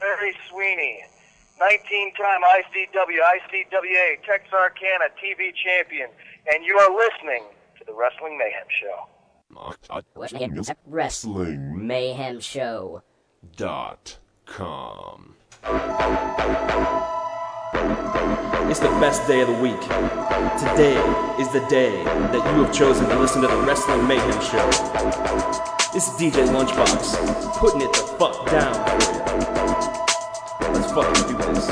Terry Sweeney, 19-time ICW, ICWA, Texarkana TV champion, and you are listening to the Wrestling Mayhem Show. Wrestling Mayhem Show. dot com. It's the best day of the week. Today is the day that you have chosen to listen to the Wrestling Mayhem Show. This is DJ Lunchbox, putting it the fuck down. for you. Let's fucking do this.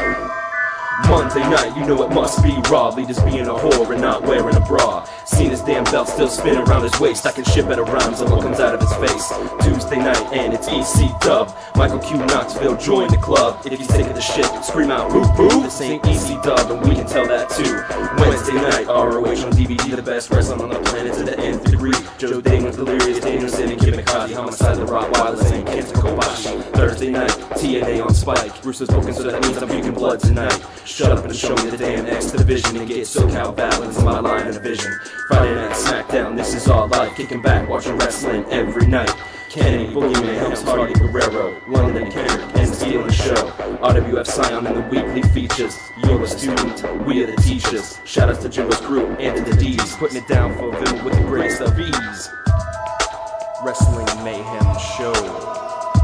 Monday night, you know it must be raw. Leaders being a whore and not wearing a bra. Seen his damn belt still spin around his waist. I can shit better rhymes than what comes out of his face. Tuesday night, and it's EC Dub. Michael Q Knoxville join the club. If you think of the shit, scream out boo boo. This ain't EC Dub, and we can tell that too. Wednesday night, ROH on DVD, the best wrestling on the planet to the nth degree. Joe Damon's delirious, Daniel City, Kid McCarthy, Homicide, The Rock, Wildless, and Kenta Kobashi. Thursday night, TNA on Spike. Bruce is booking, so that means I'm drinking blood tonight. Shut up and show me the damn X division and get SoCal balance in my line of vision. Friday night SmackDown, this is all life. Kicking back, watching wrestling every night. Kenny, Boogeyman, Helms, Hardy, Guerrero, London, Kendrick, and stealing the show. RWF Scion in the weekly features. You're a student, we are the teachers. Shout outs to Jimbo's crew and to the D's. Putting it down for Vim with the greatest of ease. Wrestling Mayhem Show.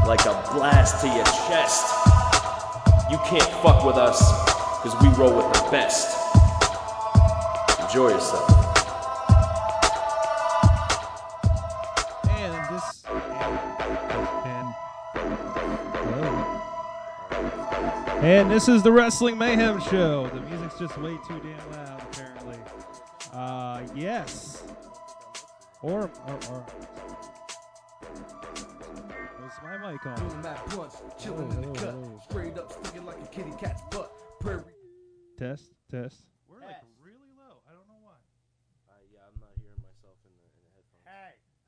Like a blast to your chest. You can't fuck with us, because we roll with the best. Enjoy yourself. And this has been. Hello. And this is the Wrestling Mayhem Show. The music's just way too damn loud, apparently. Uh, yes. Or, or, or. Was my mic on? Doing that punch, chilling in the Mm-hmm. cut, straight up sticking like a kitty cat's butt. Prairie. Test, test. We're like really low. I don't know why.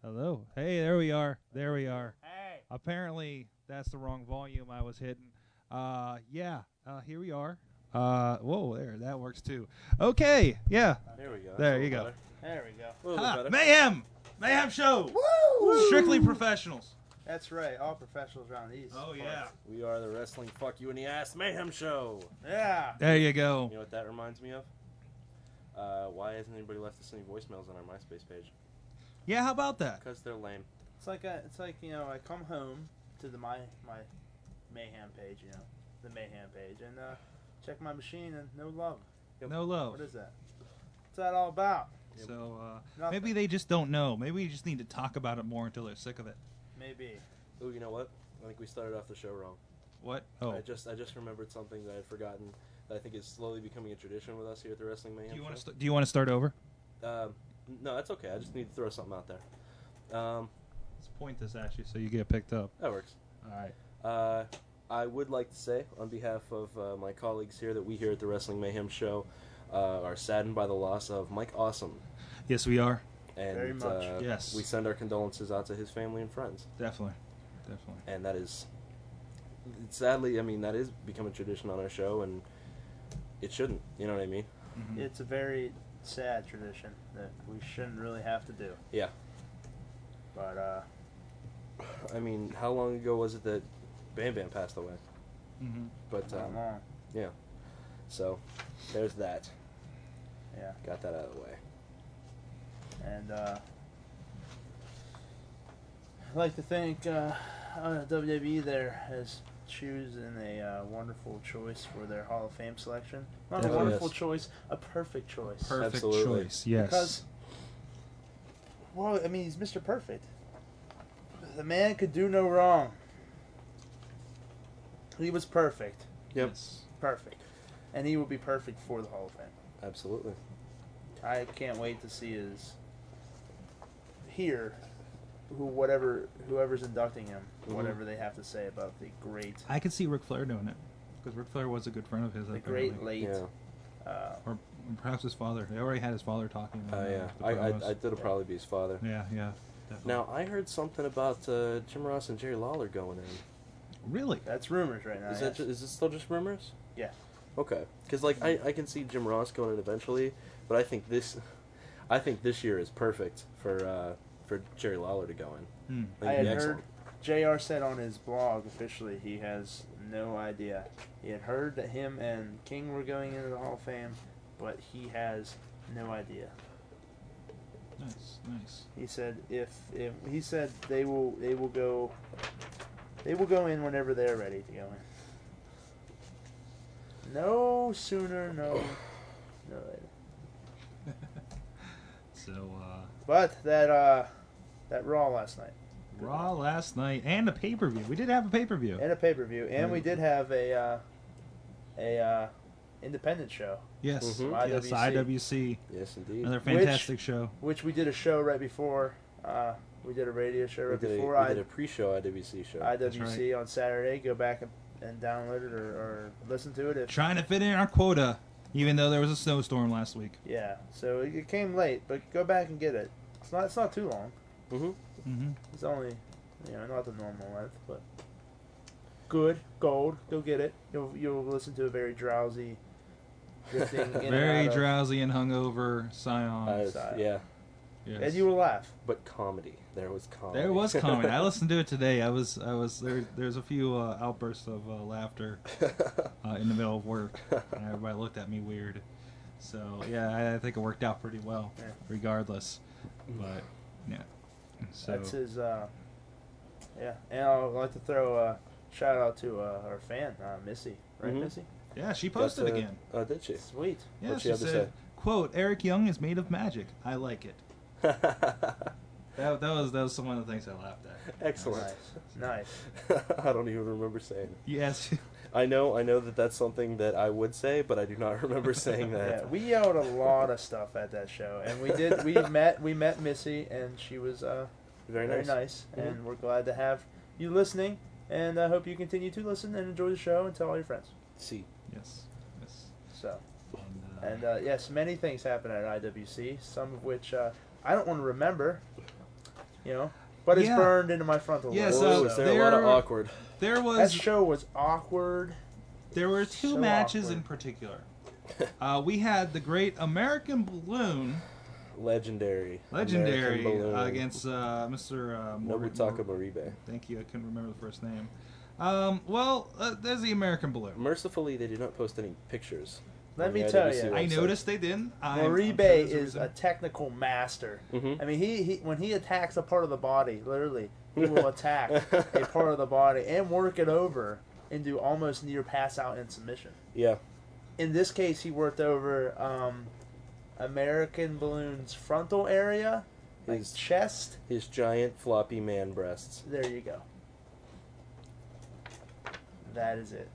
Hello. Hey, there we are. There we are. Hey. Apparently, that's the wrong volume I was hitting. Uh, yeah. Uh, here we are. Uh, whoa, there. That works too. Okay. Yeah. There we go. There you go. There we go. A little Ah, better. mayhem. Mayhem show. Strictly professionals. That's right. All professionals around these. parts. We are the Wrestling Fuck You in the Ass Mayhem Show. Yeah. There you go. You know what that reminds me of? Uh, why hasn't anybody left us any voicemails on our MySpace page? Yeah, how about that? Because they're lame. It's like a, it's like you know I come home to the my my mayhem page, you know, the mayhem page, and uh, check my machine and no love. No love. What is that? What's that all about? So uh, Nothing. maybe they just don't know. Maybe we just need to talk about it more until they're sick of it. Maybe. Ooh, you know what? I think we started off the show wrong. What? Oh. I just I just remembered something that I had forgotten that I think is slowly becoming a tradition with us here at the Wrestling Mayhem. Do you want to Show. st- do you want to start over? Um, no, that's okay. I just need to throw something out there. Um, Let's point this at you so you get picked up. that works. All right. Uh, I would like to say, on behalf of uh, my colleagues here, that we here at the Wrestling Mayhem Show uh, are saddened by the loss of Mike Awesome, Yes, we are. and Very much. uh, Yes. we send our condolences out to his family and friends. Definitely. Definitely. And that is, sadly, I mean, that is become a tradition on our show, and it shouldn't. You know what I mean? Mm-hmm. It's a very sad tradition that we shouldn't really have to do. Yeah. But uh, I mean, how long ago was it that Bam Bam passed away? Mm-hmm. But not um, long. yeah, so there's that. Yeah. Got that out of the way. And uh, I'd like to thank uh, uh, WWE there as choosing a uh, wonderful choice for their Hall of Fame selection. Not a Yeah, wonderful yes. choice, a perfect choice. Perfect Absolutely. choice. Yes. Because, well, I mean, he's Mr. Perfect. The man could do no wrong. He was perfect. Yep. Yes. Perfect. And he will be perfect for the Hall of Fame. Absolutely. I can't wait to see his here who whatever whoever's inducting him, Mhm. whatever they have to say about the great I could see Ric Flair doing it because Ric Flair was a good friend of his. the apparently. great late Yeah. uh, or perhaps his father. They already had his father talking. Oh about it yeah, after the I, I, promos. I that'll probably be his father. yeah, yeah. Definitely. Now I heard something about uh, Jim Ross and Jerry Lawler going in. really, that's rumors right now. Is that yes. ju- is it still just rumors? Yeah. Okay, because like I, I can see Jim Ross going in eventually, but I think this, I think this year is perfect for uh, for Jerry Lawler to go in. Hmm. I think I it'd had be heard excellent. JR said on his blog officially he has no idea. He had heard that him and King were going into the Hall of Fame, but he has no idea. Nice, nice. He said if, if he said they will they will go they will go in whenever they're ready to go in. No sooner, no no later. So uh, But that uh that Raw last night Raw last night and a pay per view. We did have a pay per view. and a pay per view, and Mm. we did have a uh, a uh, independent show, Yes, Mhm. yes, IWC. IWC. Yes, indeed. Another Which- fantastic show. which we did a show right before. Uh, we did a radio show we right did, a, before we I, did a pre-show IWC show. IWC on Saturday. Go back and, and download it or, or listen to it if Trying to fit in our quota, even though there was a snowstorm last week. yeah. So it, it came late, but go back and get it. It's not it's not too long. hmm Mm-hmm. It's only you know not the normal length, but good gold. Go get it. You'll you'll listen to a very drowsy, drifting in and Very out of- drowsy and hungover Scion. I- side. yeah, Yes. and you will laugh. but comedy. There was comedy. There was comedy. I listened to it today. I was, I was there. There's a few uh, outbursts of uh, laughter uh, in the middle of work, and everybody looked at me weird. So yeah, I, I think it worked out pretty well, Yeah. regardless. Mm-hmm. But yeah, so That's his. Uh, yeah, and I'd like to throw a shout out to uh, our fan uh, Missy, right, Mhm. Missy? yeah, she That's, posted uh, again. Oh, did she? Sweet. Yeah, what'd she she have to said, say? "Quote: Eric Young is made of magic. I like it." That, that was that was one of the things I laughed at. Excellent. Nice, nice. I don't even remember saying. it. Yes, I know, I know that that's something that I would say, but I do not remember saying Yeah, that. we yelled a lot of stuff at that show, and we did. We met. We met Missy, and she was uh, Very very nice. Mm-hmm. nice, and we're glad to have you listening. And I hope you continue to listen and enjoy the show and tell all your friends. See, yes, yes. So, And, uh, and uh, yes, many things happen at IWC. Some of which uh, I don't want to remember. You know, but it's Yeah. burned into my frontal. Yeah, lobe, so Whoa, is there a lot of there- awkward? there uh, That was show was awkward. There were two So matches awkward. in particular. uh, we had the Great American Balloon, Legendary. legendary, American Balloon. uh, against uh, Mr. Uh, Morgan- Nobutaka Mor- Maribe. Thank you. I couldn't remember the first name. Um, well, uh, there's the American Balloon. Mercifully, they did not post any pictures. Let on me the tell IWC you, I website. noticed they didn't. I, Moribe Bay is a technical master. Mhm. I mean, he, he when he attacks a part of the body, literally, he will attack a part of the body and work it over into almost near pass out and submission. Yeah, In this case, he worked over um, American Balloon's frontal area, like His- chest. his giant floppy man breasts. There you go. That is it.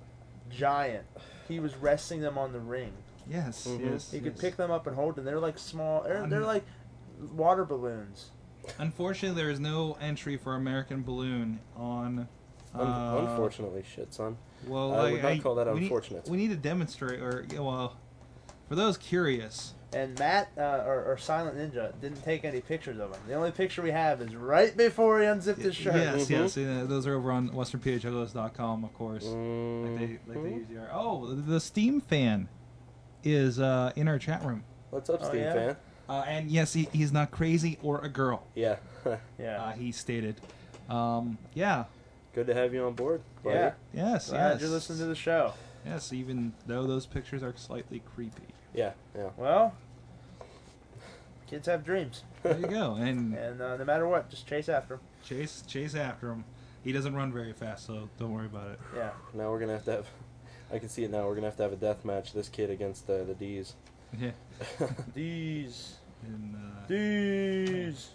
Giant. He was resting them on the ring. yes, Mhm. yes. Mm-hmm. You could yes. pick them up and hold them. They're like small. They're, they're I'm- like water balloons. Unfortunately, there is no entry for American Balloon on. Uh, Un- unfortunately, shit, son. well, I I would not call that we need- unfortunate. we need to demonstrate, or yeah, well, for those curious, And Matt uh, or, or Silent Ninja didn't take any pictures of him. The only picture we have is right before he unzipped his shirt. Yes, Mhm. yes. yeah, those are over on westernphjugglers.com, of course. Like they, like they Mhm. usually are. Oh, the- the Steam fan is uh, in our chat room. What's up, Oh, Steam yeah? fan? Uh, and yes, he, he's not crazy or a girl, Yeah, Yeah. uh, he stated. Um, yeah, good to have you on board. Buddy. yeah. yes, Glad yes. you're listening to the show. Yes, even though those pictures are slightly creepy. yeah, yeah. Well, kids have dreams, There you go. And and uh, no matter what, just chase after them. chase chase after him. He doesn't run very fast, so don't worry about it. Yeah. Now we're gonna have to have. I can see it now. We're gonna have to have a death match. This kid against the the D's. Yeah. These, And, uh, these.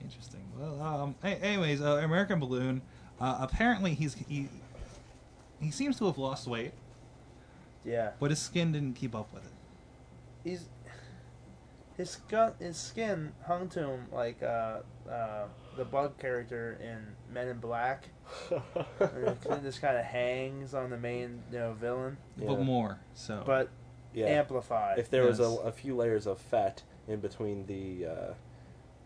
Interesting. Well, um, a- anyways, uh, American Balloon. Uh, apparently, he's he, he seems to have lost weight, Yeah. but his skin didn't keep up with it. He's his skin, his skin hung to him like uh, uh, the bug character in Men in Black. It just kind of hangs on the main you know, villain, Yeah. But more so. but Oh, yeah. amplified. if there was Yes. a, a few layers of fat in between the uh,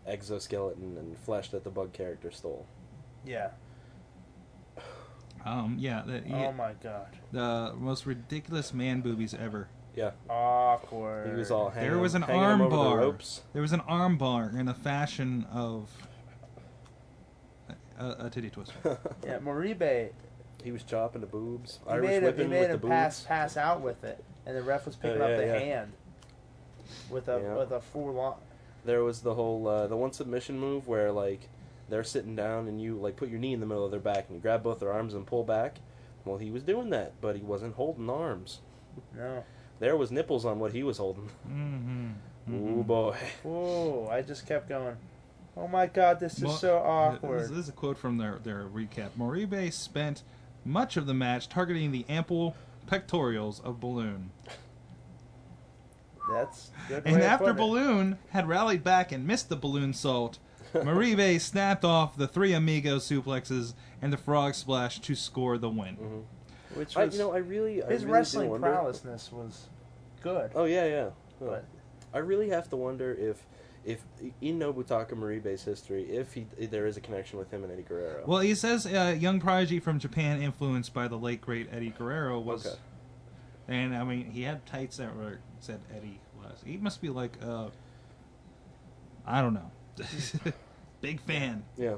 exoskeleton and flesh that the bug character stole. yeah. um, yeah, the, he- Oh my god. the most ridiculous man boobies ever. Yeah, Awkward. he was all hanging. There was an hanging arm him over bar. The ropes. There was an arm bar in a fashion of. I- a, a titty twister. Yeah, Moribe He was chopping the boobs. he Irish made him, he whipping made with the him boobs. pass pass out with it, and the ref was picking Oh, up yeah, the yeah. hand with a Yeah. with a full on. There was the whole uh, the one submission move where like they're sitting down and you like put your knee in the middle of their back and you grab both their arms and pull back. Well, he was doing that, but he wasn't holding arms. No, There was nipples on what he was holding. mm-hmm. Ooh boy. whoa! I just kept going. Oh my god, this is Mo- so awkward. This, this is a quote from their, their recap. Moribe spent much of the match targeting the ample pectorials of Balloon. That's a good. And way of after putting it. Balloon had rallied back and missed the balloon salt, Maribe snapped off the three amigo suplexes and the frog splash to score the win. which I, was, you know, I really I really his do wrestling wonder- prowessness was good. Oh yeah, yeah. Oh. But- I really have to wonder if if in Nobutaka Maribe's history, if he there is a connection with him and Eddie Guerrero. Well, he says uh, young prodigy from Japan, influenced by the late great Eddie Guerrero, was. Okay. And I mean, he had tights that were said Eddie was. He must be like, uh, I don't know, big fan. yeah.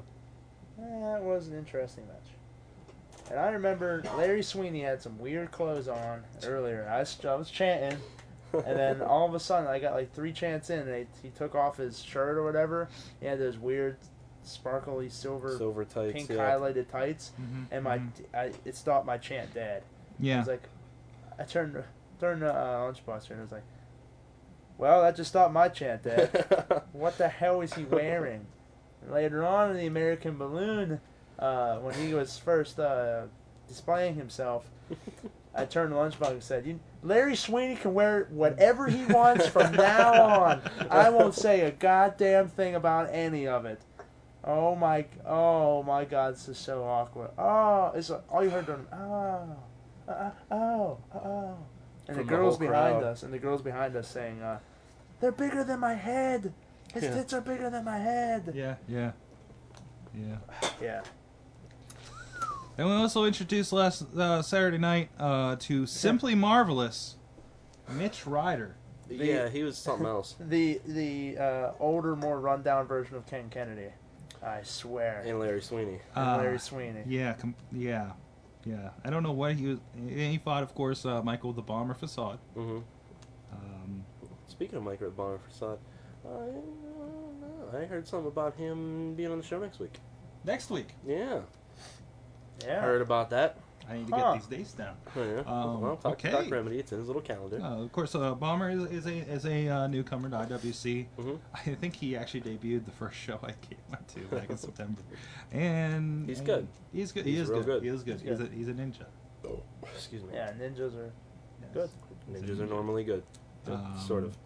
That was an interesting match. And I remember Larry Sweeney had some weird clothes on earlier. I was, I was chanting, and then all of a sudden I got like three chants in, and they, he took off his shirt or whatever. He had those weird, sparkly silver, Silver tights. pink yeah. highlighted tights, Mhm, and my mhm. I, it stopped my chant dead. I Mm-hmm. yeah. was like, I turned turned to uh, lunch boxer and I was like, well, that just stopped my chant dead. what the hell is he wearing? And later on in the American Balloon, uh, when he was first uh, displaying himself, I turned to Lunchbox and said, you, Larry Sweeney can wear whatever he wants from now on. I won't say a goddamn thing about any of it. Oh my, oh my God, this is so awkward. Oh, it's all you heard from, oh, uh, uh, oh, uh, oh. From And the the girls whole behind crowd. us, and the girls behind us saying, uh, they're bigger than my head. His Yeah. tits are bigger than my head. yeah, yeah, yeah. Yeah. And we also introduced last uh, Saturday night uh, to Simply Marvelous, Mitch Ryder. yeah, he was something else. The the uh, older, more rundown version of Ken Kennedy. I swear. And Larry Sweeney. Uh, And Ah, Larry Sweeney. Yeah, com- yeah, yeah. I don't know what he was. He fought, of course, uh, Michael the Bomber Facade. hmm Um, Speaking of Micro Bomber Facade, I don't know. I heard something about him being on the show next week. next week, Yeah, Yeah. heard about that. I need to get Huh. these dates down. Oh, yeah. Um, well, talk okay. to Doc Remedy. It's in his little calendar. Uh, of course, uh, Bomber is, is a is a uh, newcomer to IWC. Mm-hmm. Mhm. I think he actually debuted the first show I came out to back in September, and He's and good. He's good. he He's is real good. good. He is good. He's He's, a, he's a ninja. Excuse me. Yeah, ninjas are Yes. Good. Ninjas are normally good, Uh, Um, sort of,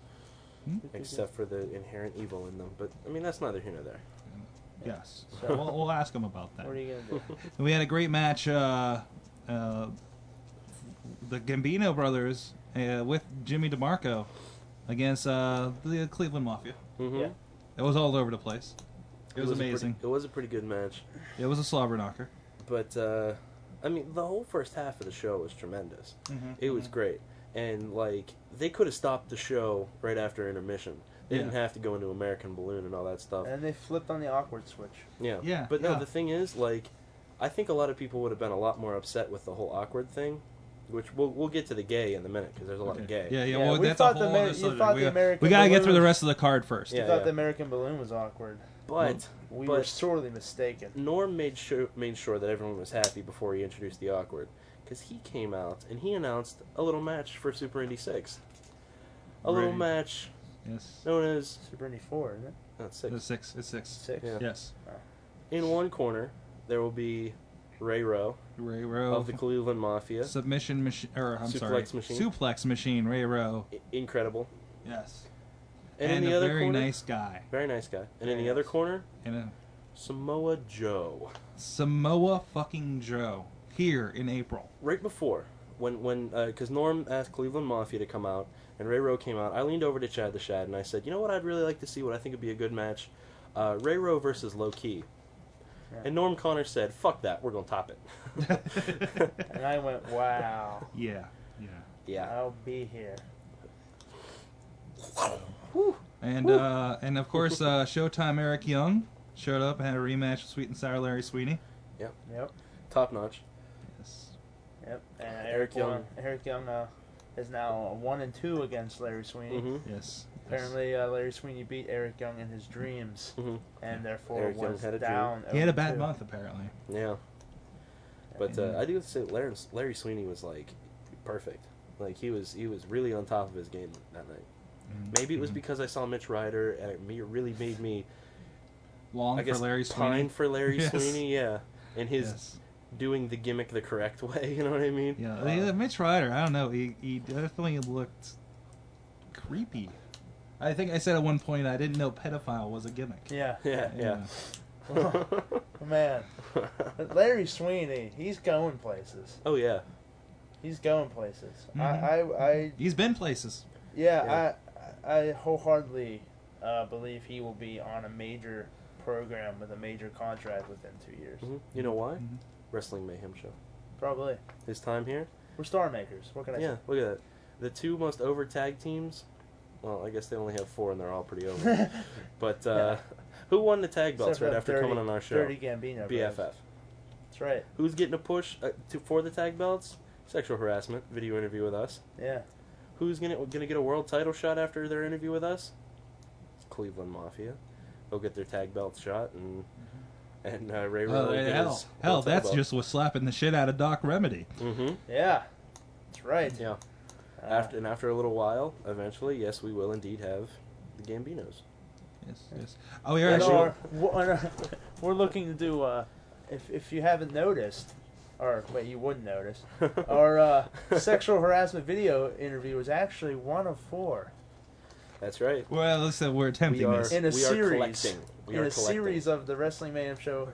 hmm? except for the inherent evil in them. But I mean, that's neither here nor there. Yes. So- we'll, we'll ask him about that. What are you gonna do? We had a great match. Uh, uh, the Gambino brothers uh, with Jimmy DeMarco against uh, the Cleveland Mafia. Mm-hmm. Yeah. It was all over the place. It, was, amazing. it was a pretty good match, It was a slobber knocker. but uh, I mean, the whole first half of the show was tremendous. Mm-hmm. It was great, and like they could have stopped the show right after intermission. They Yeah. didn't have to go into American Balloon and all that stuff. and then they flipped on the awkward switch. Yeah. Yeah, But no, yeah. the thing is, like, I think a lot of people would have been a lot more upset with the whole awkward thing, which we'll we'll get to the gay in a minute because there's a lot of gay. Okay. Yeah, yeah. Yeah, Well, we that's a thought whole the Ameri- other you subject. thought we, the American we gotta get Balloon through the was- rest of the card first. I Yeah. thought the American Balloon was awkward. But We were but sorely mistaken. Norm made sure made sure that everyone was happy before he introduced the awkward, because he came out and he announced a little match for Super Indy Six, a little Right. match Yes. known as Super Indy 4, isn't it? not It's six. six. It's six. Six? Yeah. Yes. In one corner, there will be Ray Rowe Ray Rowe. of the Cleveland Mafia. Submission machine, or I'm sorry, Suplex machine. suplex machine. Ray Rowe, I- incredible. yes, And, in a the other very corner, nice guy, very nice guy. And in Very the other nice. corner, and a Samoa Joe. Samoa fucking Joe here in April. Right before, when when because Norm asked Cleveland Mafia to come out, and Ray Rowe came out. I leaned over to Chad the Shad and I said, "You know what? I'd really like to see what I think would be a good match: uh, Ray Rowe versus Low Key." Yeah. And Norm Connor said, "Fuck that. We're gonna top it." And I went, wow, Yeah, yeah. yeah. I'll be here. And uh, and of course, uh, Showtime Eric Young showed up and had a rematch with Sweet and Sour Larry Sweeney. Yep. Top notch. Yes. Yep. And Eric, Eric Young. Young. Eric Young uh, is now a one and two against Larry Sweeney. hmm Yes. yes. Apparently, uh, Larry Sweeney beat Eric Young in his dreams, Mhm. and therefore Eric Young was had a dream. down. He had a 0-2. bad month, apparently. Yeah. But uh, And- I do have to say, Larry, Larry Sweeney was like perfect. Like he was, he was really on top of his game that night. Mhm. Maybe it was because I saw Mitch Ryder, and it me- really made me, Long I guess, for Larry pine Sweeney. for Larry Yes. Sweeney. Yeah, and his Yes. doing the gimmick the correct way. You know what I mean? Yeah. Uh, yeah, Mitch Ryder, I don't know. He, he definitely looked creepy. I think I said at one point I didn't know pedophile was a gimmick. Yeah, yeah, yeah. Yeah. man, Larry Sweeney, he's going places. oh yeah. He's going places. Mhm. I, I, I, He's been places. yeah, I, I wholeheartedly uh, believe he will be on a major program with a major contract within two years. hmm You know why? Mhm. Wrestling Mayhem show. Probably. His time here. We're star makers. What can I Yeah, look at that. The two most over tag teams. Well, I guess they only have four, and they're all pretty over. say? But uh, who won the tag belts Except for right that after dirty- coming on our show? Dirty Gambino. brothers. BFF. That's right. Who's getting a push uh, to, for the tag belts? Sexual harassment video interview with us. Yeah. Who's gonna gonna get a world title shot after their interview with us? It's Cleveland Mafia. They'll get their tag belt shot and Mm-hmm. and uh, Ray Oh, hell, hell, that's just what's slapping the shit out of Doc Remedy. hmm Yeah. That's right. Yeah. Uh, after and after a little while, eventually, yes, we will indeed have the Gambinos. Yes, yes. Oh, we and already. our- we're uh, we're looking to do. Uh, if if you haven't noticed, or wait, you wouldn't notice, our uh, sexual harassment video interview was actually one of four That's right. Well, listen, we're attempting We are this. In a we Are series. collecting. We in are a collecting. series of the Wrestling Mayhem Show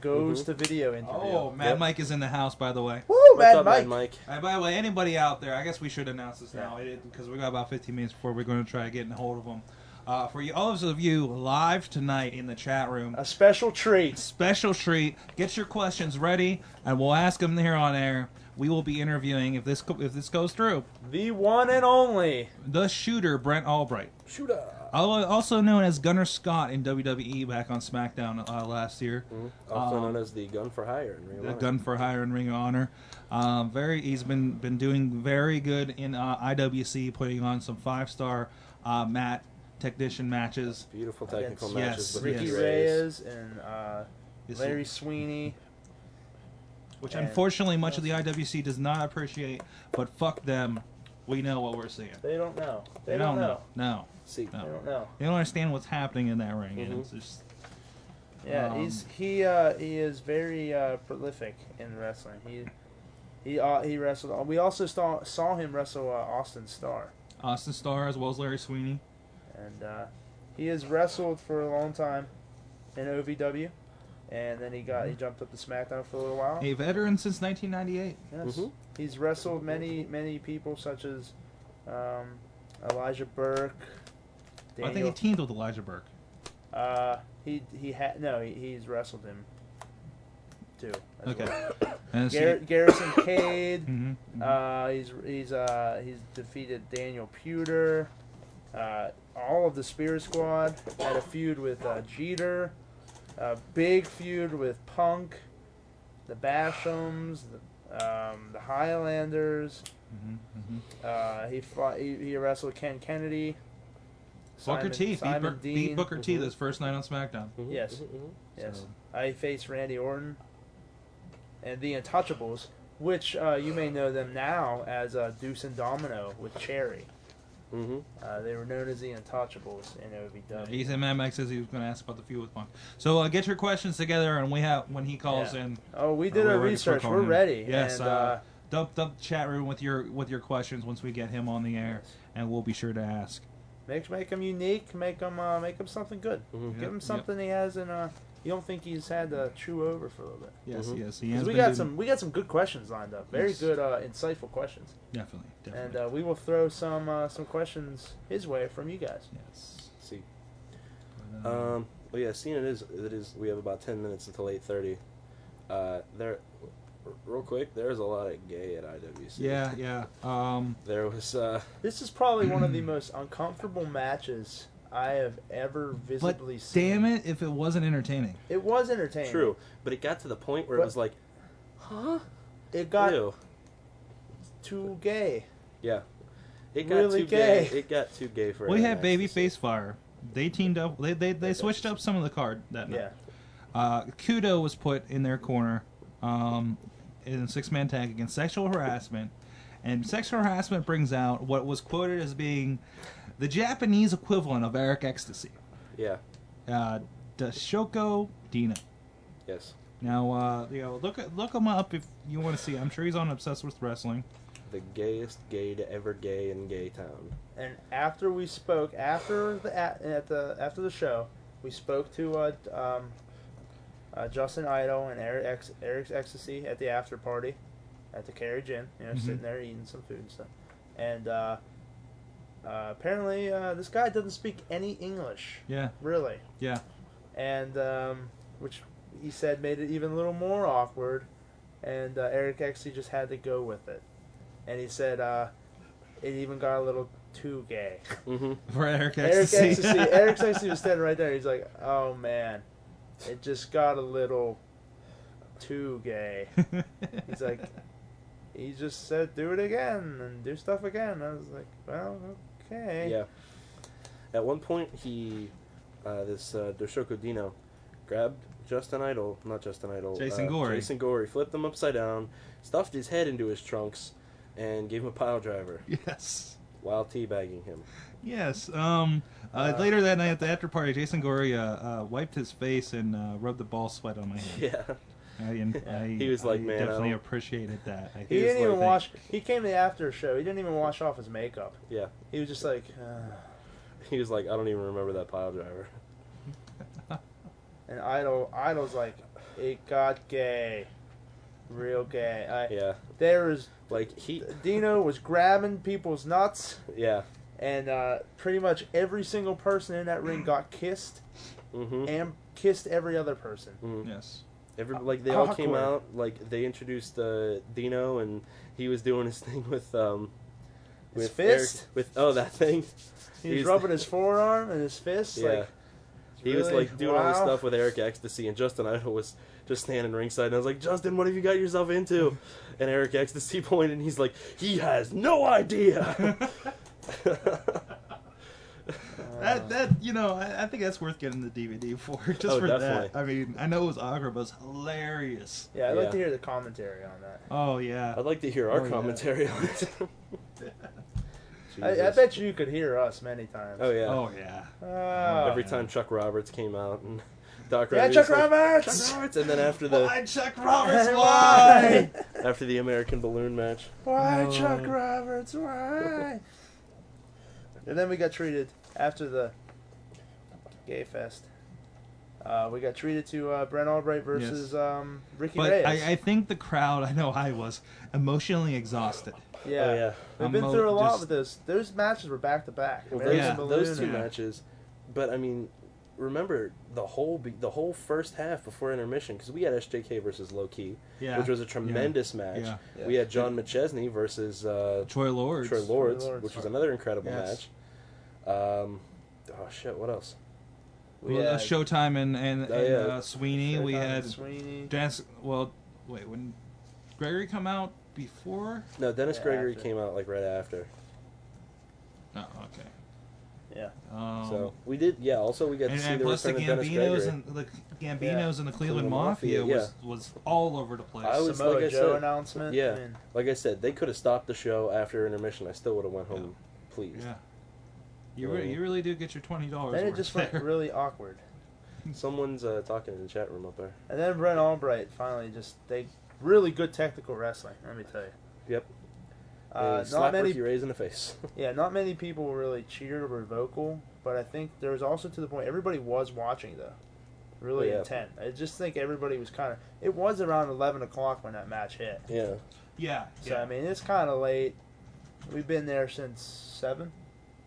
goes to video interview. Oh, Mad Yep. Mike is in the house, by the way. Woo, What's Mad up, Mike. Mad Mike? Uh, by the way, anybody out there, I guess we should announce this now because we got about 15 minutes before we're going to try getting a hold of them. Uh, for you, all those of you live tonight in the chat room, A special treat. special treat. Get your questions ready, and we'll ask them here on air. We will be interviewing if this co- if this goes through The one and only. the shooter Brent Albright. Shoot up. Al- also known as Gunnar Scott in WWE back on SmackDown uh, last year. Mm-hmm. Also Um, known as the Gun for Hire. In real The life. gun for hire and Ring of Honor. Um, very, he's been been doing very good in uh, IWC, putting on some five star uh, mat technician matches. Beautiful technical Against- matches yes, with Ricky yes. Reyes and uh, This- Larry Sweeney. which and- unfortunately much of the IWC does not appreciate. But fuck them, we know what we're seeing. They don't know. They, don't, know. No, See, No. They don't know. they don't understand what's happening in that ring. and Mhm. Mm-hmm. it's just- Yeah, Um, he's he uh, he is very uh, prolific in wrestling. He he uh, he wrestled. We also saw saw him wrestle uh, Austin Starr, Austin Starr as well as Larry Sweeney. and uh, he has wrestled for a long time in OVW, and then he got he Mm-hmm. jumped up to SmackDown for a little while. A veteran since 1998. Yes. Mhm. He's wrestled many, many people, such as um, Elijah Burke. I think he Daniel. teamed with Elijah Burke. uh, he he had no. He, he's wrestled him too. as Okay. well. And so- Gar- Garrison Cade. Mhm, mhm. Uh, he's he's uh, he's defeated Daniel Pewter. Uh, all of the Spear Squad had a feud with uh, Jeter. A big feud with Punk. The Bashams. The, um, the Highlanders. Mhm, mhm. Uh, he, fought, he he wrestled Ken Kennedy. Booker Simon- T. Beat, Simon Bur- Dean. Mm-hmm. beat Booker T. Mhm. This first night on SmackDown. Mhm, Yes. mhm, mhm. Yes. So- I faced Randy Orton and the Untouchables, which uh, you may know them now as uh, Deuce and Domino with Cherry. Mhm. Uh, they were known as the Untouchables in OVW. He said Mad Max says he was going to ask about the feud with Punk. So uh, get your questions together, and we have when he calls Yeah. in. oh, we did or our we're ready for research. calling We're him. ready. Yes. And, uh, uh, dump dump chat room with your with your questions once we get him on the air, and we'll be sure to ask. make make him unique. Make him uh, make him something good. Mhm. Yep, Give him yep. something he hasn't. Uh, you don't think he's had to chew over for a little bit. Yes, Mhm. yes, he Mm-hmm. 'Cause has we been got doing- some we got some good questions lined up. Very Yes. good, uh, insightful questions. definitely, And definitely. uh, we will throw some uh, some questions his way from you guys. yes. See. But, uh, Um. Well, yeah. Seeing it is, it is. We have about ten minutes until eight thirty. Uh. There. r- Real quick, there's a lot of gay at IWC. yeah, yeah. Um, There was. Uh. This is probably one of the most uncomfortable matches I have ever But visibly seen. damn it, if it wasn't entertaining. It was entertaining. True, but it got to the point where it But- was like, huh? It got Ew. too gay. Yeah. It got Really too gay. gay. It got too gay for. We our had masses. Babyface Fire. They teamed up. They they, they switched up some of the card that night. Yeah. Uh, Kudo was put in their corner um, in a six man tag against sexual harassment. And sexual harassment brings out what was quoted as being the Japanese equivalent of Eric Ecstasy, Yeah. uh, Dashoko Dina. Yes. Now, uh, you know, look at- look him up if you want to see. I'm sure he's on Obsessed with Wrestling. The gayest gay to ever gay in Gay Town. And after we spoke, after the at, at the after the show, we spoke to uh, um, uh, Justin Idol and Eric Ex- Eric's Ecstasy at the after party, at the Carriage Inn. You know, Mhm. sitting there eating some food and stuff. And uh, uh, apparently, uh, this guy doesn't speak any English, Yeah, really. yeah. and um, which he said made it even a little more awkward. And uh, Eric actually just had to go with it, and he said uh, it even got a little too gay. Mm-hmm. For Eric Eric Ecstasy. Ecstasy, Eric Ecstasy was standing right there. He's like, "Oh man, it just got a little too gay." He's like, "He just said do it again and do stuff again." I was like, "Well, okay." Yeah. At one point, he, uh, this uh, Doshoko Dino, grabbed Justin Idol, not Justin Idol, Jason uh, Gore. Jason Gore, he flipped him upside down, stuffed his head into his trunks, and gave him a pile driver yes. while teabagging him. Yes. Um, uh, Uh, later that night at the after party, Jason Gorey uh, uh, wiped his face and uh, rubbed the ball sweat on my hand. Yeah. I, I, He was like, I "Man, I definitely don't-" appreciated that. I He think. didn't even like- wash. He came to the after show. He didn't even wash off his makeup. Yeah. He was just like, uh, He was like, I don't even remember that pile driver. and Idol, Idol's like, it got gay, real gay. I, Yeah. There was Like, he, Dino was grabbing people's nuts, yeah. and uh, pretty much every single person in that ring got kissed Mm-hmm. and kissed every other person. Yes. Every, like they all came Awkward. out. Like they introduced uh, Dino, and he was doing his thing with um, His with fist? Eric- with oh that thing. He was He's- rubbing his forearm and his fist. Yeah, Like, he was really- like doing all this wow. stuff with Eric Ecstasy, and Justin Idol was just standing ringside, and I was like, Justin, what have you got yourself into? And Eric Ecstasy pointed, and he's like, he has no idea. Uh, that that you know, I, I think that's worth getting the DVD for just Oh, for that. definitely. I mean, I know it was awkward, but it was hilarious. yeah, I'd like Yeah. to hear the commentary on that. Oh yeah. I'd like to hear our Oh, yeah. commentary on it. I, I Jesus. bet you could hear us many times. Oh yeah. Oh yeah. Oh. Every yeah. time Chuck Roberts came out and Doc yeah, Rivers Chuck like, Roberts. Chuck Roberts, and then after the Why Chuck Roberts? Why? Why? after the American balloon match. Why, No. Chuck Roberts? Why? and then we got treated after the gay fest. Uh, we got treated to uh, Brent Albright versus um, Ricky but Reyes. I, I think the crowd. I know I was emotionally exhausted. yeah. Oh yeah. we've I'm been through a mo- lot just- with those. Those matches were back to back. Well, Yeah. those, those two Yeah. matches, but I mean, remember the whole be- the whole first half before intermission because we had SJK versus Low Key, Yeah. which was a Yeah. tremendous match. Yeah. Yeah. We had John McChesney versus uh, Troy Lords. Troy Lords, Lords. which was another incredible Yes. match. Um, oh shit! What else? We Well, uh, had Showtime and and, Oh, and yeah. uh, Sweeney. we Showtime had Sweeney. Dennis. Well, wait, when Gregory come out before? No, Dennis Yeah, Gregory after. came out like right after. Oh, okay. Yeah. Um, so we did. Yeah. Also, we got and, to see and the plus the return of Dennis Gambinos Gregory. and the Gambinos and the Cleveland Cleveland Mafia, Mafia, was was all over the place. I was- Samoa like I Joe said- announcement. yeah. I mean, Like I said, they could have stopped the show after intermission. I still would have went home pleased. yeah. You, re- you really do get your twenty dollars. then it just went really awkward. Someone's uh, talking in the chat room up there. And then Brent Albright finally just they really good technical wrestling. Let me tell you. Yep. Uh, Hey, not slap many Ricky Ray's in the face. Yeah, not many people really cheered or were vocal, but I think there was also to the point everybody was watching though, really Oh, yeah. intent. I just think everybody was kind of. It was around eleven o'clock when that match hit, yeah. yeah. so yeah. I mean it's kind of late. We've been there since seven,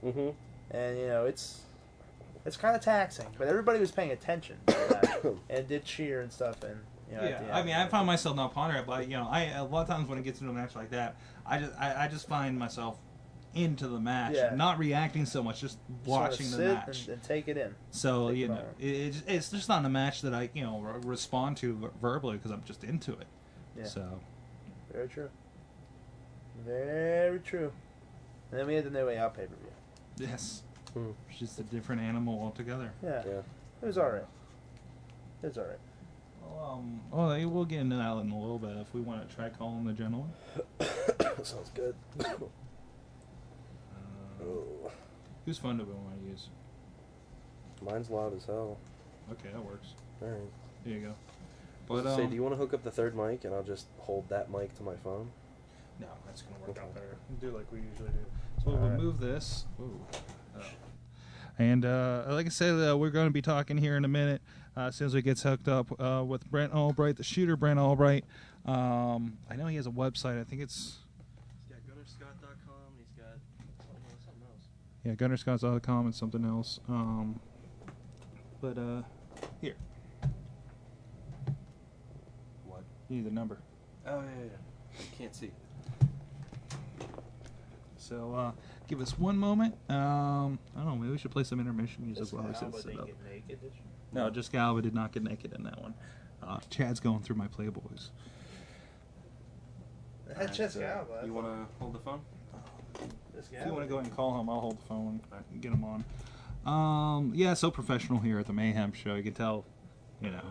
Mm-hmm. and you know it's it's kind of taxing, but everybody was paying attention to that and did cheer and stuff, and you know, at Yeah, the I end. mean, I find myself not pondering, it, but you know, I a lot of times when it gets into a match like that, I just I, I just find myself into the match, Yeah. not reacting so much, just Just wanna watching the sit match. and, and take it in. So Think you know, about it, it's- it's just not a match that I you know re- respond to ver- verbally because I'm just into it. Yeah. So Very true. Very true. And then we had the No Way Out pay per view. yes, Hmm. it's just a different animal altogether. Yeah. Yeah. It was alright. It was alright. Um, well, eh, we'll get into that in a little bit if we want to try calling the gentleman. Sounds good. Uh, Oh. whose phone do we want to use? Mine's loud as hell. Okay, that works. All right. There you go. But say, um, do you want to hook up the third mic, and I'll just hold that mic to my phone? no, that's gonna work Okay. out better. We'll do like we usually do. So we'll Alright. move this. Ooh. Oh. And uh, like I said, uh, we're going to be talking here in a minute uh, as soon as we get hooked up uh, with Brent Albright, the shooter Brent Albright. Um, I know he has a website. I think it's He's got gunnerscott.com. He's got oh, something else. yeah, gunnerscott's.com and something else. Um, but uh, here. What? You need the number. Oh yeah, yeah. I can't see. So uh, give us one moment. Um, I don't know. Maybe we should play some intermission music while we set this up. No, just Galba did not get naked in that one. Uh, Chad's going through my Playboys. Oh, That's just Galba. uh, You want to hold the phone? If you want to go ahead and call him, I'll hold the phone and get him on. Um, yeah, so professional here at the Mayhem Show. You can tell, you know.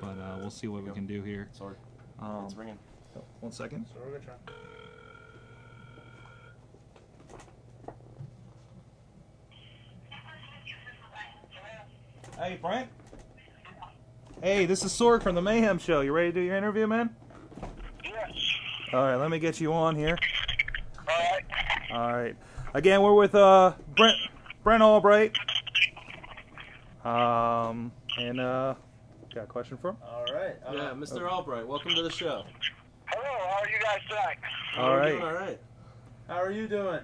But uh, we'll see what we can do here. Sorry, Um, oh, it's ringing. one second. So we're gonna try. Hey, Brent. Hey, this is Sorg from the Mayhem Show. You ready to do your interview, man? Yes. All right, let me get you on here. All right. All right. Again, we're with uh, Brent Brent Albright. Um, and uh, got a question for him. Alright. Uh, Yeah, Mr. Albright, welcome to the show. Hello. How are you guys tonight? All We're right. doing all right. How are you doing?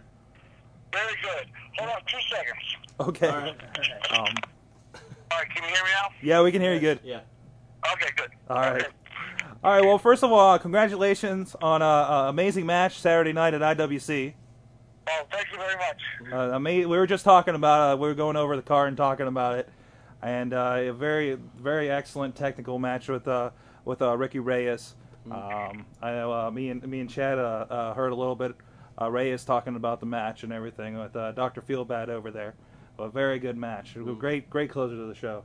Very good. Hold on two seconds. Okay. All right. Um, All right. Can you hear me now? yeah, we can hear you good. Yeah. Okay. Good. All right. Okay. All right. Well, first of all, uh, congratulations on an uh, amazing match Saturday night at IWC. Well, thank you very much. Uh, ama- we were just talking about. Uh, we were going over the card and talking about it, and uh, a very, very excellent technical match with uh, with uh, Ricky Reyes. Um, I know uh, me and me and Chad uh, uh, heard a little bit uh, Reyes talking about the match and everything with uh, Doctor Feelbad over there. A very good match. A Great, great closer to the show.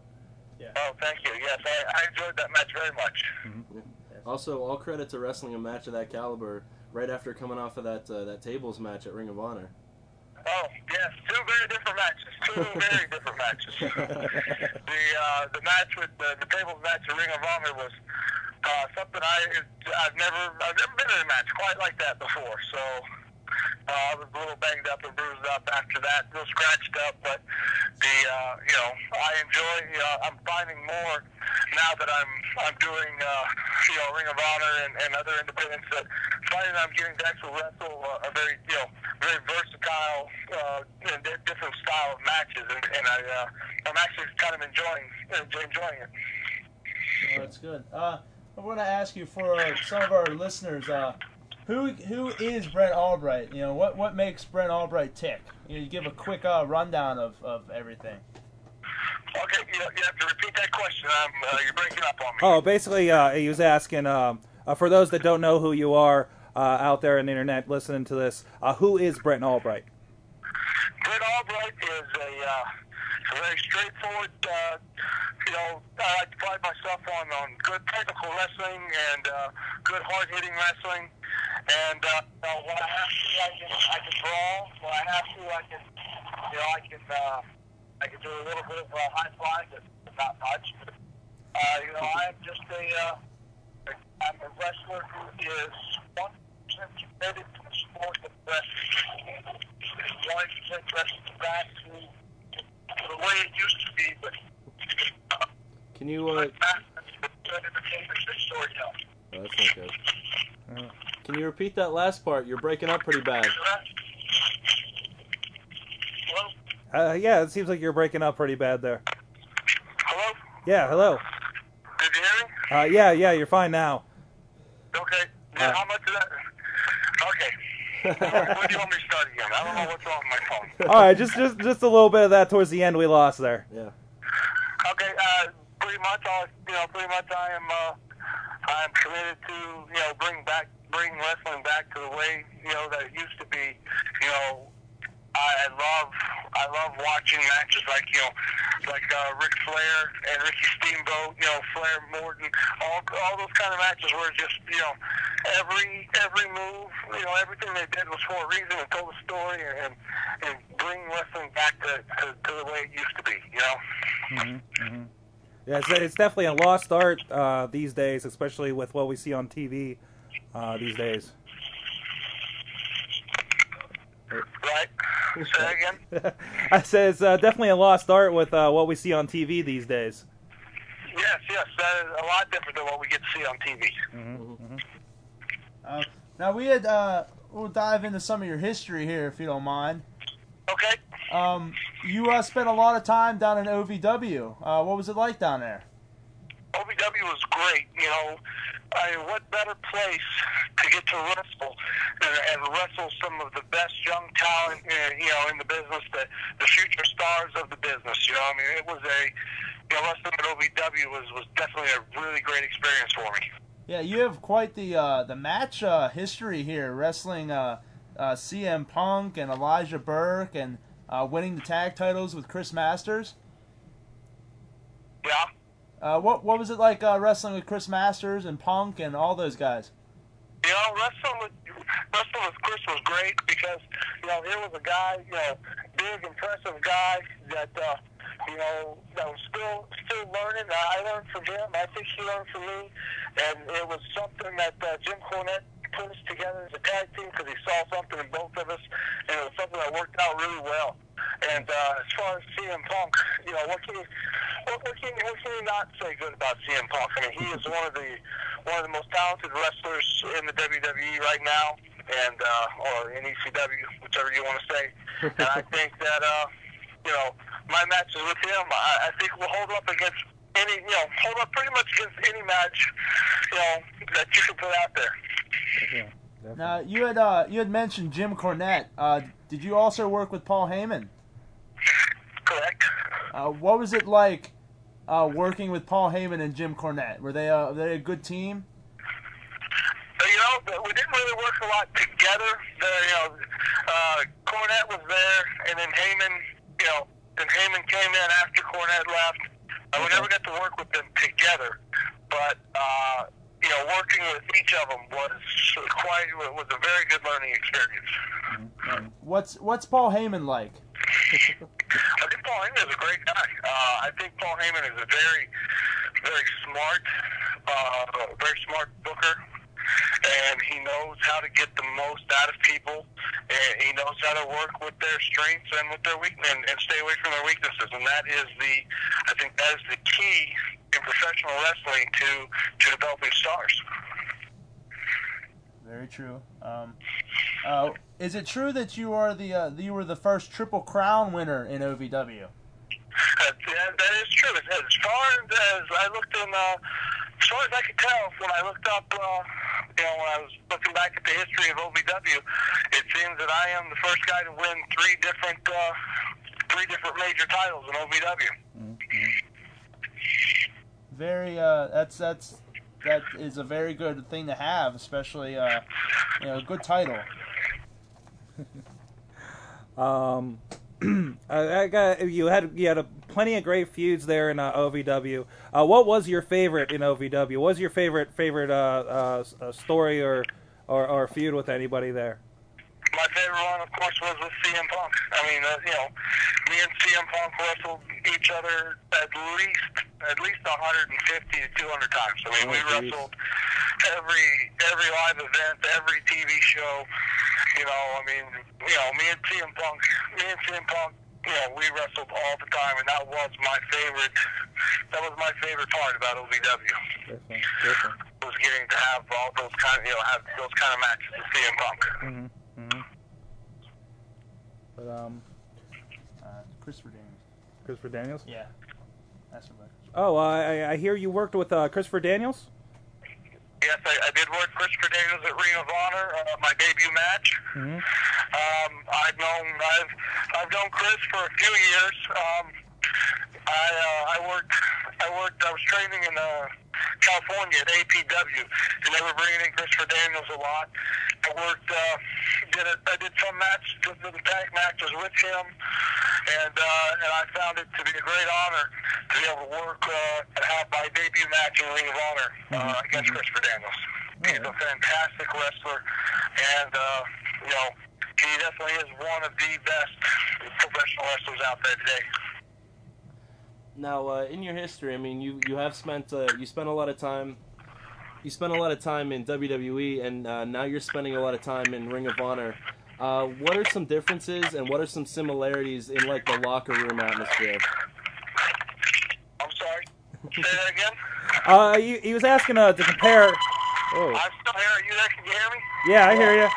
Oh, thank you. Yes, I, I enjoyed that match very much. Also, all credit to wrestling a match of that caliber right after coming off of that uh, that tables match at Ring of Honor. Oh, yes, two very different matches. Two very different matches. the uh, the match with the, the tables match, the Ring of Honor was uh, something I I've never I've never been in a match quite like that before. So uh, I was a little banged up and bruised up after that, real scratched up. But the uh, you know I enjoy. You know, I'm finding more now that I'm I'm doing uh, you know Ring of Honor and, and other independents that finding I'm getting to actually wrestle uh, a very you know very versatile uh, you know, di- different style of matches, and, and I uh, I'm actually kind of enjoying enjoying it. Oh, that's good. Uh, I want to ask you for uh, some of our listeners. Uh, who who is Brent Albright? You know what what makes Brent Albright tick? You, know, you give a quick uh, rundown of, of everything. Okay, you, you have to repeat that question. I'm, uh, you're breaking up on me. Oh, basically, uh, he was asking um, uh, for those that don't know who you are uh, out there on the internet listening to this. Uh, who is Brenton Albright? Brett Albright is a, uh, a very straightforward. Uh, you know, I like to pride myself on on good technical wrestling and uh, good hard hitting wrestling. And uh, you know, when I have to, I can I can brawl. When I have to, I can you know I can uh, I can do a little bit of uh, high flying, but not much. Uh, you know, I'm just a uh, I'm a wrestler who is one percent committed to the sport of wrestling wanting to take wrestling back to, to the way it used to be, but Can you? Uh, back to good entertainment and storytelling. oh, that's not good. Can you repeat that last part? You're breaking up pretty bad. Hello? Uh, yeah, it seems like you're breaking up pretty bad there. Hello? Yeah, hello. Did you hear me? Uh, yeah, yeah, you're fine now. Okay. Yeah, Uh, how much of that? Okay. Where do you want me to start again? I don't know what's wrong with my phone. All right, just just just a little bit of that towards the end. We lost there. Yeah. Okay, uh, pretty much all you know. Pretty much I am uh, I am committed to you know bring back bring wrestling back to the way you know that it used to be. You know, I, I love I love watching matches like you know like uh, Ric Flair and Ricky Steamboat. You know, Flair Morton, all all those kind of matches were just you know every every move, you know everything they did was for a reason and told a story and and bring wrestling back to to, to the way it used to be. You know. Yeah, it's, it's definitely a lost art uh, these days, especially with what we see on TV uh, these days. Right. Say that again. I said it's uh, definitely a lost art with uh, what we see on TV these days. Yes, yes. That is a lot different than what we get to see on TV. Uh, now we had uh, we'll dive into some of your history here if you don't mind. Okay. Um, you uh, spent a lot of time down in OVW. Uh, what was it like down there? OVW was great. You know, I mean, what better place to get to wrestle and, and wrestle some of the best young talent, uh, you know, in the business, the, the future stars of the business. You know, I mean, it was a, you know, wrestling at OVW was, was definitely a really great experience for me. Yeah, you have quite the uh, the match uh, history here, wrestling uh, uh, CM Punk and Elijah Burke, and uh, winning the tag titles with Chris Masters. Yeah. Uh, what what was it like uh, wrestling with Chris Masters and Punk and all those guys? You know, wrestling with wrestling with Chris was great because you know here was a guy, you know, big, impressive guy that uh, you know that was still still learning. I I learned from him. I think he learned from me, and it was something that uh, Jim Cornette put us together as a tag team because he saw something in both of us, and it was something that worked out really well. And uh, as far as CM Punk, you know, what can you, what, what can you, what can you not say good about CM Punk? I mean, he is one of the one of the most talented wrestlers in the WWE right now, and uh, or in ECW, whichever you want to say. And I think that uh, you know, my matches with him, I, I think will hold up against any, you know, hold up pretty much against any match, you know, that you can put out there. Now you had uh, you had mentioned Jim Cornette. Uh, did you also work with Paul Heyman? Correct. Uh, what was it like uh, working with Paul Heyman and Jim Cornette? Were they uh, were they a good team? But, you know, but we didn't really work a lot together. The, you know, uh, Cornette was there, and then Heyman, you know, then Heyman came in after Cornette left. Uh, we never got to work with them together, but uh, you know, working with each of them was quite was a very good learning experience. What's what's Paul Heyman like? I think Paul Heyman is a great guy. Uh, I think Paul Heyman is a very, very smart, uh, very smart booker, and he knows how to get the most out of people. And he knows how to work with their strengths and with their weakness, and, and stay away from their weaknesses. And that is the, I think that is the key in professional wrestling to to developing stars. Very true. Um, uh, is it true that you are the uh, you were the first Triple Crown winner in OVW? Uh, that, that is true. As, as far as I looked in, uh, as far as I could tell, when I looked up, uh, you know, when I was looking back at the history of OVW, it seems that I am the first guy to win three different, uh, three different major titles in OVW. Very uh, that's that's that is a very good thing to have, especially uh, you know, a good title. Um, I, I got, you had you had a, plenty of great feuds there in uh, OVW. Uh, what was your favorite in OVW? What was your favorite favorite uh, uh, s- uh, story or, or or feud with anybody there? My favorite one, of course, was with CM Punk. I mean, uh, you know, me and CM Punk wrestled each other at least at least 150 to 200 times. I mean, we wrestled every every live event, every TV show. You know, I mean, you know, me and CM Punk, me and CM Punk, you know, we wrestled all the time, and that was my favorite. That was my favorite part about OVW Definitely, definitely. was getting to have all those kind, you know, have those kind of matches with CM Punk. Mm-hmm, But, um, Uh, Christopher Daniels. Christopher Daniels. Yeah, that's what. uh, Oh, I I I hear you worked with uh, Christopher Daniels. Yes, I, I did work Christopher Daniels at Ring of Honor, uh, my debut match. Um, I've known I've I've known Chris for a few years. Um, I uh, I worked I worked I was training in uh, California at APW, and they were bringing in Christopher Daniels a lot. I worked uh, did a, I did some match the tag matches with him, and uh, and I found it to be a great honor to be able to work uh, and have my debut match in Ring of Honor uh, against Christopher Daniels. He's a fantastic wrestler, and uh, you know he definitely is one of the best professional wrestlers out there today. Now, uh, in your history, I mean, you you have spent uh, you spent a lot of time, you spent a lot of time in WWE, and uh, now you're spending a lot of time in Ring of Honor. Uh, what are some differences, and what are some similarities in like the locker room atmosphere? I'm sorry. Say that again. Uh, he, he was asking uh, to compare. Oh, I'm still here. Are you there? Can you hear me? yeah, I hear you.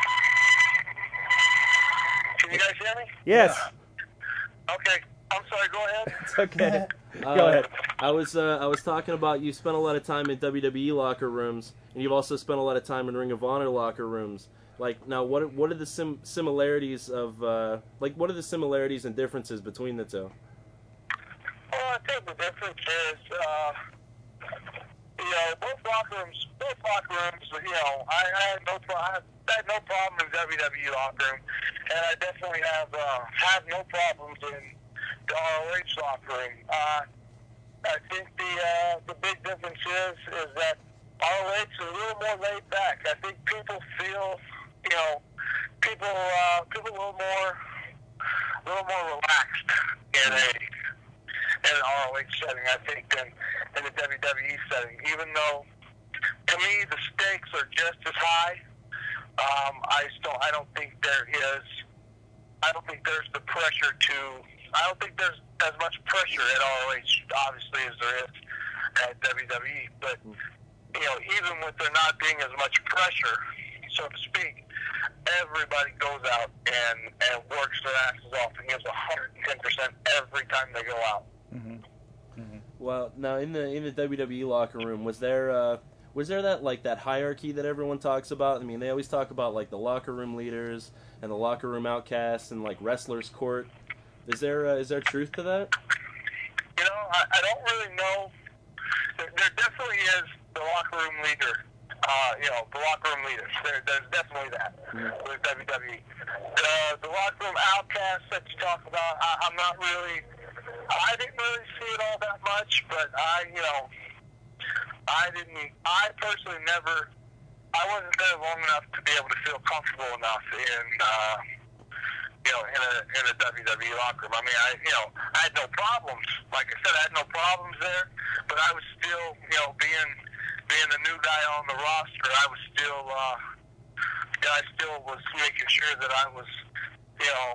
Can you guys hear me? Yes, Okay. I'm sorry. Go ahead. it's okay. Uh, Go ahead. I was uh, I was talking about you spent a lot of time in WWE locker rooms, and you've also spent a lot of time in Ring of Honor locker rooms. Like now, what are- what are the sim- similarities of uh, like what are the similarities and differences between the two? Well, I think the difference is, uh, you know, both locker rooms, both locker rooms, you know, I, I had no pro- I had no problem in WWE locker room, and I definitely have uh, have no problems in the ROH locker room. Uh, I think the uh, the big difference is is that ROH is a little more laid back. I think people feel, you know, people uh, people a little more a little more relaxed in a in an ROH setting, I think, than in the WWE setting. Even though, to me, the stakes are just as high. Um, I still, I don't think there is. I don't think there's the pressure to. I don't think there's as much pressure at ROH, obviously, as there is at WWE. But you know, even with there not being as much pressure, so to speak, everybody goes out and and works their asses off and gives 110 percent every time they go out. Well, now in the in the WWE locker room, was there uh, was there that like that hierarchy that everyone talks about? I mean, they always talk about like the locker room leaders and the locker room outcasts and like wrestlers court. Is there uh, is there truth to that? you know, I, I don't really know. There, there definitely is the locker room leader. Uh, you know, the locker room leaders. There, there's definitely that with WWE. The, the locker room outcasts that you talk about, I, I'm not really. I didn't really see it all that much, but I, you know, I didn't. I personally never. I wasn't there long enough to be able to feel comfortable enough in. Uh, you know, in a in a WWE locker room. I mean, I you know, I had no problems. Like I said, I had no problems there, but I was still, you know, being being the new guy on the roster, I was still, uh, you know, I still was making sure that I was, you know,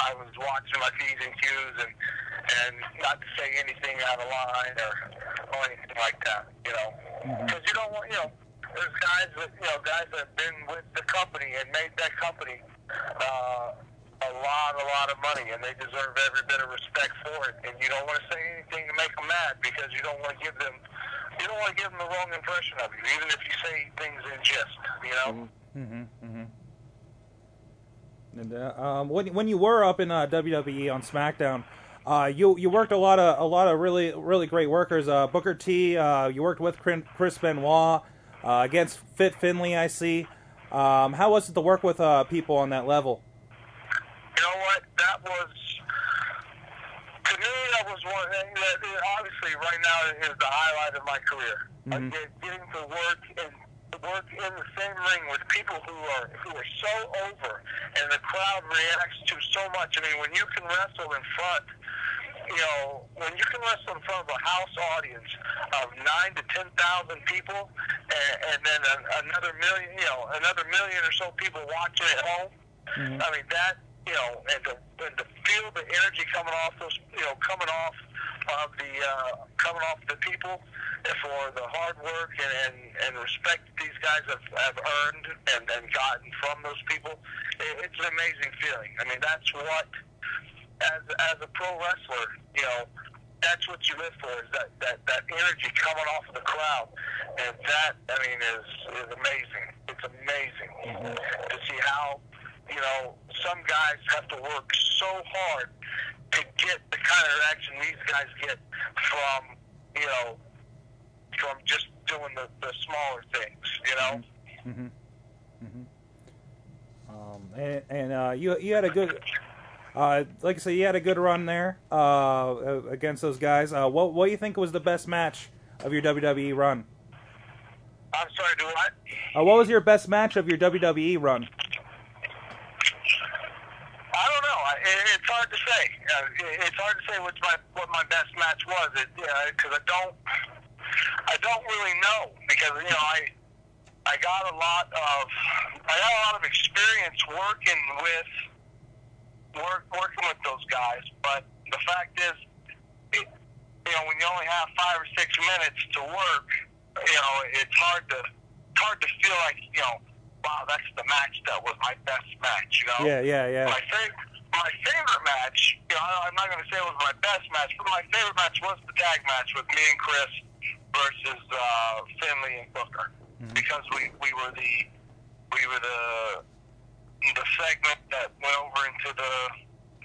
I was watching my p's and q's and and not to say anything out of line or or anything like that, you know, because you don't want, you know. There's guys that you know, guys that have been with the company and made that company uh, a lot, a lot of money, and they deserve every bit of respect for it. And you don't want to say anything to make them mad because you don't want to give them, you don't want to give them the wrong impression of you, even if you say things in jest. You know, And, uh, um, when when you were up in uh, WWE on SmackDown, uh, you you worked a lot of a lot of really really great workers. Uh, Booker T. Uh, you worked with Crin- Chris Benoit uh, against Fit Finley. I see. Um, how was it to work with uh, people on that level? you know what? That was to me. That was one. That, that, obviously, right now is the highlight of my career. Like, getting to work and to work in the same ring with people who are who are so over, and the crowd reacts to so much. I mean, when you can wrestle in front. You know, when you can wrestle in front of a house audience of nine to ten thousand people, and, and then a, another million, you know, another million or so people watching at home, I mean that you know, and to, and to feel the energy coming off those, you know, coming off of the uh, coming off the people for the hard work and, and, and respect that these guys have, have earned and, and gotten from those people, it, it's an amazing feeling. I mean, that's what as as a pro wrestler, you know, that's what you live for is that, that, that energy coming off of the crowd, and that I mean is is amazing. It's amazing to see how you know some guys have to work so hard to get the kind of reaction these guys get from you know from just doing the, the smaller things. You know, Um, and and uh, you you had a good, uh, like I said, you had a good run there uh, against those guys. Uh, what what do you think was the best match of your E WWE run? I'm sorry. Do I? Uh, what was your best match of your E WWE run? I don't know. I, it, it's hard to say. Uh, it, it's hard to say what my what my best match was. It because I don't I don't really know because you know I I got a lot of I got a lot of experience working with work working with those guys. But the fact is, it, you know, when you only have five or six minutes to work, you know, it's hard to it's hard to feel like you know, wow, that's the match that was my best match. You know Yeah, yeah, yeah. my favorite my favorite match. You know, I- I'm not going to say it was my best match, but my favorite match was the tag match with me and Chris versus uh, Finley and Booker because we we were the we were the the segment that went over into the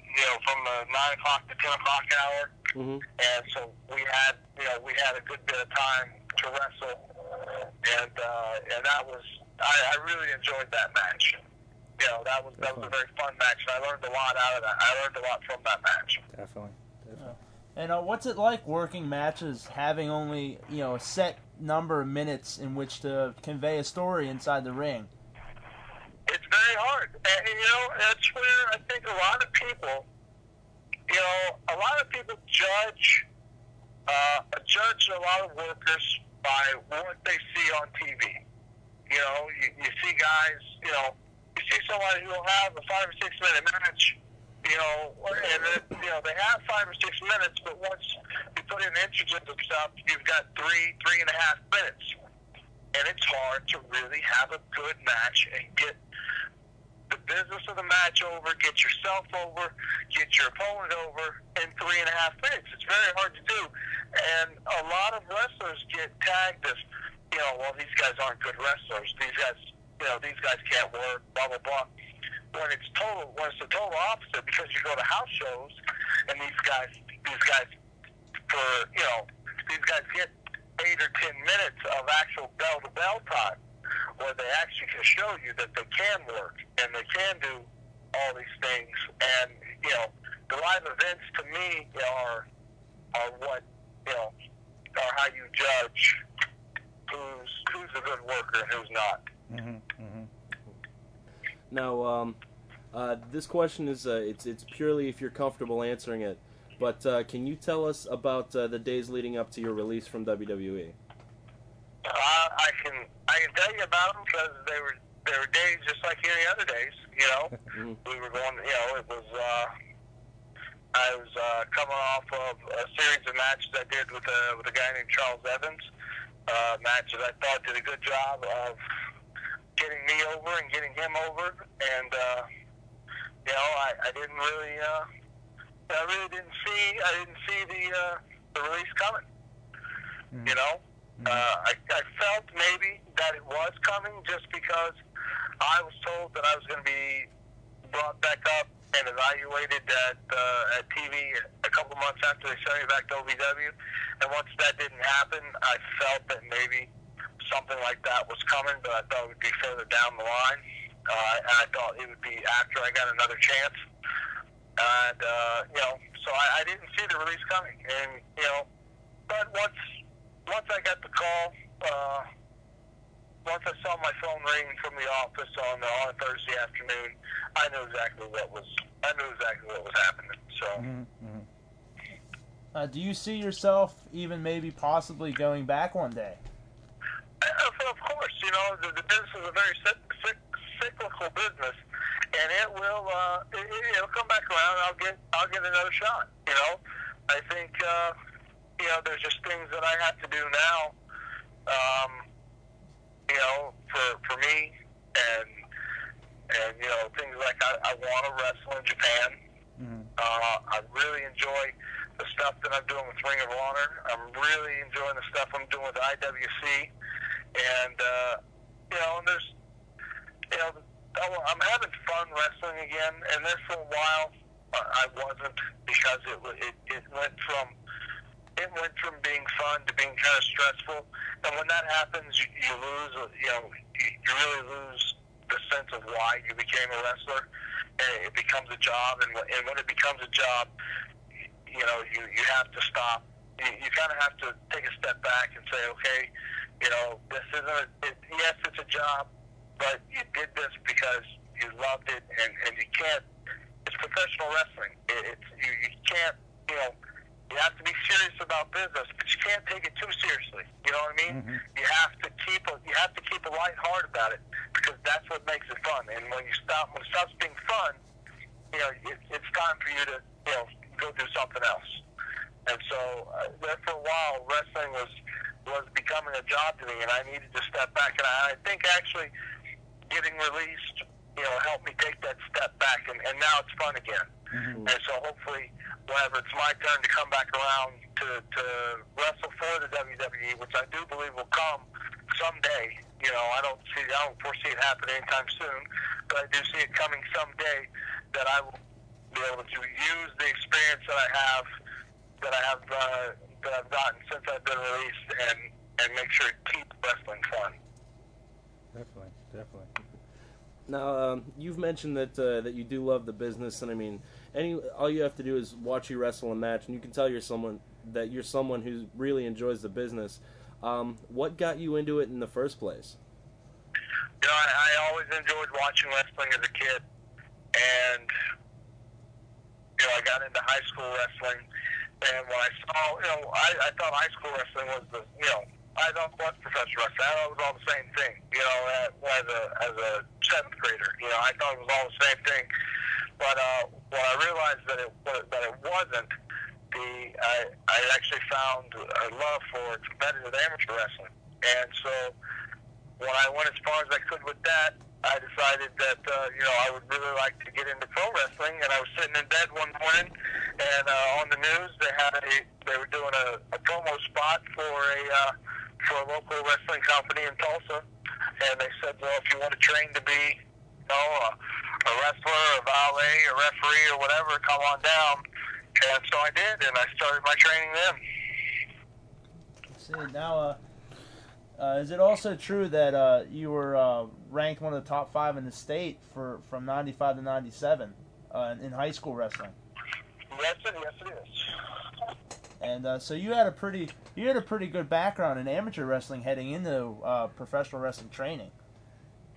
you know from the nine o'clock to ten o'clock hour, Mhm. and so we had you know we had a good bit of time to wrestle, and uh, and that was I, I really enjoyed that match. You know that was that was a very fun match, and I learned a lot out of that. I learned a lot from that match. Definitely. And uh, what's it like working matches, having only you know a set number of minutes in which to convey a story inside the ring? it's very hard. And, you know, that's where I think a lot of people, you know, a lot of people judge, uh, judge a lot of workers by what they see on TV. You know, you, you see guys, you know, you see somebody who will have a five or six minute match, you know, and then, you know, they have five or six minutes, but once you put in introgens and stuff, you've got three, three and a half minutes and it's hard to really have a good match and get the business of the match over, get yourself over, get your opponent over in three and a half minutes. It's very hard to do, and a lot of wrestlers get tagged as, you know, well these guys aren't good wrestlers. These guys, you know, these guys can't work. Blah blah blah. When it's total, when it's the total opposite, because you go to house shows and these guys, these guys for you know these guys get eight or ten minutes of actual bell to bell time where they actually can show you that they can work and they can do all these things and you know the live events to me are are what you know are how you judge who's who's a good worker and who's not. Now, um, uh, this question is uh, it's it's purely if you're comfortable answering it, but uh, can you tell us about uh, the days leading up to your release from E? WWE? Uh, I can I can tell you about them because they were they were days just like any other days. You know, Mhm. we were going. You know, it was uh, I was uh, coming off of a series of matches I did with a with a guy named Charles Evans. Uh, matches I thought did a good job of getting me over and getting him over, and uh, you know I, I didn't really uh, I really didn't see I didn't see the uh, the release coming. You know, uh, I, I felt maybe that it was coming just because I was told that I was going to be brought back up and evaluated at uh, at TV a couple months after they sent me back to OVW. And once that didn't happen, I felt that maybe something like that was coming, but I thought it would be further down the line. Uh, and I thought it would be after I got another chance. And, uh, you know, so I, I didn't see the release coming. And, you know, but once once I got the call, uh, once I saw my phone ring from the office on on a Thursday afternoon, I knew exactly what was I knew exactly what was happening. So Uh, do you see yourself even maybe possibly going back one day? of, of course, you know the, the business is a very cyc- cyc- cyclical business, and it will uh, it, it- it'll come back around. And I'll get I'll get another shot. You know, I think uh, you know there's just things that I have to do now. Um, you know, for for me and and you know things like I, I want to wrestle in Japan. Uh, I really enjoy the stuff that I'm doing with Ring of Honor. I'm really enjoying the stuff I'm doing with IWC, and uh, you know, and there's, you know, I- I'm having fun wrestling again. And there for a while, I I wasn't because it wa- it, it went from it went from being fun to being kind of stressful. And when that happens, you, you lose, uh, you know, you, you really lose the sense of why you became a wrestler. And it becomes a job, and, when- and when it becomes a job, you, you know, you you have to stop. You, you kind of have to take a step back and say, okay, you know, this isn't. A, it, yes, it's a job, but you did this because you loved it, and and you can't. It's professional wrestling. It, it's you, you can't. You know, you have to be serious about business, but you can't take it too seriously. You know what I mean? You have to keep a you have to keep a light heart about it because that's what makes it fun. And when you stop when it stops being fun, you know it, it's time for you to you know go do something else. And so uh, there for a while, wrestling was was becoming a job to me, and I needed to step back. And I, I think actually getting released, you know, helped me take that step back, and, and now it's fun again. And so hopefully, whenever it's my turn to come back around to, to wrestle for the WWE, which I do believe will come someday. You know, I don't see, I don't foresee it happening anytime soon, but I do see it coming someday. That I will be able to use the experience that I have, that I have, uh, that I've gotten since I've been released, and and make sure to keep wrestling fun. Definitely, definitely. Now, um, you've mentioned that uh, that you do love the business, and I mean, any all you have to do is watch you wrestle a match, and you can tell you're someone that you're someone who really enjoys the business. Um, what got you into it in the first place? you know, I, I always enjoyed watching wrestling as a kid, and you know, I got into high school wrestling, and when I saw, you know, I, I thought high school wrestling was the, you know, I thought was professional wrestling. I thought it was all the same thing, you know, as- as a as a seventh grader, you know, I thought it was all the same thing. But uh, when I realized that it wa- that it wasn't, the I, I actually found a love for competitive amateur wrestling, and so when I went as far as I could with that, I decided that uh, you know I would really like to get into pro wrestling. And I was sitting in bed one morning, and uh, on the news they had a they were doing a, a promo spot for a uh, for a local wrestling company in Tulsa, and they said, well, if you want to train to be you know a, a wrestler, a valet, a referee, or whatever, come on down. And so I did, and I started my training then. Let's see now. Uh, uh, is it also true that uh, you were uh, ranked one of the top five in the state for from '95 to '97 uh, in high school wrestling? Yes, it, yes, it is. And uh, so you had a pretty you had a pretty good background in amateur wrestling heading into uh, professional wrestling training.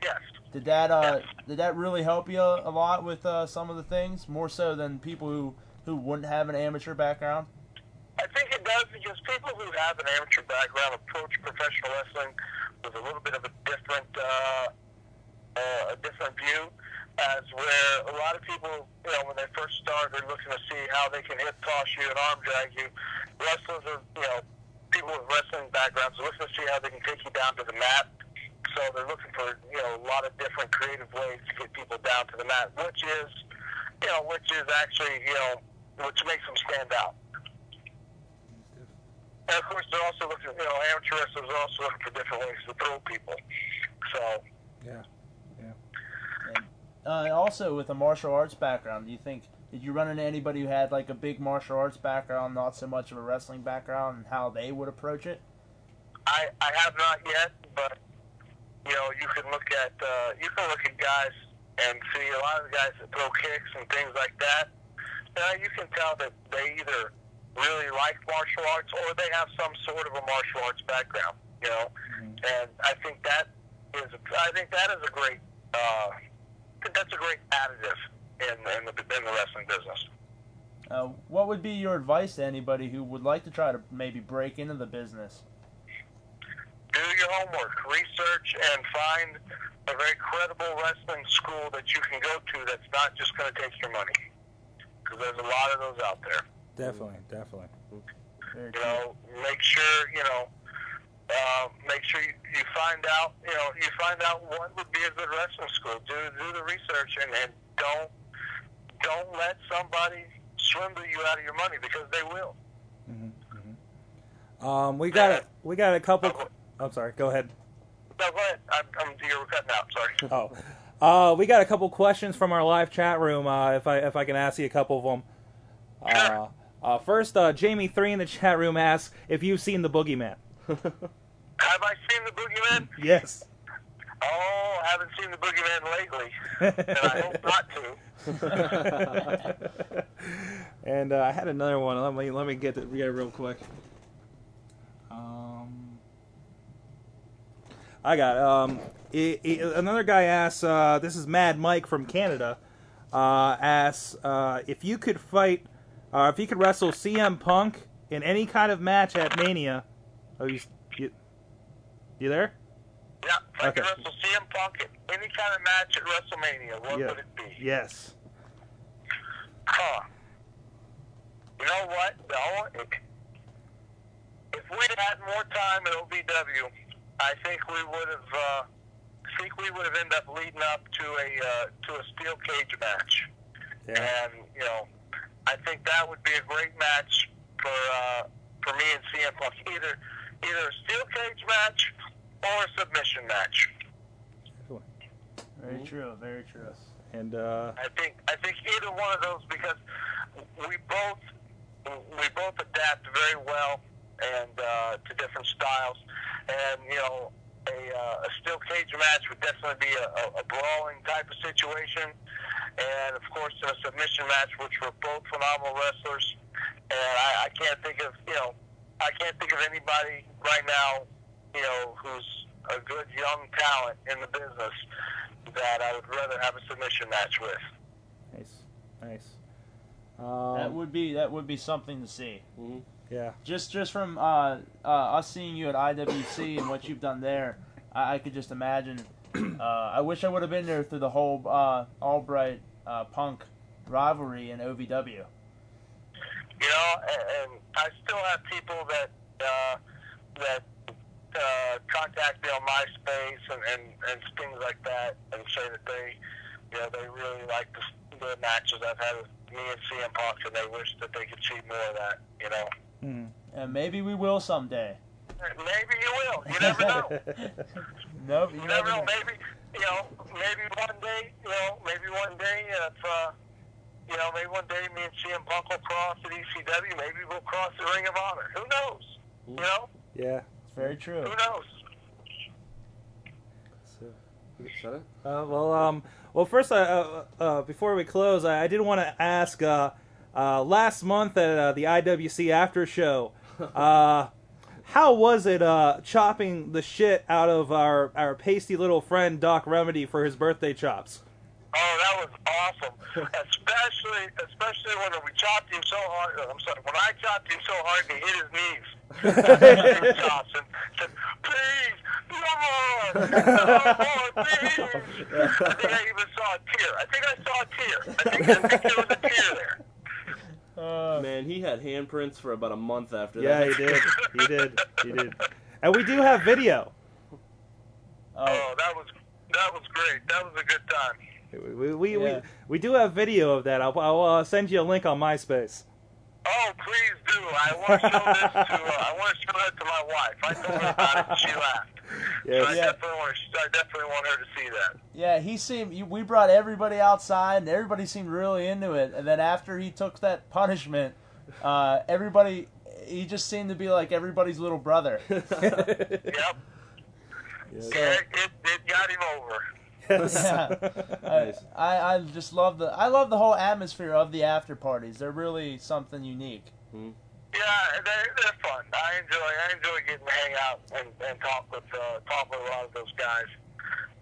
Yes. Did that uh, did that really help you a, a lot with uh, some of the things more so than people who who wouldn't have an amateur background? I think it does because people who have an amateur background approach professional wrestling with a little bit of a different uh, uh, a different view, as where a lot of people, you know, when they first start, they're looking to see how they can hip toss you and arm drag you. Wrestlers are, you know, people with wrestling backgrounds are looking to see how they can take you down to the mat. So they're looking for, you know, a lot of different creative ways to get people down to the mat, which is, you know, which is actually, you know, which makes them stand out. And of course, they're also looking, you know, amateur wrestlers are also looking for different ways to throw people. So, Yeah. Uh, also with a martial arts background, do you think did you run into anybody who had like a big martial arts background, not so much of a wrestling background, and how they would approach it? I, I have not yet, but you know, you can look at uh, you can look at guys and see a lot of guys that throw kicks and things like that. Now you can tell that they either really like martial arts or they have some sort of a martial arts background. You know, and I think that is I think that is a great uh, I think that's a great additive in, in the in the wrestling business. Uh, what would be your advice to anybody who would like to try to maybe break into the business? do your homework, research, and find a very credible wrestling school that you can go to that's not just going to take your money. Because there's a lot of those out there. Definitely, definitely. Very You true. know, make sure you know, uh, make sure you, you find out. You know, you find out what would be a good wrestling school. Do do the research and, and don't don't let somebody swindle you out of your money because they will. Um, we got a, we got a couple. qu- I'm sorry. Go ahead. No, go ahead. I'm, I'm you were cutting out. Sorry. Oh, uh, we got a couple questions from our live chat room. Uh, if I if I can ask you a couple of them. Uh, uh, first, uh, Jamie three in the chat room asks if you've seen the Boogeyman. Have I seen the Boogeyman? Yes. Oh, I haven't seen the Boogeyman lately, and I hope not to. And uh, I had another one. Let me let me get it yeah, real quick. Um, I got um, i i another guy asks. Uh, this is Mad Mike from Canada. Uh, asks uh, if you could fight, uh, if you could wrestle CM Punk in any kind of match at Mania. Oh, you you, you there? Yeah, if I could Okay. wrestle CM Punk at any kind of match at WrestleMania, what Yeah. would it be? Yes. Huh. You know what? The whole- if we'd had more time at OVW, I think we would have. Uh, I think we would have ended up leading up to a uh, to a steel cage match, and you know, I think that would be a great match for uh, for me and CM Punk. Either either a steel cage match or a submission match. Very true. Very true. And uh, I think I think either one of those because we both we both adapt very well and uh, to different styles, and you know a, uh, a steel cage match would definitely be a, a, a brawling type of situation, and of course in a submission match, which were both phenomenal wrestlers, and I, I can't think of you know I can't think of anybody right now you know who's a good young talent in the business that I would rather have a submission match with. nice, nice. Um, That would be that would be something to see. yeah. Just just from uh, uh, us seeing you at IWC and what you've done there, I, I could just imagine. Uh, I wish I would have been there through the whole uh, Albright uh, Punk rivalry in OVW. you know, and, and I still have people that uh, that uh, contact me on MySpace and, and, and things like that, and say that they, you know, they really like the, the matches I've had with me and CM Punk, and they wish that they could see more of that. You know, And maybe we will someday. maybe you will. You never know. Nope, you You never know. Maybe you know. Maybe one day. You know. Maybe one day. If uh, you know, maybe one day me and CM Punk will cross at ECW. Maybe we'll cross the Ring of Honor. Who knows? You know. Yeah. It's very true. Who knows? Shut up. Uh, well, um, well, first, I, uh, uh, before we close, I, I did want to ask. Uh, uh, last month at uh, the IWC after show, uh, how was it uh, chopping the shit out of our our pasty little friend Doc Remedy for his birthday chops? Oh, that was awesome. especially, especially when we chopped him so hard. uh, I'm sorry. When I chopped him so hard, he hit his knees. His chops and said, "Please, no more, no more, please." I think I even saw a tear. I think I saw a tear. I think, I think there was a tear there. Man, he had handprints for about a month after Uh, Yeah, that. he did. He did. He did. And we do have video. Oh, Oh, that was that was great. That was a good time. We we, Yeah. we, we do have video of that. I'll, I'll uh, send you a link on MySpace. Oh, please do. I want to show this to. Uh, I want to show that to my wife. I told her about it. and She laughed. So I Yes. definitely want. To, I definitely want her to see that. Yeah, he seemed. you- We brought everybody outside, and everybody seemed really into it. And then after he took that punishment, uh, everybody, he just seemed to be like everybody's little brother. Yep. So, It, it, it got him over. yeah, I, Nice. I, I just love the I love the whole atmosphere of the after parties. They're really something unique. Yeah, they're, they're fun. I enjoy I enjoy getting to hang out and, and talk with uh, talk with a lot of those guys.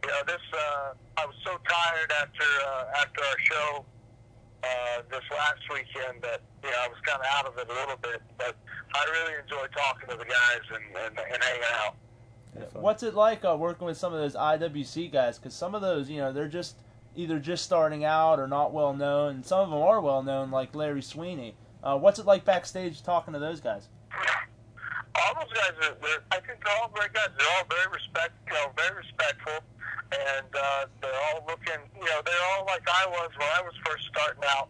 You know, this uh, I was so tired after uh, after our show uh, this last weekend that you know I was kind of out of it a little bit, but I really enjoy talking to the guys and, and, and hanging out. What's it like uh, working with some of those IWC guys? Because some of those, you know, they're just either just starting out or not well known. And some of them are well known, like Larry Sweeney. Uh, what's it like backstage talking to those guys? all those guys are. They're, I think they're all great guys. They're all very respect, you know, very respectful, and uh, they're all looking. You know, they're all like I was when I was first starting out.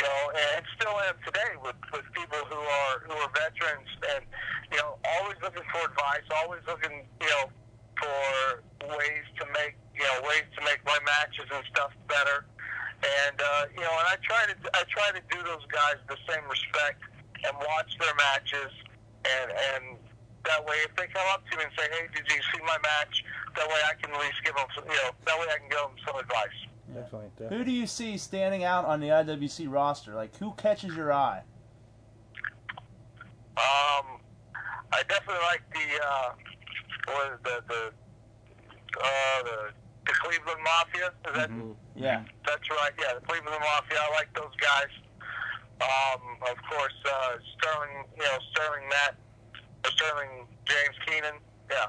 You you know, and still am today with, with people who are who are veterans and you know always looking for advice, always looking you know for ways to make you know ways to make my matches and stuff better. And uh, you know, and I try to I try to do those guys the same respect and watch their matches and and that way if they come up to me and say, hey, did you see my match? That way I can at least give them some, you know that way I can give them some advice. Definitely, Hmm? definitely. Who do you see standing out on the IWC roster? Like, who catches your eye? Um, I definitely like the uh, what is it, the the uh, the, the Cleveland Mafia. Is that Yeah. that's right? Yeah, the Cleveland Mafia. I like those guys. Um, of course, uh, Sterling. You know, Sterling Matt, uh, Sterling James Keenan. Yeah,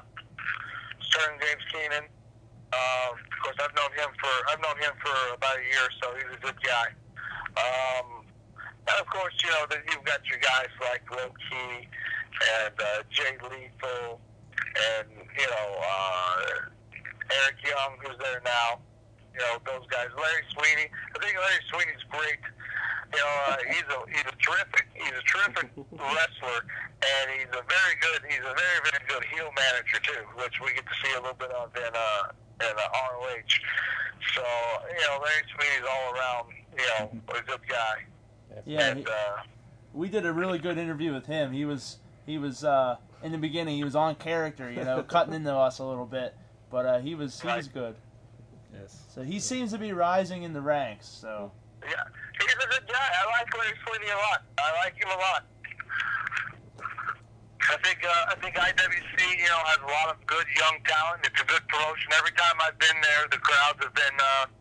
Sterling James Keenan. Uh, of course, I've known him for I've known him for about a year, or so he's a good guy. Um, and of course, you know, then you've got your guys like Loki and uh, Jay Lethal and, you know, uh, Eric Young, who's there now. You know, those guys. Larry Sweeney. I think Larry Sweeney's great. You know, uh, he's a he's a terrific he's a terrific wrestler, and he's a very good he's a very very good heel manager too, which we get to see a little bit of in uh in uh, ROH. So you know, Larry Sweeney's all around you know a good guy. Yeah. And he- uh, we did a really good interview with him. He was he was uh, in the beginning. He was on character, you know, cutting into us a little bit, but uh, he was he was Right. good. Yes. So he seems to be rising in the ranks. So yeah, he's a good guy. I like Larry Sweeney a lot. I like him a lot. I think uh, I think IWC you know has a lot of good young talent. It's a good promotion. Every time I've been there, the crowds have been uh,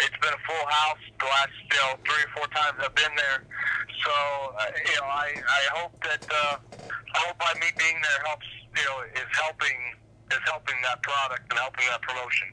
it's been a full house the last you know three or four times I've been there. So uh, you know I, I hope that uh, I hope by me being there helps you know is helping is helping that product and helping that promotion.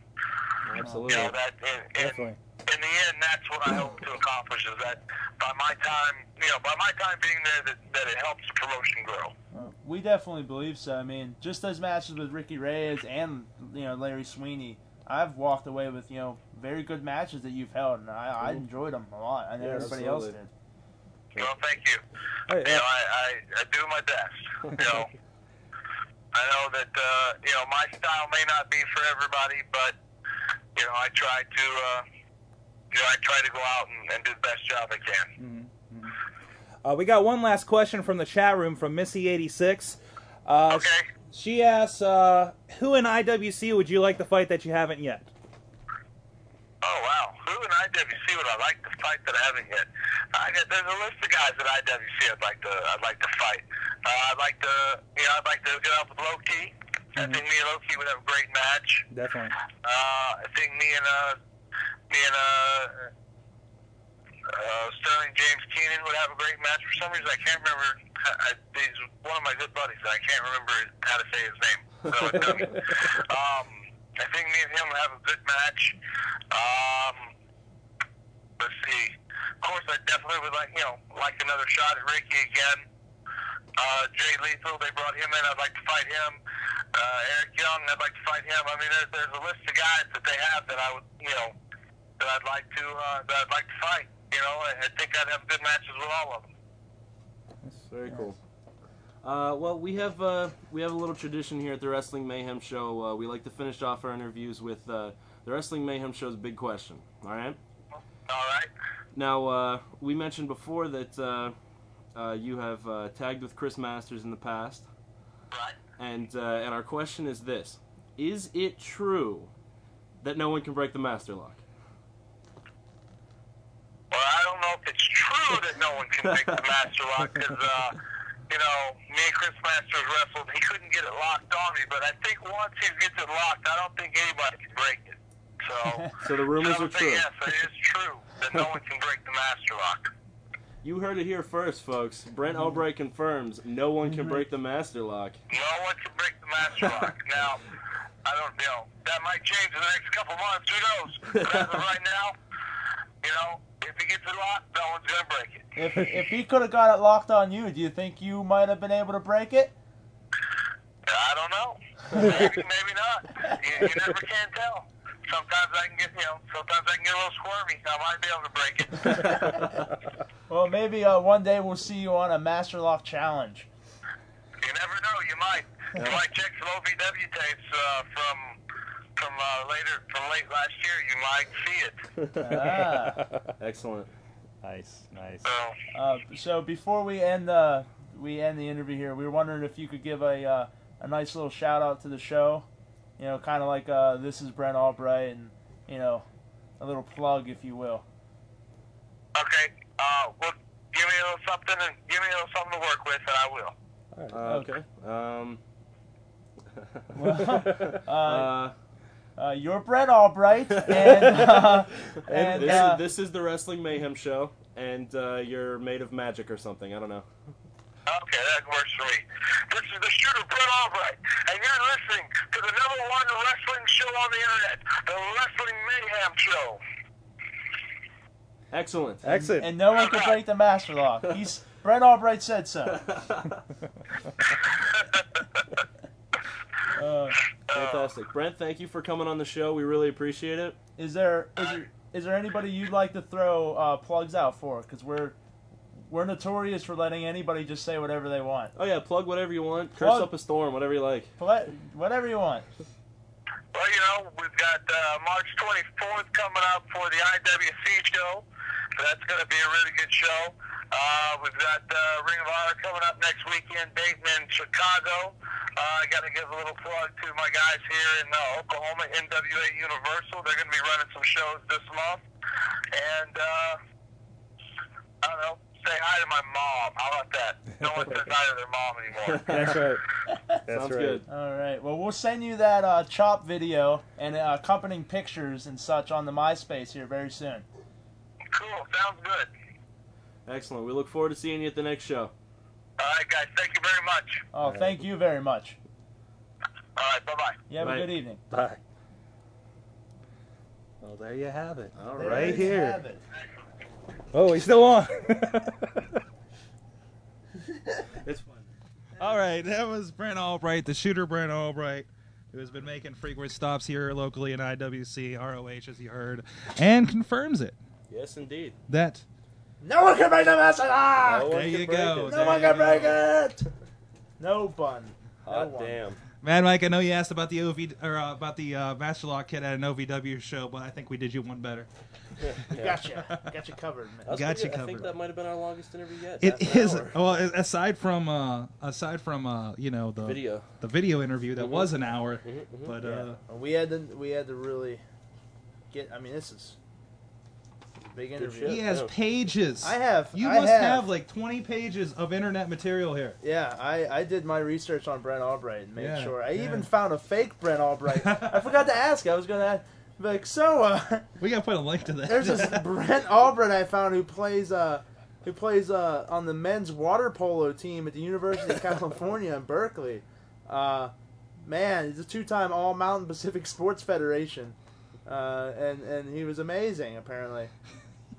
You Absolutely. know that and, and Definitely. in the end, that's what I hope to accomplish is that by my time, you know, by my time being there, that, that it helps the promotion grow. uh, we definitely believe so. I mean, just those matches with Ricky Reyes and you know Larry Sweeney, I've walked away with you know very good matches that you've held, and I, I enjoyed them a lot. I know everybody else absolutely. did. Well, thank you. Hey, You uh, know, I, I, I do my best. You know, I know that uh, you know my style may not be for everybody, but you know I try to, uh, you know, I try to go out and, and do the best job I can. Uh, we got one last question from the chat room from Missy86. Uh, Mm. Okay. She asks, uh, who in IWC would you like to fight that you haven't yet? Oh wow, who in IWC would I like to fight that I haven't yet? Uh, I got, there's a list of guys at IWC I'd like to I'd like to fight. Uh, I'd like to you know I'd like to get up with Loki. I think me and Loki would have a great match. Definitely. Uh, I think me and uh me and uh, uh Sterling James Keenan would have a great match. For some reason I can't remember. I, I- he's one of my good buddies, and I can't remember how to say his name. So it doesn't. um, I think me and him would have a good match. Um, let's see. Of course, I definitely would like you know like another shot at Ricky again. Uh, Jay Lethal, they brought him in. I'd like to fight him. Uh, Eric Young, I'd like to fight him. I mean, there's, there's a list of guys that they have that I would, you know, that I'd like to uh, that I'd like to fight. You know, I, I think I'd have good matches with all of them. Very cool. Uh, well, we have uh, we have a little tradition here at the Wrestling Mayhem Show. Uh, we like to finish off our interviews with uh, the Wrestling Mayhem Show's big question. All right. All right. Now uh, we mentioned before that uh, uh, you have uh, tagged with Chris Masters in the past, Right. and uh, and our question is this: Is it true that no one can break the Master Lock? Well, I don't know if it's true that no one can pick the master lock because, uh, you know, me and Chris Masters wrestled. He couldn't get it locked on me, but I think once he gets it locked, I don't think anybody can break it. So, So the rumors so are I'm saying true. Yes, it is true that no one can break the master lock. You heard it here first, folks. Brent Albright confirms no one can break the Master Lock. No one can break the master lock. Now, I don't you know. That might change in the next couple months. Who knows? But as of right now, you know, if he gets it locked, no one's gonna break it. If if he could have got it locked on you, do you think you might have been able to break it? I don't know. Maybe, maybe not. You, you never can tell. Sometimes I can get, you know, sometimes I can get a little squirmy. I might be able to break it. Well, maybe uh, one day we'll see you on a Master Lock challenge. You never know. You might. You might check some OVW tapes uh, from from uh, later from late last year. You might see it. Ah. Excellent. Nice, nice. So Uh, so before we end the we end the interview here, we were wondering if you could give a uh, a nice little shout out to the show. You know, kind of like uh, this is Brent Albright, and you know, a little plug, if you will. okay. Uh, well, give me a little something and give me a little something to work with, and I will. Uh, okay. Um. Well, uh, Uh, you're Brent Albright, and uh, and and this, uh, this is the Wrestling Mayhem show, and uh, you're made of magic or something. I don't know. Okay, that works for me. This is the shooter Brett Albright, and you're listening to the number one wrestling show on the internet, the Wrestling Mayhem Show. Excellent. Excellent. and no one can break the master lock. He's Brent Albright said so. Uh, Fantastic. Brent, thank you for coming on the show. We really appreciate it. is there is there is there anybody you'd like to throw uh, plugs out for? Because we're we're notorious for letting anybody just say whatever they want, Oh yeah, plug whatever you want. Curse Plug- up a storm, whatever you like. Pla- whatever you want. Well, you know, we've got uh, March 24th coming up for the IWC show. So that's going to be a really good show. Uh, we've got uh, Ring of Honor coming up next weekend, Dayton and Chicago. Uh, I got to give a little plug to my guys here in uh, Oklahoma, NWA Universal. They're going to be running some shows this month. And, uh, I don't know, say hi to my mom. How about that? No one says hi to their mom anymore. That's right. That's Sounds right. good. All right. Well, we'll send you that uh, chop video and uh, accompanying pictures and such on the MySpace here very soon. Cool. Sounds good. Excellent. We look forward to seeing you at the next show. All right, guys. Thank you very much. Oh, thank you very much. All right. Bye-bye. You have Right. a good evening. Bye. Well, there you have it. All Right There you here. have it. Oh, he's still on. It's fun. All right, that was Brent Albright, the shooter Brent Albright, who has been making frequent stops here locally in IWC, ROH, as you heard, and confirms it. Yes, indeed. Oh, That No one can break the master lock. Ah! No one Ah, there can you break go. it. There No one you can go. break it. No bun. Hot one. Ah, damn. Mad Mike, I know you asked about the OV or uh, about the uh, Master Lock kit at an OVW show, but I think we did you one better. Gotcha. Gotcha covered, man. That's uh, pretty Got you good. I think covered. that might have been our longest interview yet. It Half an is hour. well a- aside from uh, aside from uh, you know the video. Mm-hmm, the video interview that was an hour, but uh, Yeah. We had to we had to really get. I mean, this is a big interview. shit. he Yeah, has no. pages. I have. You I must have. have like twenty pages of internet material here. Yeah, I, I did my research on Brent Albright and made Yeah, sure. I yeah. even found a fake Brent Albright. I forgot to ask. I was gonna ask, be like, so uh, We gotta put a link to that. there's this Brent Albright I found who plays uh who plays uh on the men's water polo team at the University of California in Berkeley. Uh, man, he's a two-time All Mountain Pacific Sports Federation, uh, and and he was amazing apparently.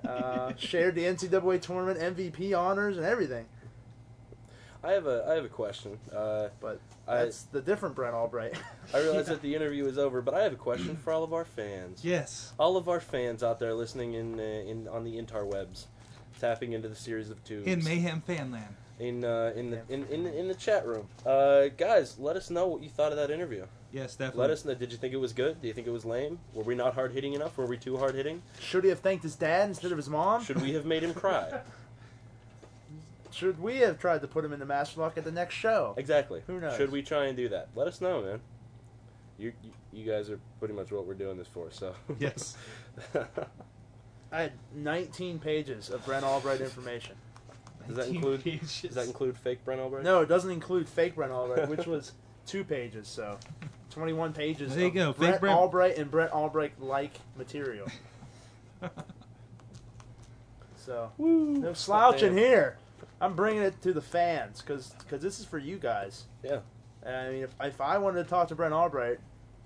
Uh, shared the NCAA tournament MVP honors and everything, I have a I have a question. Uh, but I- that's the different Brent Albright. I realize that the interview is over, but I have a question for all of our fans. yes. All of our fans out there listening in uh, in on the interwebs, tapping into the series of tubes in Mayhem Fanland. in uh, in the in, in, in the chat room. Uh, guys, let us know what you thought of that interview. Yes, definitely. Let us know. Did you think it was good? Do you think it was lame? Were we not hard hitting enough? Were we too hard hitting? Should he have thanked his dad instead of his Um. mom? Should, Should we have made him cry? we have tried to put him in the master lock at the next show? Exactly. Who knows? Should we try and do that? Let us know, man. You you, you guys are pretty much what we're doing this for. So Yes. I had 19 pages of Brent Albright information. Does that include- does that include fake Brent Albright? No, it doesn't include fake Brent Albright, which was two pages, so 21 pages. There you of go, fake Brent, Brent- Albright and Brent Albright like material. so no slouch in Damn. here. I'm bringing it to the fans because this is for you guys. Yeah. I mean, if, if I wanted to talk to Brent Albright,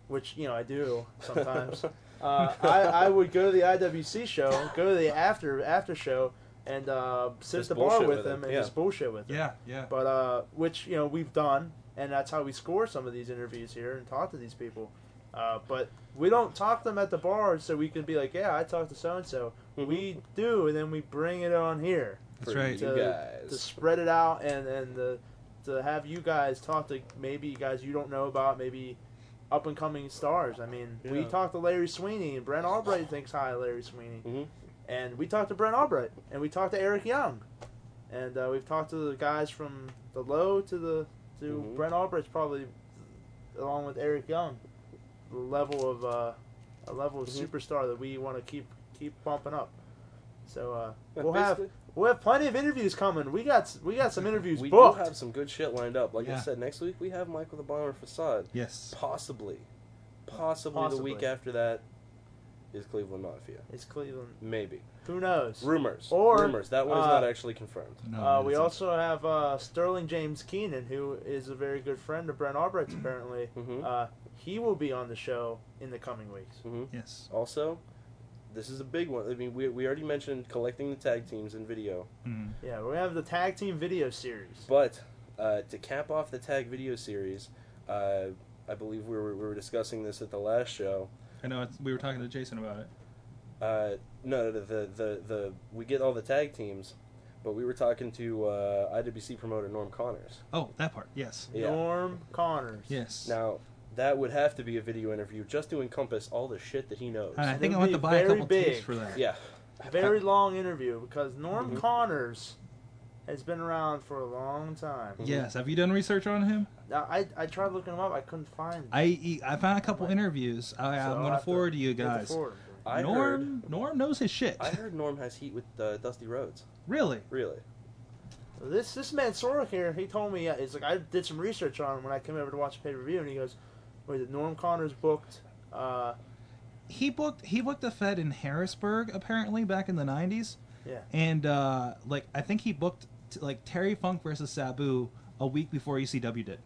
which you know I do sometimes, uh, I, I would go to the IWC show, go to the after after show, and uh, sit Just at the bar bullshit with with him him, and yeah. just bullshit with him. Yeah, yeah. But uh, which you know we've done, and that's how we score some of these interviews here and talk to these people. Uh, but we don't talk to them at the Mm-hmm. bar, so we can be like, yeah, I talked to so and so. We do, and then we bring it on here. That's for right. you To, to guys. spread it out and and to, to have you guys talk to maybe guys you don't know about, maybe up and coming stars. I mean, we Yeah. talked to Larry Sweeney and Brent Albright thinks hi of Larry Sweeney, Mhm. and we talked to Brent Albright and we talked to Eric Young, and uh, we've talked to the guys from the low to the to Mhm. Brent Albright's probably along with Eric Young, the level of uh, a level of Mhm. superstar that we want to keep keep bumping up. So uh, But we'll have basically, We'll have plenty of interviews coming. We got we got some interviews we do booked. have some good shit lined up. Like I Yeah. said, next week we have Michael the Bomber Facade. Yes. Possibly, possibly, the Possibly. week after that is Cleveland Mafia. It's Cleveland. Maybe Who knows? rumors. Or, rumors. That one is uh, not actually confirmed. No, Uh, we it's- also have uh, Sterling James Keenan, who is a very good friend of Brent Albright's. Mm-hmm. Apparently, hmm uh, he will be on the show in the coming weeks. hmm Yes. Also, this is a big one. I mean, we we already mentioned collecting the tag teams in video. Mm. Yeah, we're gonna have the tag team video series. But uh, to cap off the tag video series, uh, I believe we were, we were discussing this at the last show. I know. It's, we were talking to Jason about it. Uh, no, the, the the the we get all the tag teams, but we were talking to uh, IWC promoter Norm Connors. Oh, that part. Yes. Yeah. Norm Connors. Yes. Now that would have to be a video interview just to encompass all the shit that he knows. And I It think I want would be to buy a very couple tapes big. for that. Yeah, Very long interview because Norm Mm-hmm. Mhm. Connors has been around for a long time. Yes. Have you done research on him? Now, I I tried looking him up. I couldn't find. him. I I found a couple interviews. I, So I'm I'll going have to to forward to you get the guys. forward. I heard. Norm Norm knows his shit. I heard Norm has heat with uh, Dusty Rhodes. Really? Really? This this man Sorok here, he told me uh, it's like I did some research on him when I came over to watch the pay per view, and he goes, "Wait, that Norm Connors booked uh, He booked he booked a Fed in Harrisburg apparently back in the 90s. Yeah. And uh like I think he booked t- like Terry Funk versus Sabu a week before ECW did.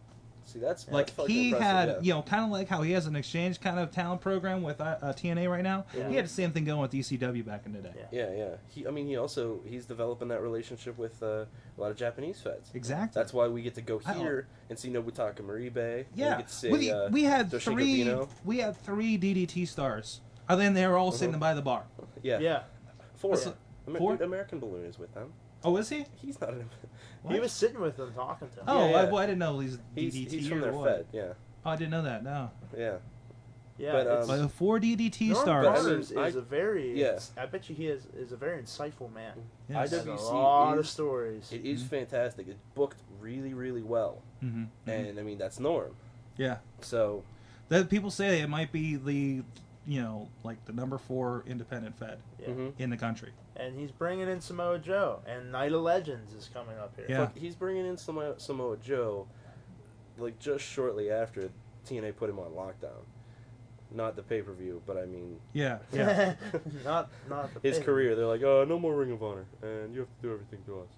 See, that's that's like fucking he impressive, had yeah. you know kind of like how he has an exchange kind of talent program with uh, uh, TNA right now. Yeah. He had the same thing going with ECW back in the day. Yeah. Yeah, yeah. He, I mean, he also he's developing that relationship with uh, a lot of Japanese feds. Exactly. That's why we get to go I don't- here and see Nobutaka Maribe. yeah. we, get to see, we, uh, we had Toshi three Gambino. we had three DDT stars. And then they were all sitting Mhm. by the bar. Yeah, yeah." four. That's- Amer- four? dude, American Balloon is with them. Oh, is he? He's not an. He What? was sitting with him talking to him. Oh, Yeah, yeah. I, well, I didn't know he's DDT He's, he's or from their what. fed. Yeah, Oh, I didn't know that. No, yeah. yeah, but, it's- but the four DDT Norm stars. But I mean, Connors is I- a very yeah. I bet you he is is a very insightful man. I Yes. E. Has don't- a WC lot of is- stories. It is fantastic. It's booked really, really well, Mhm. and I mean that's Norm. Mm-hmm. Yeah. So That people say it might be the, you know, like the number four independent Fed Yeah. mhm. in the country. And he's bringing in Samoa Joe, and Night of Legends is coming up here. Yeah. Fuck, he's bringing in Samoa, Samoa Joe, like just shortly after TNA put him on lockdown. Not the pay per view, but I mean Yeah. Yeah. not not the his big- career. They're like, oh, no more Ring of Honor, and you have to do everything to us.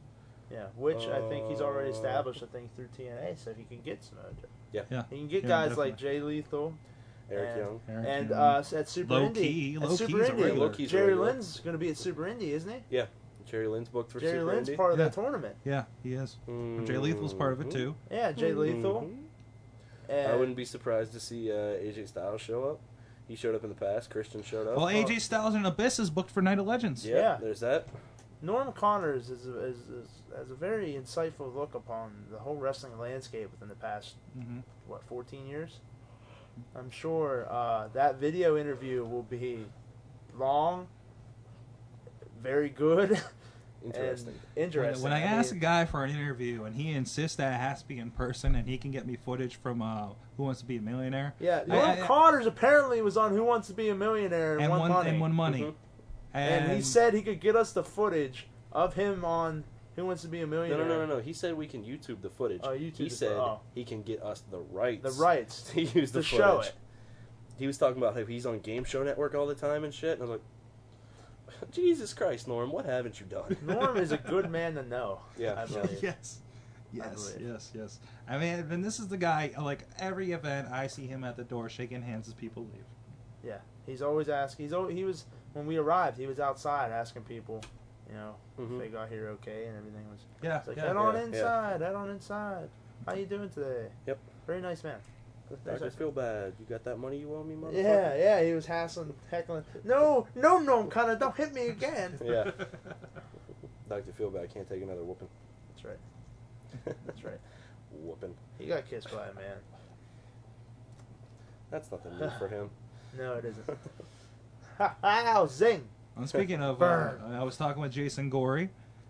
Yeah, which I think he's already Uh, established. I think through TNA, so he can get Samoa Joe. Yeah. Yeah. he can get Yeah, guys like Jay Lethal. Eric And- Young. Eric And Young. uh, at Super Low Indy, key- at low Super key's a Indy, regular. Low key's a Jerry regular. Lynn's going to be at Super Indy, isn't he? Jerry Lynn's booked for Jerry Super Lynn's Indy. part of Yeah. that tournament. yeah, he is. Jay Lethal's part Mm-hmm. of it Mm-hmm. too. Yeah, Jay Lethal. Mhm. And, I wouldn't be surprised to see uh, AJ Styles show up. He showed up in the past. Christian showed up. Oh, Well, AJ Styles and Abyss is booked for Night of Legends. yeah, yeah. there's that. Norm Connors is, is, is has a very insightful look upon the whole wrestling landscape within the past Mhm. what 14 years. I'm sure uh, that video interview will be long, very good, Interesting. and interesting. When I mean, ask a guy for an interview and he insists that it has to be in person and he can get me footage from uh, Who Wants to Be a Millionaire yeah, I- Norm I- I- Connors apparently was on Who Wants to Be a Millionaire and won one money. and one money, Mhm. and he said he could get us the footage of him on Who Wants to Be a No, Millionaire. no, no, no, no. He said we can YouTube the footage. Oh, YouTube he the said fo- oh. he can get us the rights. The rights to use the to show footage. it. He was talking about how he's on Game Show Network all the time and shit. And I was like, Jesus Christ, Norm, what haven't you done? Norm is a good man to know. Yeah. I believe. yes. Yes, believe. yes, yes. I mean, and this is the guy. Like every event, I see him at the door shaking hands as people leave. Yeah, he's always asking. He's always, he was when we arrived. He was outside asking people, you know, Mhm. if they got here okay and everything was. Yeah, It's like, yeah. head on yeah. inside, head on inside. How you doing today? Yep. Very nice man. I just feel bad. You got that money you owe me, motherfucker? Yeah, yeah, he was hassling, heckling. No, no, no, kind of don't hit me again. Yeah. Doctor Feelbad can't take another whooping. That's right. That's right. Whooping. He got kissed by a man. That's nothing new for him. No, it isn't. Ha ha! Zing. And speaking of, uh, Burn. I was talking with Jason Gorey,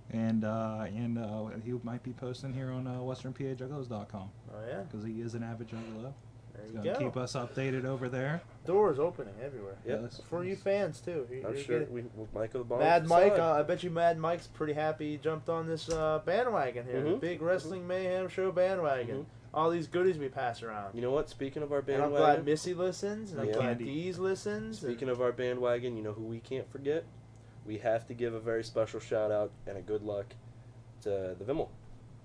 and uh, and uh, he might be posting here on uh, westernpajugglers.com Oh yeah. because he is an avid juggalo. There He's you going to go. keep us updated over there. Doors opening everywhere. Yep. Yes. For you fans too. You- I'm you Oh, sure get- we with Michael the Bomb. Mad Mike, Solid. uh, I bet you Mad Mike's pretty happy he jumped on this uh, bandwagon here, the Mhm. big wrestling mayhem show bandwagon. All these goodies we pass around. you know what? Speaking of our uh, And I'm glad Mm-hmm. bandwagon, Missy listens, and I'm Yeah. glad Candy. Dee's listens. and- speaking of our bandwagon, you know who we can't forget. We have to give a very special shout out and a good luck to the Vimmel.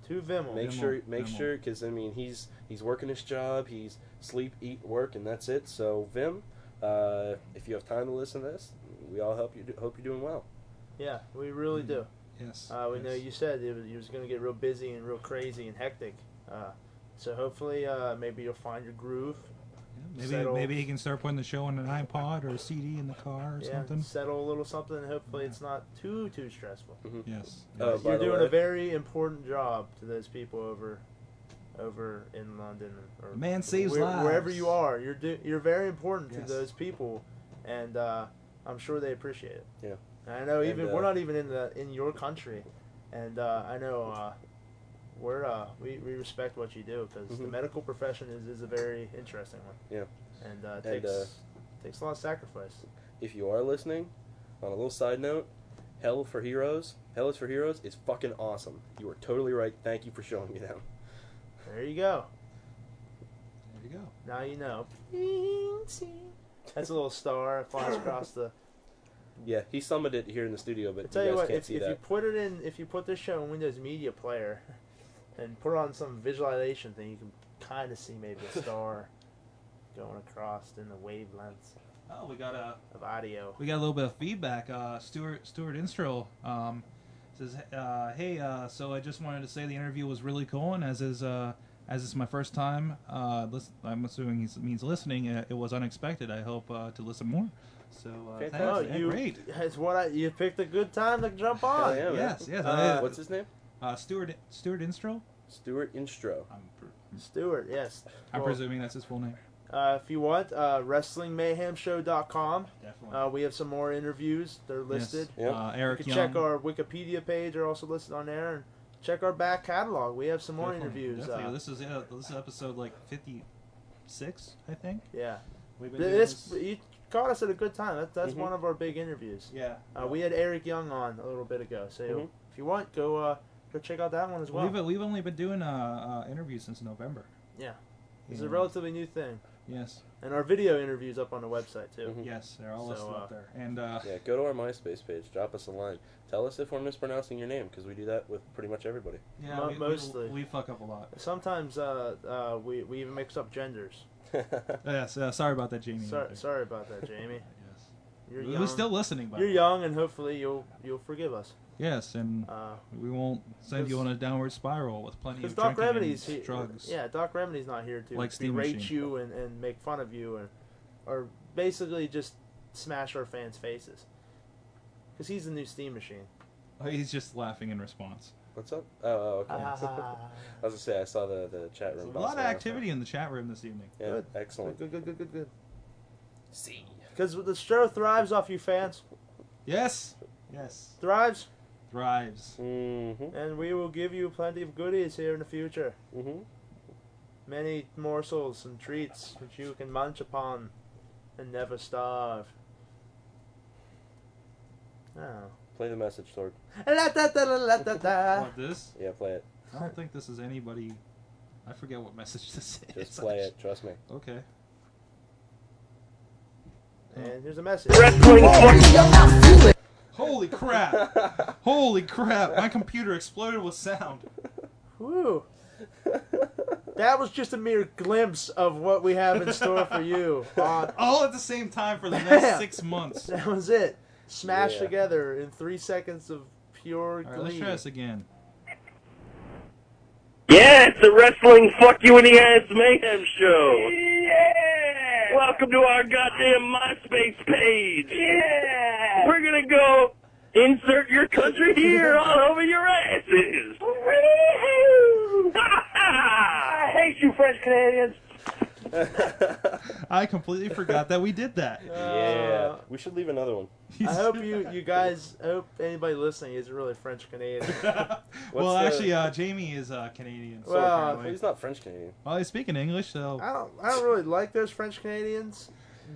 to Oh, Vimmel. Make Vimmel, sure, make Vimmel. sure, because I mean, he's he's working his job. He's sleep, eat, work, and that's it. So Vim, uh, if you have time to listen to this, we all hope you do, hope you're doing well. Yeah, we really do. Mm-hmm. Yes. Uh, we know yes. you said it was, you was going to get real busy and real crazy and hectic. Uh, so hopefully, uh, maybe you'll find your groove. Maybe settle. maybe he can start putting the show on an iPod or a CD in the car or yeah, something. settle a little something. and Hopefully, it's not too too stressful. Yes. Uh, yes. by You're the doing way- a very important job to those people over, over in London or Man saves where- lives. wherever you are. You're do, you're very important to Yes. those people, and uh, I'm sure they appreciate it. Yeah. And I know And, even uh, we're not even in the in your country, and uh, I know uh, we're uh, we, we respect what you do because the Mhm. medical profession is, is a very interesting one. Yeah. And uh, it And, takes uh, takes a lot of sacrifice. If you are listening, on a little side note, Hell for Heroes, Hell is for Heroes is fucking awesome. You are totally right. Thank you for showing me that. There you go. There you go. Now you know. That's a little star flies across the Yeah, he summoned it here in the studio, but I tell you you guys what, can't if, see if that. you put it in, if you put this show in Windows Media Player, and put on some visualization thing, you can kind of see maybe a star going across in the wavelengths Oh, we got a of audio. we got a little bit of feedback. Uh, Stuart Stuart Instrel um, says, uh, "Hey, uh, so I just wanted to say the interview was really cool, and as is uh, as it's my first time, uh, lis- I'm assuming he means listening. Uh, It, it was unexpected. I hope uh, to listen more. So uh, thanks. Fantastic. Yeah, you, great. It's what I, you picked a good time to jump Hell on. yeah, man. Yes, yes. Uh, I- What's his name? uh, Stuart Stuart Instrel. Stuart Instro. I'm, pr- Stuart, yes. I'm Well, presuming that's his full name. uh, if you want, uh, WrestlingMayhemShow.com. Definitely. Uh, we have some more interviews. They're Yes. listed. Yep. Uh, You Eric can Young. check our Wikipedia page. Are also listed on there. And check our back catalog. We have some more Definitely, interviews. definitely. Uh, this is yeah, this is episode like 56, I think. yeah. We've been doing This this- you caught us at a good time. That, that's Mhm. Mm-hmm. one of our big interviews. Yeah. Uh, we had Eric Young on a little bit ago, so Mhm. if you want, go uh, go check out that one as well. Mm-hmm. We've, we've only been doing uh, uh, interviews since November. Yeah. it's a Yeah. relatively new thing, Yes, and our video interviews up on the website too. Mhm. yes, they're all So, listed uh, up there. And uh, Yeah, go to our MySpace page. Drop us a line. Tell us if we're mispronouncing your name, because we do that with pretty much everybody. yeah, mo- we, we- mostly. we, fuck up a lot. Sometimes uh, uh, we we even mix up genders. Yes, uh, sorry about that, Jamie. Sorry, sorry about that, Jamie. Yes. You're Who's young. still listening? By You're the way. young, and hopefully you'll you'll forgive us. Yes, and Uh, we won't send you on a downward spiral with plenty Because of Doc drinking and Remedy's he- drugs. Yeah, Doc Remedy's not here to Like Steam berate Machine. you and, and make fun of you and or basically just smash our fans' faces. Because he's the new Steam Machine. Oh, He's just laughing in response. What's up? Oh, oh, okay. Ah. I was gonna say I saw the, the chat room. a boss lot of laugh. activity in the chat room this evening. Yeah, Good. excellent. good, good, good, good, good. See. Because the show thrives off you fans. Yes, yes, Thrives, thrives. Mm-hmm. and we will give you plenty of goodies here in the future. Mm-hmm. Many morsels and treats which you can munch upon and never starve. Oh. Play the message, Sword. La da da la la da da. What this? Yeah, play it. I don't think this is anybody. I forget what message this is. Just play it. Trust me. Okay. And here's a message. Holy crap! Holy crap! My computer exploded with sound. Woo. That was just a mere glimpse of what we have in store for you. Uh, All at the same time for the next Damn. six months. that was it. Smashed Yeah. together in three seconds of pure All right, let's glee. try this again. Yeah, it's the Wrestling Fuck You in the Ass Mayhem Show. Yeah! Welcome to our goddamn MySpace page. Yeah! We're gonna go Insert your country here all over your asses. I hate you, French Canadians. I completely forgot that we did that. yeah, we should leave another one. Uh, I hope you, you guys, I hope anybody listening is really French Canadian. well, the- actually, uh, Jamie is uh, Canadian. So Well, apparently. He's not French Canadian. well, he's speaking English, so I don't, I don't really like those French Canadians.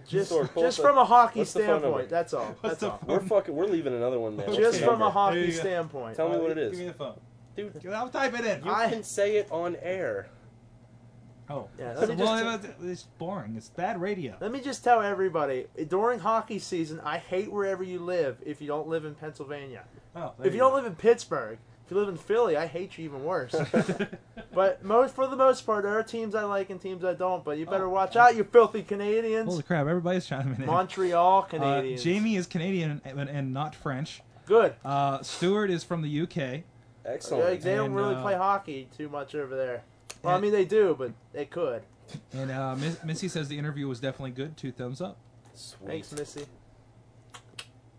Just, Sort of. just from a hockey What's the phone number? standpoint. That's all. What's That's the all. We're fucking. We're leaving another one there. Just Okay. from a There hockey you go. standpoint. Tell me what it Give me is, the phone, dude. I'll type it in. You I- can say it on air. Oh, Yeah, let So, me well, just- it- it's boring. It's bad radio. Let me just tell everybody during hockey season, I hate wherever you live if you don't live in Pennsylvania. Oh, there If you don't live in Pittsburgh, if you live in Philly, I hate you even worse. but most for the most part, there are teams I like and teams I don't. But you better watch out, you filthy Canadians, Oh, Holy crap! Everybody's chiming in. Montreal Uh, Canadians. Jamie is Canadian and, and not French. good. Uh, Stuart is from the UK. Like, Excellent. they don't And, really uh, play hockey too much over there. Well, I and- mean they do, but they could. And uh, Miss, Missy says the interview was definitely good. Two thumbs up. Sweet. Thanks, Missy.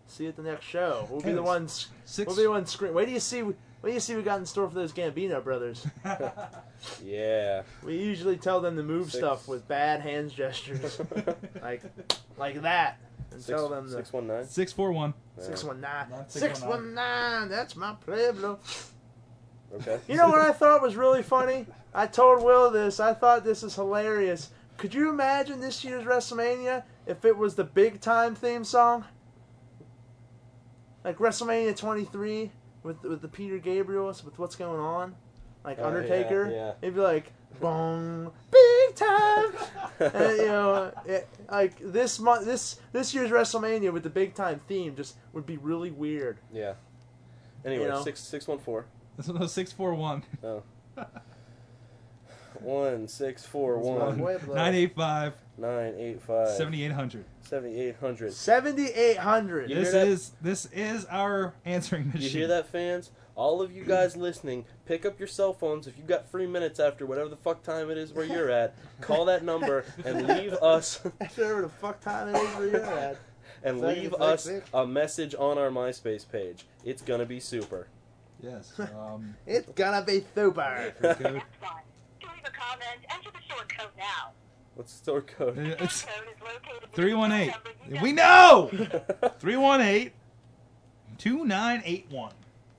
See you at the next show. We'll be the Thanks. ones. Six. We'll be the ones screaming. Wait do you see? What do you see? We got in store for those Gambino brothers. Yeah. We usually tell them to move Six. stuff with bad hands gestures, like like that, and Six- tell them to six one nine. Six four one. six one nine. Not Six one nine. That's my pueblo. Okay. You know what I thought was really funny? I told Will this. I thought this is hilarious. Could you imagine this year's WrestleMania if it was the big time theme song? Like WrestleMania 23 with with the Peter Gabriels with what's going on? Like Oh, yeah, Undertaker? yeah. It'd be like boom, big time. and, you know, it, like this month this this year's WrestleMania with the big time theme just would be really weird. Yeah. Anyway, You know. six six one four. That's no six four one. One six four my one Pueblo. Nine eight five nine eight five seventy eight hundred. seventy eight hundred. 7800. You hear This that? is this is our answering machine. You hear that, fans? All of you guys listening, pick up your cell phones if you've got three minutes after whatever the fuck time it is where you're at. Call that number and leave us Whatever the fuck time it is where you're at. and Second, leave click, us click. a message on our MySpace page. It's gonna be super. Yes. Um, It's gonna be super. Next code. one. To leave a comment, enter the store code now. What's the store code? It's Store code is located. three one eight. We We know. Three one eight. Two nine eight one.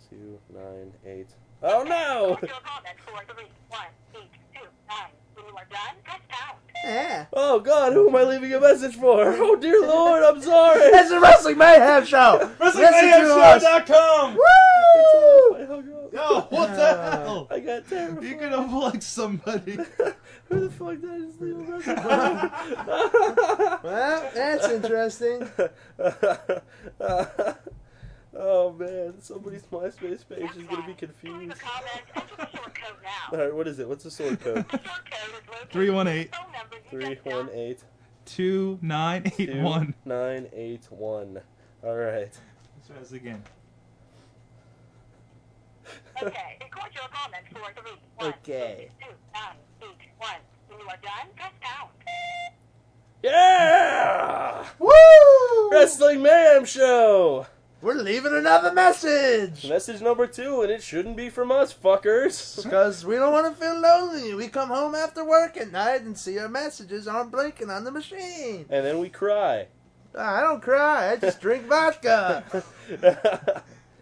Two nine eight. Oh no! Your comment for three, one, eight, two, nine. When you are done, press pound. yeah. Oh god, who am I leaving a message for? Oh dear lord, I'm sorry. It's the Wrestling Mayhem Show. WrestlingMayhemShow.com. I hung up. Oh, what the hell? I got terrified. You're gonna plug somebody. Who the fuck did I just leave a message? Well, that's interesting. oh man, somebody's MySpace page Next is one. To gonna be leave a confused. comment, enter the store code now. All right, what is it? What's the sword code? The store code is located. 318. Phone number you Three just dialed. one eight Two nine eight two one. nine eight one. All right. Let's try this again. Okay. Record your comment for three, one, Okay. two, nine, eight, one. When you are done, press pound. Yeah! Woo! Wrestling Mayhem Show. We're leaving another message. Message number two, and it shouldn't be from us, fuckers. Because we don't want to feel lonely. We come home after work at night and see our messages aren't blinking on the machine. And then we cry. I don't cry. I just drink vodka.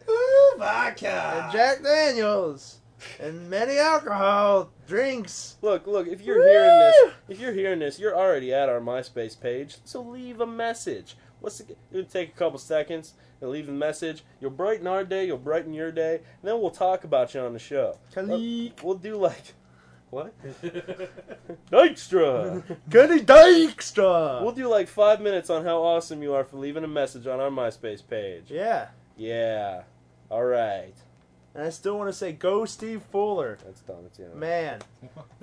Ooh, vodka. And Jack Daniels. And many alcohol drinks. Look, look, if you're hearing this, if you're hearing this, you're already at our MySpace page, so leave a message. What's the, it'll take a couple seconds and leave a message. You'll brighten our day, you'll brighten your day, and then we'll talk about you on the show. Kali- We'll do like what? Dykstra. Kenny Dykstra. We'll do like five minutes on how awesome you are for leaving a message on our MySpace page. Yeah. Yeah. All right. And I still want to say, go Steve Fuller. That's dumb. It's, you know. Man.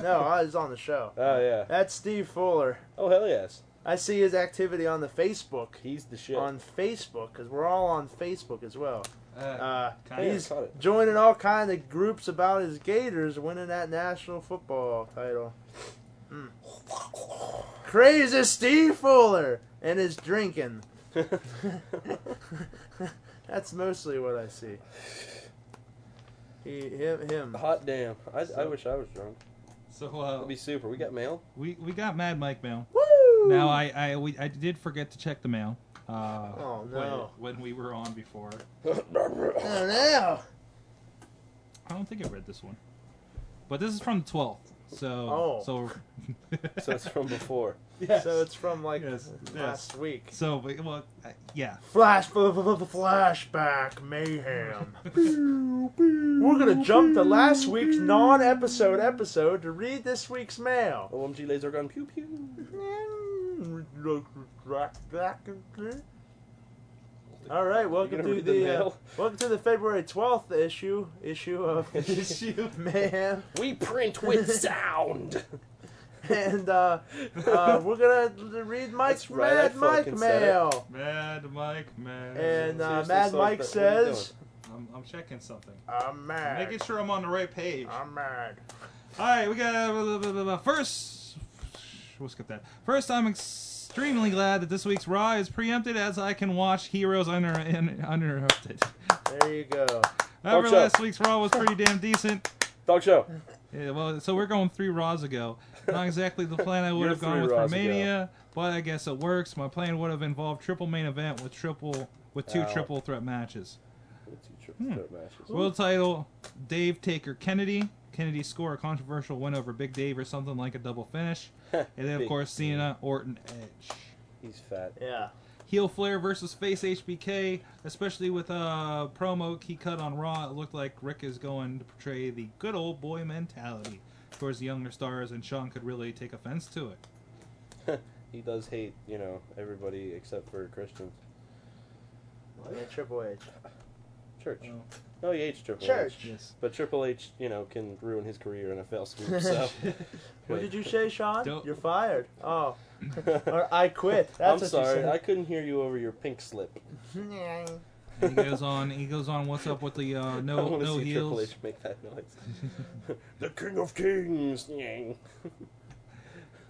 No, I was on the show. Oh yeah. That's Steve Fuller. Oh hell yes. I see his activity on the Facebook. He's the shit. On Facebook, because we're all on Facebook as well. Uh, Uh, kinda he's caught it. joining all kind of groups about his Gators winning that national football title. Mm. Crazy Steve Fuller and his drinking. That's mostly what I see. He, him, him. Hot damn! I, I wish I was drunk. So uh, that'd be super. We got mail. We we got Mad Mike mail. Woo! Now I I we, I did forget to check the mail. Uh, Oh, no. When, when we were on before, Oh no! I don't think I read this one, but this is from the twelfth. So Oh. so so it's from before. Yes. So it's from like yes. last week. so but, well I- yeah. Flash, f- f- f- flashback mayhem. We're gonna jump to last week's non-episode episode to read this week's mail. OMG laser gun pew pew. All right, welcome gonna to read the, the uh, mail? welcome to the February twelfth issue issue of issue mayhem, We print with sound. and uh, uh, we're gonna read Mike's That's right, I Mad Mike fucking said it. mail. Mad Mike man. And uh, Seriously, Mad so Mike what are you doing? says, I'm, I'm checking something. "I'm I'm mad. making sure I'm on the right page. I'm mad." All right, we got uh, blah, blah, blah, blah. first. We'll skip that. First, I'm extremely glad that this week's Raw is preempted, as I can watch Heroes under in, uninterrupted. There you go. However, Watch out. last week's Raw was pretty damn decent. Dog show. Yeah, well, so we're going three Raws ago. Not exactly the plan I would You're have gone three with for Raws ago. Mania, but I guess it works. My plan would have involved triple main event with triple with two Ow. triple threat matches. Two triple threat matches. World title, Dave Taker Kennedy. Kennedy score a controversial win over Big Dave or something like a double finish. and then, of Big course, Cena, Orton, Edge. He's fat. Yeah. Heel Flair versus Face HBK, especially with a promo he cut on Raw. It looked like Rick is going to portray the good old boy mentality towards the younger stars, and Sean could really take offense to it. He does hate, you know, everybody except for Christians. Oh, Yeah, Triple H. Church. Oh. No, he hates Triple Church. H. Yes. But Triple H, you know, can ruin his career in a fell swoop. So. What did you say, Sean? Don't- You're fired. Oh, you? or I quit. I'm That's what sorry, You I said. couldn't hear you over your pink slip. And he goes on. He goes on. What's up with the uh, I no want to no see Triple heels? H make that noise. the King of Kings. Nyang.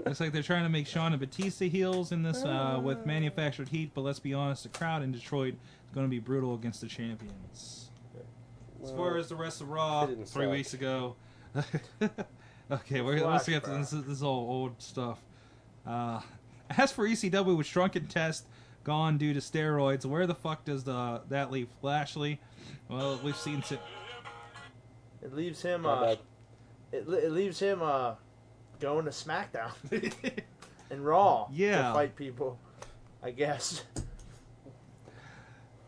Looks like they're trying to make Sean and Batista heels in this uh, with manufactured heat, but let's be honest, the crowd in Detroit is going to be brutal against the champions. As far as the rest of Raw, They didn't three suck. weeks ago. okay, we're let's get to this, this is all old stuff. Uh, as for ECW with Shrunken Test gone due to steroids, where the fuck does the that leave Lashley? Well, we've seen. Si- It leaves him. My Uh, bad. it, le- it leaves him uh, going to SmackDown and Raw. Yeah. To fight people, I guess.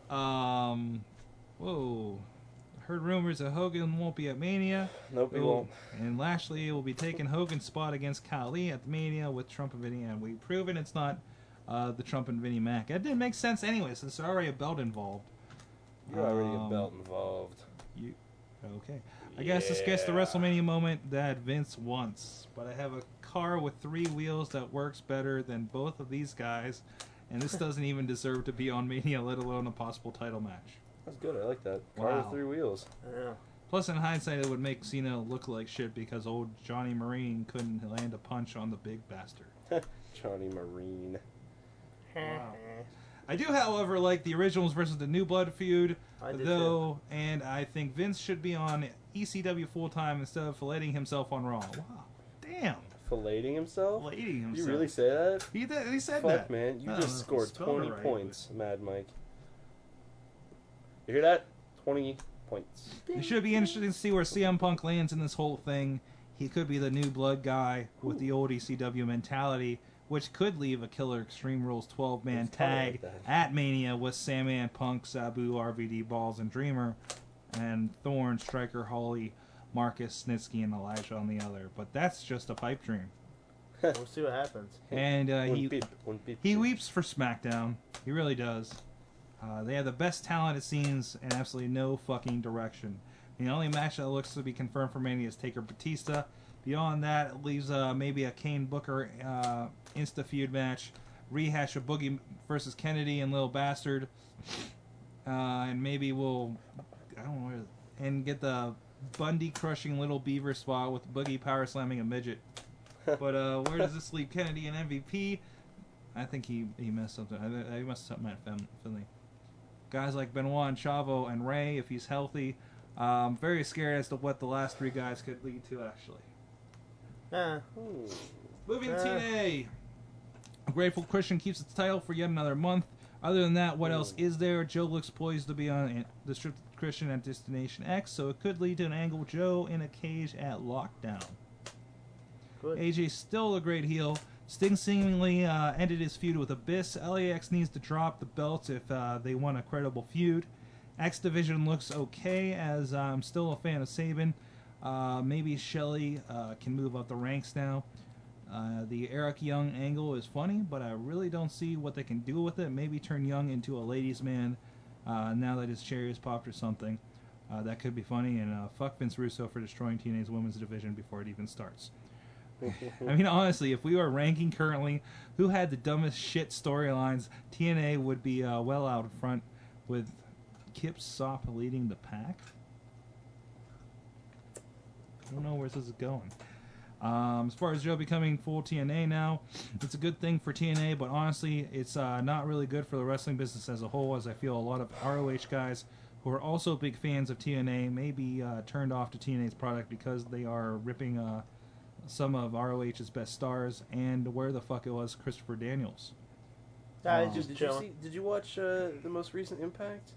um, whoa. Heard rumors that Hogan won't be at Mania. Oh, Nope, he won't. And Lashley will be taking Hogan's spot against Kali at the Mania with Trump and Vinny, and we've proven it's not uh, the Trump and Vinny Mac. That didn't make sense anyway, since there's already a belt involved. You're already a Um, belt involved. You, okay. I guess this gets the Yeah. WrestleMania moment that Vince wants, but I have a car with three wheels that works better than both of these guys, and this doesn't even deserve to be on Mania, let alone a possible title match. That's good. I like that. Car Wow. with three wheels. Yeah. Plus, in hindsight, it would make Cena look like shit because old Johnny Marine couldn't land a punch on the big bastard. Johnny Marine. I do, however, like the originals versus the New Blood feud, I did though, and I think Vince should be on E ECW full time instead of filleting himself on Raw. Wow, damn, Filleting himself? filleting himself. You really say that? He, did, he said Fuck, that. man. You I don't know just if I scored spelled it 20 right, points, Mad Mike. You hear that? 20 points. It should be interesting to see where CM Punk lands in this whole thing. He could be the new blood guy with the old ECW mentality, which could leave a killer Extreme Rules 12 man It's kinda tag like that. at Mania with Sandman, Punk, Sabu, RVD, Balls, and Dreamer, and Thorn, Striker, Holly, Marcus, Snitsky, and Elijah on the other. But that's just a pipe dream. We'll see what happens. And uh, one he beep, one beep. he beep. weeps for SmackDown. He really does. Uh, they have the best talent, it seems, and absolutely no fucking direction. The only match that looks to be confirmed for Mania is Taker Batista. Beyond that, it leaves uh, maybe a Kane Booker uh, Insta feud match, rehash of Boogie versus Kennedy and Lil Bastard, uh, and maybe we'll I don't know where, and get the Bundy crushing Little Beaver spot with Boogie power slamming a midget. But uh, where does this leave Kennedy and MVP? I think he, he messed something. I, I messed something at Fin- Finley. guys like Benoit and Chavo and Ray if he's healthy. Um, very scared as to what the last three guys could lead to actually. Nah. Moving Uh. to TNA. Grateful Christian keeps its title for yet another month. Other than that, what else is there? Joe looks poised to be on an- the strip Christian at Destination X, so it could lead to an angle with Joe in a cage at Lockdown. Good. AJ still a great heel. Sting seemingly uh, ended his feud with Abyss. LAX needs to drop the belts if uh, they want a credible feud. X Division looks okay, as I'm still a fan of Sabin. Uh, maybe Shelly uh, can move up the ranks now. Uh, the Eric Young angle is funny, but I really don't see what they can do with it. Maybe turn Young into a ladies' man uh, now that his cherry is popped or something. Uh, that could be funny, and uh, fuck Vince Russo for destroying TNA's women's division before it even starts. I mean, honestly, if we were ranking currently who had the dumbest shit storylines, TNA would be uh, well out in front with Kip Sop leading the pack. I don't know where this is going. Um, as far as Joe becoming full TNA now, it's a good thing for TNA, but honestly, it's uh, not really good for the wrestling business as a whole, as I feel a lot of ROH guys who are also big fans of TNA may be uh, turned off to TNA's product because they are ripping uh, some of ROH's best stars and where the fuck it was Christopher Daniels. Nah, it's Um, just Did you, chilling. see, did you watch uh, the most recent Impact?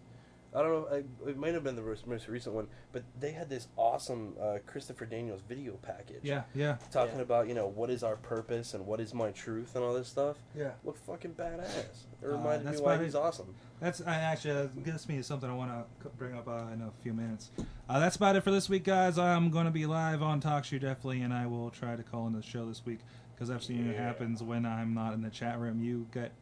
I don't know. I, it might have been the most, most recent one, but they had this awesome uh, Christopher Daniels video package. Yeah, yeah. Talking Yeah. about you know what is our purpose and what is my truth and all this stuff. Yeah. Look fucking badass. It Uh, reminded me that's why about he's it. awesome. That's I actually that gets me to something I want to bring up uh, in a few minutes. Uh, that's about it for this week, guys. I'm going to be live on Talk Show definitely, and I will try to call into the show this week because I've seen it happens when I'm not in the chat room. You get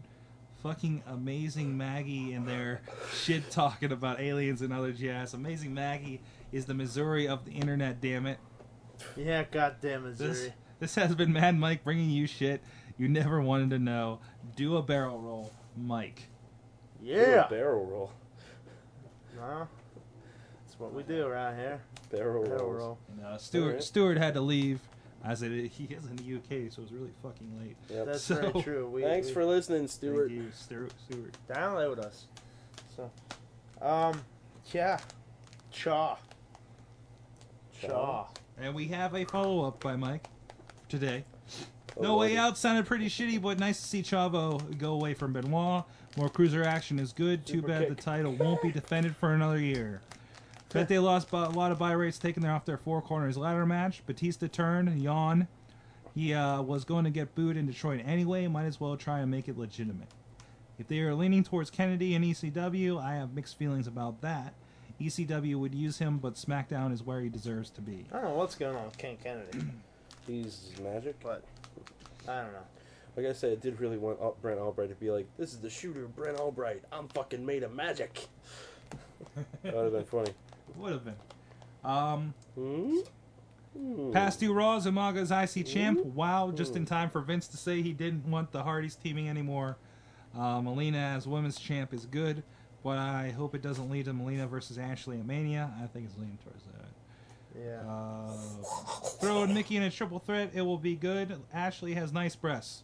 fucking amazing Maggie in there shit talking about aliens and other jazz. Amazing Maggie is the Missouri of the internet. Damn it. Yeah, goddamn Missouri. This this has been Mad Mike bringing you shit you never wanted to know. Do a barrel roll, Mike. They were yeah. Barrel roll. Nah. That's what we do around here. Barrel, Barrel rolls. roll. And, uh, Stewart Alright. Stewart had to leave. I said he is in the UK, so it was really fucking late. Yep. That's So- very true. We, Thanks we for listening, Stuart. Thank you, Stewart. Stewart. download us. So, um, yeah, chaw, chaw. And we have a follow up by Mike today. Oh, no way Lordy. out sounded pretty shitty, but nice to see Chavo go away from Benoit. More cruiser action is good. Too Super bad kick. the title won't be defended for another year. Bet they lost bu- a lot of buy rates taking them off their four corners ladder match. Batista turned, yawn. He uh, was going to get booed in Detroit anyway. Might as well try and make it legitimate. If they are leaning towards Kennedy and ECW, I have mixed feelings about that. ECW would use him, but SmackDown is where he deserves to be. I don't know what's going on with King Kennedy, He's magic. but I don't know. Like I said, I did really want Al- Brent Albright to be like, "This is the shooter, Brent Albright. I'm fucking made of magic." that would have been funny. Would have been. Um, Hmm? Hmm. past two Raws, Imaga's IC champ. Hmm. Wow, just in time for Vince to say he didn't want the Hardys teaming anymore. Uh, Melina as women's champ is good, but I hope it doesn't lead to Melina versus Ashley at Mania. I think it's leaning towards that. Yeah, Uh, throw in Nikki in a triple threat. It will be good. Ashley has nice breasts.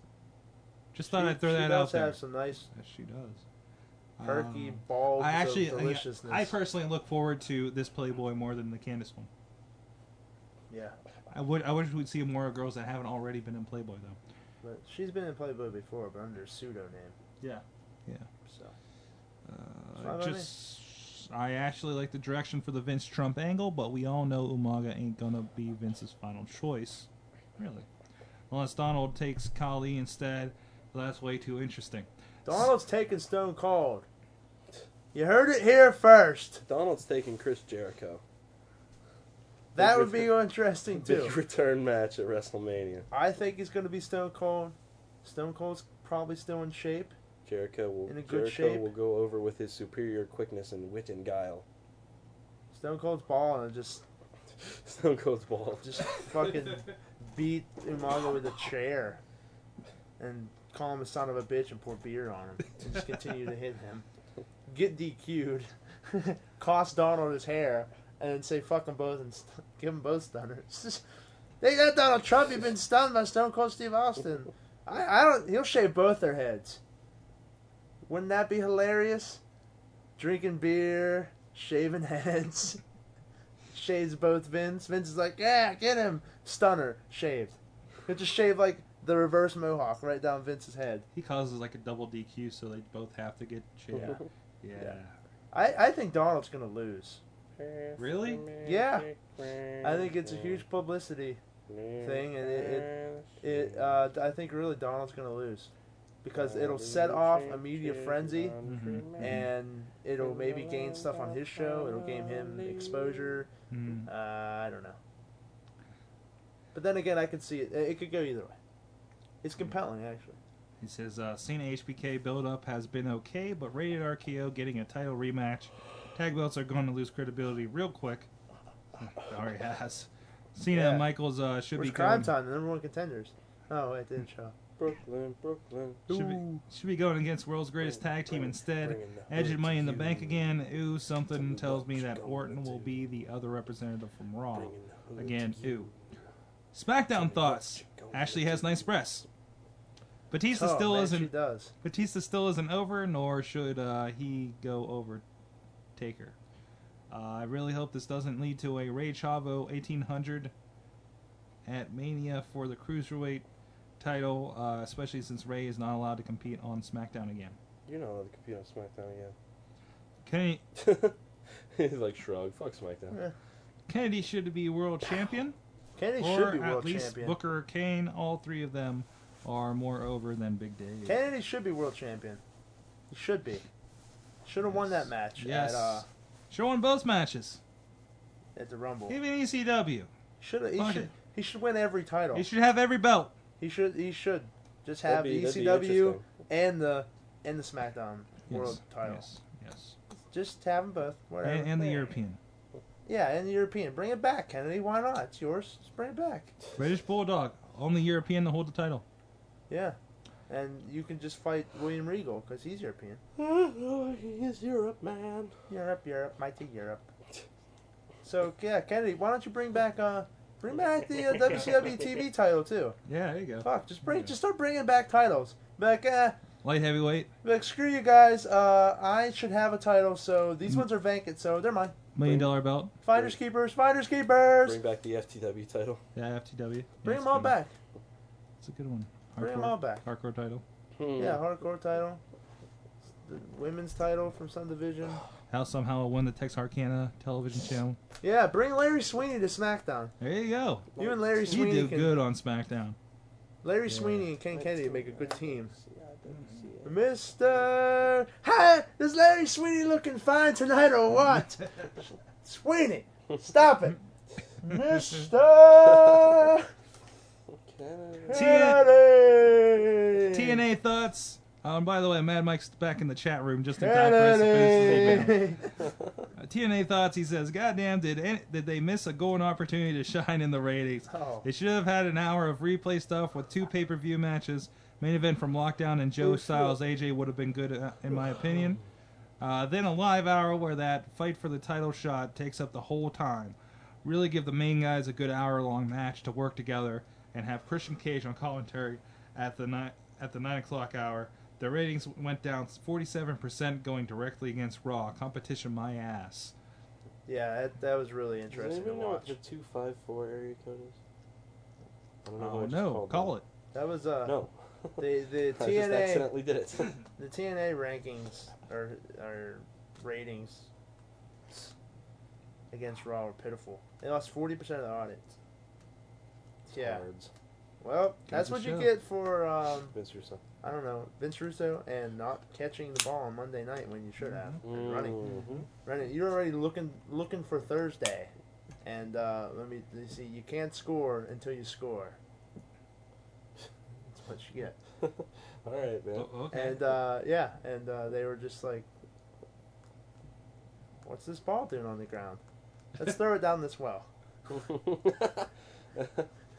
Just thought she, I'd throw she that does out there. have some nice Yes, she does. perky Um, balls I actually, of I, deliciousness. I personally look forward to this Playboy more than the Candace one. yeah, I would, I wish we'd see more girls that haven't already been in Playboy though. but she's been in Playboy before, but under a pseudonym. Yeah, yeah. So Fine Uh, by me. just, I actually like the direction for the Vince Trump angle, but we all know Umaga ain't gonna be Vince's final choice, really, unless Donald takes Kali instead. That's way too interesting. Donald's taking Stone Cold. You heard it here first. Donald's taking Chris Jericho. That would be interesting too. Big return match at WrestleMania. I think he's going to be Stone Cold. Stone Cold's probably still in shape. Jericho will In a Jericho good shape. will go over with his superior quickness and wit and guile. Stone Cold's balling and just Stone Cold's ball. just fucking beat Umaga with a chair and call him a son of a bitch and pour beer on him and just continue to hit him. Get DQ'd, cost Donald his hair, and then say fuck them both and st- give them both stunners. they got Donald Trump. You've been stunned by Stone Cold Steve Austin. I, I don't. He'll shave both their heads. Wouldn't that be hilarious? drinking beer, shaving heads. Shaves both Vince. Vince is like, yeah, get him. Stunner shaved. It just shaved like the reverse mohawk right down Vince's head. He causes like a double DQ, so they both have to get shaved. Yeah. Yeah. I, I think Donald's gonna lose. Really? Yeah, I think it's a huge publicity thing, and it it, it uh, I think really Donald's gonna lose because it'll set off a media frenzy, Mm-hmm. and it'll maybe gain stuff on his show. It'll gain him exposure. Hmm. Uh, I don't know. But then again, I could see it. It could go either way. It's compelling, actually. He says, uh, Cena HBK build up has been okay, but Rated RKO getting a title rematch. Tag belts are going to lose credibility real quick. it already has. Cena Yeah. and Michaels uh, should Where's be going, Crime Time, the number one contenders? Oh, wait, they didn't show. Brooklyn, Brooklyn. should be should be going against World's Greatest Tag Team instead. Edge and Money in the Bank again. Ooh, something tells me that Orton will be the other representative from Raw. Again, ooh. SmackDown thoughts. Ashley has nice breasts. Batista Oh, still man, She isn't does. Batista still isn't over, nor should uh, he go over Taker. Uh, I really hope this doesn't lead to a Ray Chavo 1800 at Mania for the Cruiserweight title, uh, especially since Ray is not allowed to compete on SmackDown again. You're not allowed to compete on SmackDown again. Kenny, He's like shrug. Fuck SmackDown. Yeah. Kennedy should be world champion, Kennedy or should be at world least champion. Booker Kane. All three of them are more over than Big Dave. Kennedy should be world champion. He should be. Should have won that match yes, at uh, showing both matches, at the Rumble. even ECW. Should he Fuck should it. he should win every title. He should have every belt. He should he should just have E That'd be- the that'd be ECW interesting. and the and the SmackDown world title. Yes, yes. Just have them both. Whatever. And, and the European. Yeah, and the European. Bring it back, Kennedy. Why not? It's yours. Just bring it back. British Bulldog, only European to hold the title. Yeah. And you can just fight William Regal because he's European. He's Europe, man. Europe, Europe, mighty Europe. So yeah, Kennedy, why don't you bring back uh, bring back the uh, WCW TV title too? Yeah, there you go. Fuck, just bring, just start bringing back titles. Be Like, uh, Light heavyweight, be like screw you guys. Uh, I should have a title, so Hmm. these ones are vacant, so they're mine. million dollar belt. Finders keepers, finders keepers. Bring Bring, back the FTW title. Yeah, FTW. them all back. It's a good one. Bring 'em all back. Hardcore title. Yeah, hardcore title, the women's title from some division. How somehow it won the Texarkana television channel. Yeah, bring Larry Sweeney to SmackDown. There you go. You and Larry You Sweeney do can good on SmackDown. Larry Sweeney and Ken Kennedy make a good team. Mister, hi, is Larry Sweeney looking fine tonight or what? Sweeney, stop it, Mister TNA, Kennedy. TNA thoughts. Oh, and by the way, Mad Mike's back in the chat room just in time for us to finish the email. Kennedy. Uh, TNA thoughts. He says, "Goddamn, did any, did they miss a golden opportunity to shine in the ratings? Oh. They should have had an hour of replay stuff with two pay per view matches, main event from Lockdown and Joe Styles AJ would have been good uh, in my opinion. Uh, then a live hour where that fight for the title shot takes up the whole time. Really give the main guys a good hour long match to work together and have Christian Cage on commentary at the ni- at the nine o'clock hour. The ratings went down 47%, going directly against Raw. Competition, my ass. Yeah, that, that was really Does interesting to anybody know what watch. the 254 area code is? I don't how Oh, it's no, called call now. it. That was uh No. the the I just TNA accidentally did it. the TNA rankings or or ratings against Raw were pitiful. They lost forty percent of the audience. Yeah. Cards. Well, that's the what you show. get for um, Vince Russo. I don't know Vince Russo and not catching the ball on Monday night when you should have. Mm-hmm. And running, Mhm. running. You're already looking looking for Thursday, and uh, let me you see. You can't score until you score. That's what you get. Mm-hmm. All right, man. Oh, okay. And uh, yeah, and uh, they were just like, "What's this ball doing on the ground? Let's throw it down this well."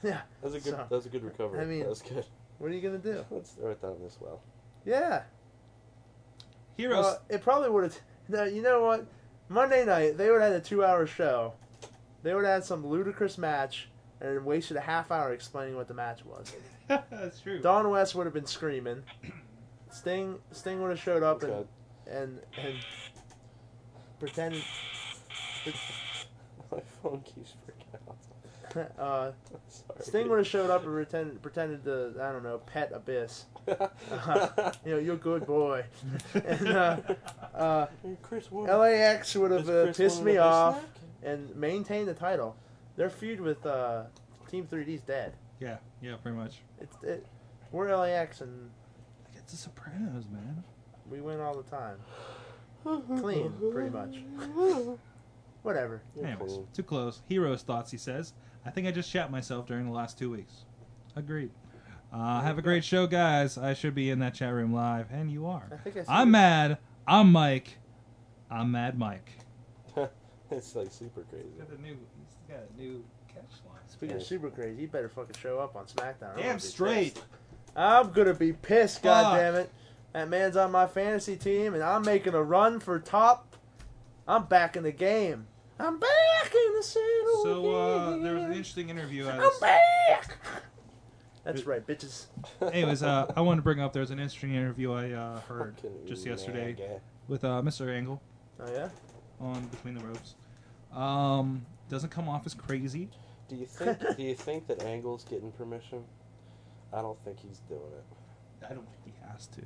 Yeah. that was a good. So, that was a good recovery. I mean- that was good. What are you gonna do? Let's throw it down this well. Yeah. Heroes. Well, it probably would have. No, you know what? Monday night they would have had a two-hour show. They would have had some ludicrous match and wasted a half hour explaining what the match was. That's true. Don West would have been screaming. Sting Sting would have showed up and God. and and pretend. My phone keeps freaking out. uh, Sorry. Sting would have showed up and pretend, pretended to I don't know pet Abyss. Uh, you know, you're a good boy. and uh, uh, Chris Wood. LAX would have Is uh, Chris pissed wanting me a off snack? and maintained the title. Their feud with uh, Team 3D's dead. Yeah, yeah, pretty much. It's it, we're LAX and It's The Sopranos, man. we win all the time. Clean, pretty much. Whatever. Anyways, too close. Heroes thoughts. He says, "I think I just shat myself during the last two weeks." Agreed. Uh, have a great show, guys. I should be in that chat room live, and you are. I think I see I'm you. mad. I'm Mike. I'm Mad Mike. it's like super crazy. the new, he's got a new catchline. Speaking of super crazy, you better fucking show up on SmackDown. I'm Damn gonna be straight. pissed. I'm gonna be pissed, Fuck. God damn it! That man's on my fantasy team, and I'm making a run for top. I'm back in the game. I'm back in the saddle. So uh, there was an interesting interview. I I'm was, back. That's right, bitches. anyways, uh, I wanted to bring up there was an interesting interview I uh, heard just yesterday with uh, Mr. Angle. Oh yeah. on Between the Ropes. Um, doesn't come off as crazy. Do you think? do you think that Angle's getting permission? I don't think he's doing it. I don't think he has to.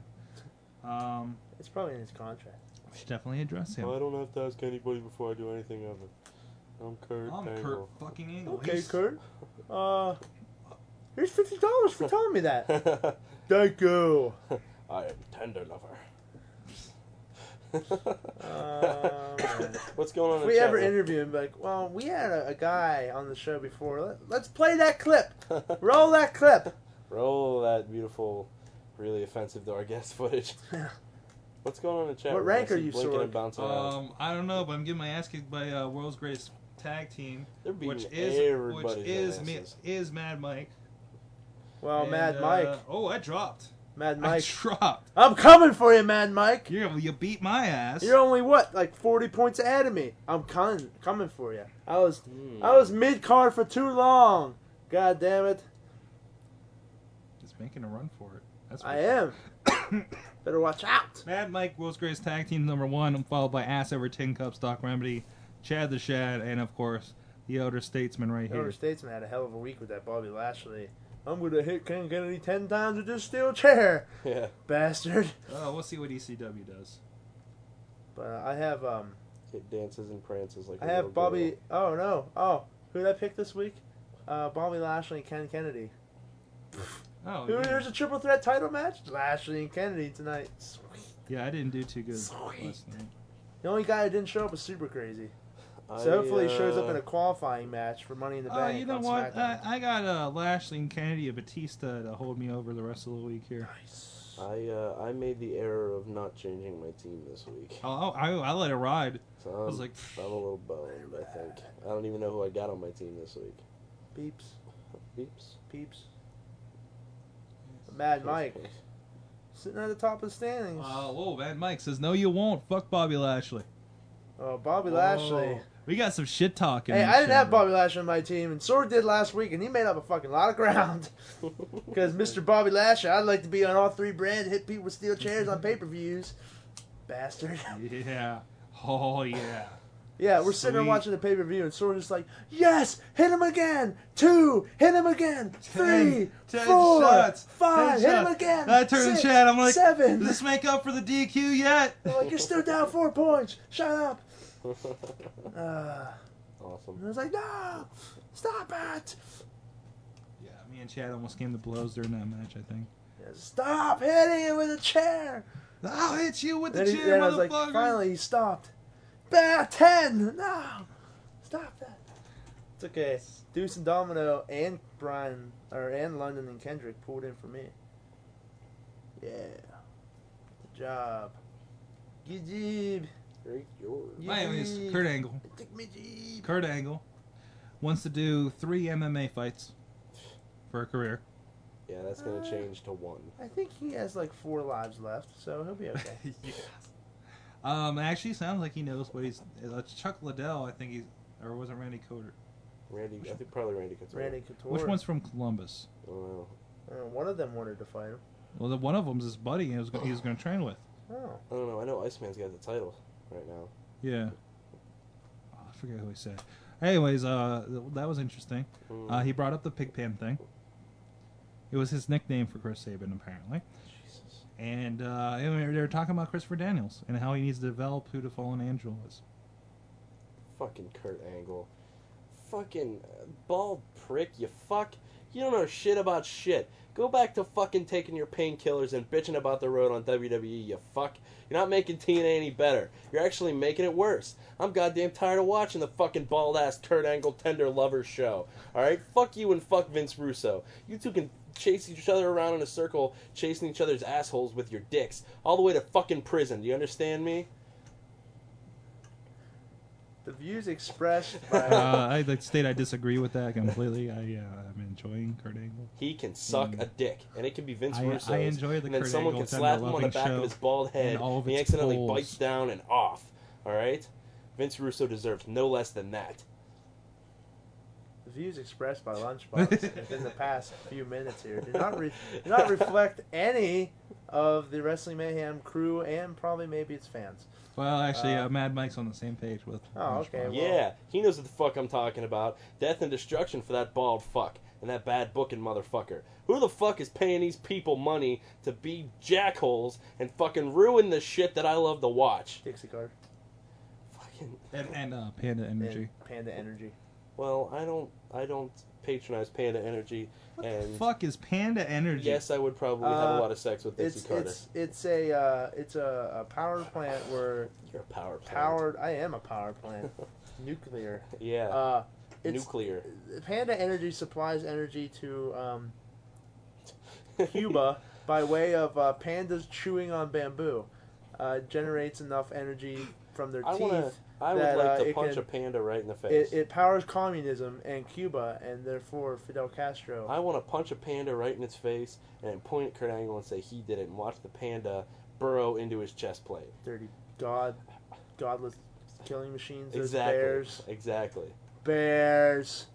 Um, It's probably in his contract. We should definitely address him. I don't have to ask anybody before I do anything of it. I'm Kurt I'm Kurt Angle. fucking Angle. Okay, He's- Kurt. Uh, here's fifty dollars for telling me that. Thank you. I am tender lover. Um, What's going on? If in we chat ever room? interview him, be like, well, we had a, a guy on the show before. Let, let's play that clip. Roll that clip. Roll that beautiful, really offensive to our guest footage. What's going on in chat? What room? I rank are see you, blinking Sorg? and bouncing around. Um, I don't know, but I'm getting my ass kicked by uh, World's Greatest Tag Team, They're which beating is which everybody's is ma- asses. is Mad Mike. Well, And, Mad uh, Mike. Oh, I dropped. Mad I Mike. dropped. I'm coming for you, Mad Mike. You you beat my ass. You're only what, like 40 points ahead of me. I'm coming, coming for you. I was, I was mid card for too long. God damn it, Just making a run for it. That's for I sure. am. Better watch out. Mad Mike, World's Greatest Tag Team number one, followed by Ass Over Tin Cups, Doc Remedy, Chad the Shad, and of course the Elder Statesman right Elder here. Statesman had a hell of a week with that Bobby Lashley. I'm gonna hit Ken Kennedy ten times with this steel chair, Yeah. bastard. Uh, we'll see what ECW does. But uh, I have um. It dances and prances like. I a have little Bobby. girl. Oh no! Oh, who did I pick this week? Uh, Bobby Lashley and Ken Kennedy. Oh, who, yeah. There's a triple threat title match. Lashley and Kennedy tonight. Sweet. Yeah, I didn't do too good Sweet. last night. The only guy who didn't show up was Super Crazy. So I, hopefully he shows up uh, in a qualifying match for Money in the Oh, Bank. you know on what? SmackDown. I, I got uh, Lashley and Kennedy and Batista to hold me over the rest of the week here. I uh, I made the error of not changing my team this week. Oh, I, I let it ride. So I'm, I was like, I'm a little boned. I think I don't even know who I got on my team this week. Peeps, Oops. peeps. Mad Mike Yes, sitting at the top of the standings. uh, whoa, Mad Mike says, no, you won't. Fuck Bobby Lashley. oh, Bobby Lashley. Whoa. We got some shit talking. Hey, I didn't have Bobby Lashley on my team, and Sword did last week, and he made up a fucking lot of ground. Because Mr. Bobby Lashley, I'd like to be on all three brands, hit people with steel chairs on pay per views. Bastard. Yeah. Oh, yeah. Yeah, we're sitting there Sweet. watching the pay per view, and Sword is like, yes, hit him again, two, hit him again, three, Ten four, shots. Ten five, hit him shots. again. And I turned six, to Chad. I'm like, seven. does this make up for the DQ yet? They're like, you're still down four points, shut up. thanks. Uh, and I awesome. was like, no, stop it, Yeah, me and Chad almost came to blows during that match, I think. stop hitting him with a chair. I'll hit you with the Then, he, chair, then I was like, motherfucker. finally, he stopped. Bah, 10! No! Stop that. It's okay. Deuce and Domino and Brian, or and London and Kendrick pulled in for me. Yeah. Good job. Good job. Great George. Good Anyways, job. Kurt Angle. Take me jeep. Kurt Angle wants to do three MMA fights for a career. Yeah, that's gonna Uh. change to one. I think he has like four lives left, so he'll be okay. Um, actually, sounds like he knows what he's. Uh, Chuck Liddell, I think he's, or was it Randy Coder? Randy, I think probably Randy Couture. Randy Couture. Which one's from Columbus? I don't know. Uh, one of them wanted to fight him. Well, the, one of them's his buddy. He was go- he was going to train with. Oh. I don't know. I know Iceman's got the title right now. Yeah. Oh, forget who he said. Anyways, uh, th- that was interesting. Hmm. Uh, he brought up the pigpen thing. It was his nickname for Chris Saban, apparently. And uh, they were- they were talking about Christopher Daniels and how he needs to develop who the fallen angel is. Fucking Kurt Angle. Fucking uh, bald prick, you fuck. You don't know shit about shit. Go back to fucking taking your painkillers and bitching about the road on WWE, you fuck. You're not making TNA any better. You're actually making it worse. I'm goddamn tired of watching the fucking bald ass Kurt Angle Tender Lover show. Alright? Fuck you and fuck Vince Russo. You two can chase each other around in a circle, chasing each other's assholes with your dicks, all the way to fucking prison. Do you understand me? The views expressed by uh, I like state I disagree with that completely. I uh, I'm enjoying Kurt Angle. He can suck a dick, and it can be Vince Mm. I- Russo. I enjoy the And then Kurt someone Angle can slap him tender on the loving back of show his bald head, and all of he its accidentally holes. bites down and off. All right, Vince Russo deserves no less than that. the views expressed by Lunchbox in the past few minutes here do not re- do not reflect any of the Wrestling Mayhem crew and probably maybe its fans. Well, actually, Uh, uh, Mad Mike's on the same page with. Oh, okay. yeah, he knows what the fuck I'm talking about. Death and destruction for that bald fuck and that bad booking motherfucker. Who the fuck is paying these people money to be jackholes and fucking ruin the shit that I love to watch? Dixie card. Fucking And, and uh, Panda Energy. Panda Energy. Well, I don't, I don't patronize Panda Energy, and Fuck is Panda Energy. yes, I would probably have a Uh, lot of sex with Dixie It's Carter. it's it's a uh, it's a, a power plant where You're a power plant. powered. I am a power plant. Nuclear. Yeah. Uh, it's, Nuclear. Panda Energy supplies energy to um, Cuba by way of uh, pandas chewing on bamboo. Uh, generates enough energy from their I teeth. wanna. I would that, like uh, to it punch can- a panda right in the face. It, it powers communism and Cuba and therefore Fidel Castro. I want to punch a panda right in its face and point at Kurt Angle and say he did it, and watch the panda burrow into his chest plate. Dirty god, godless killing machines. Those Exactly. Bears. Exactly. Bears.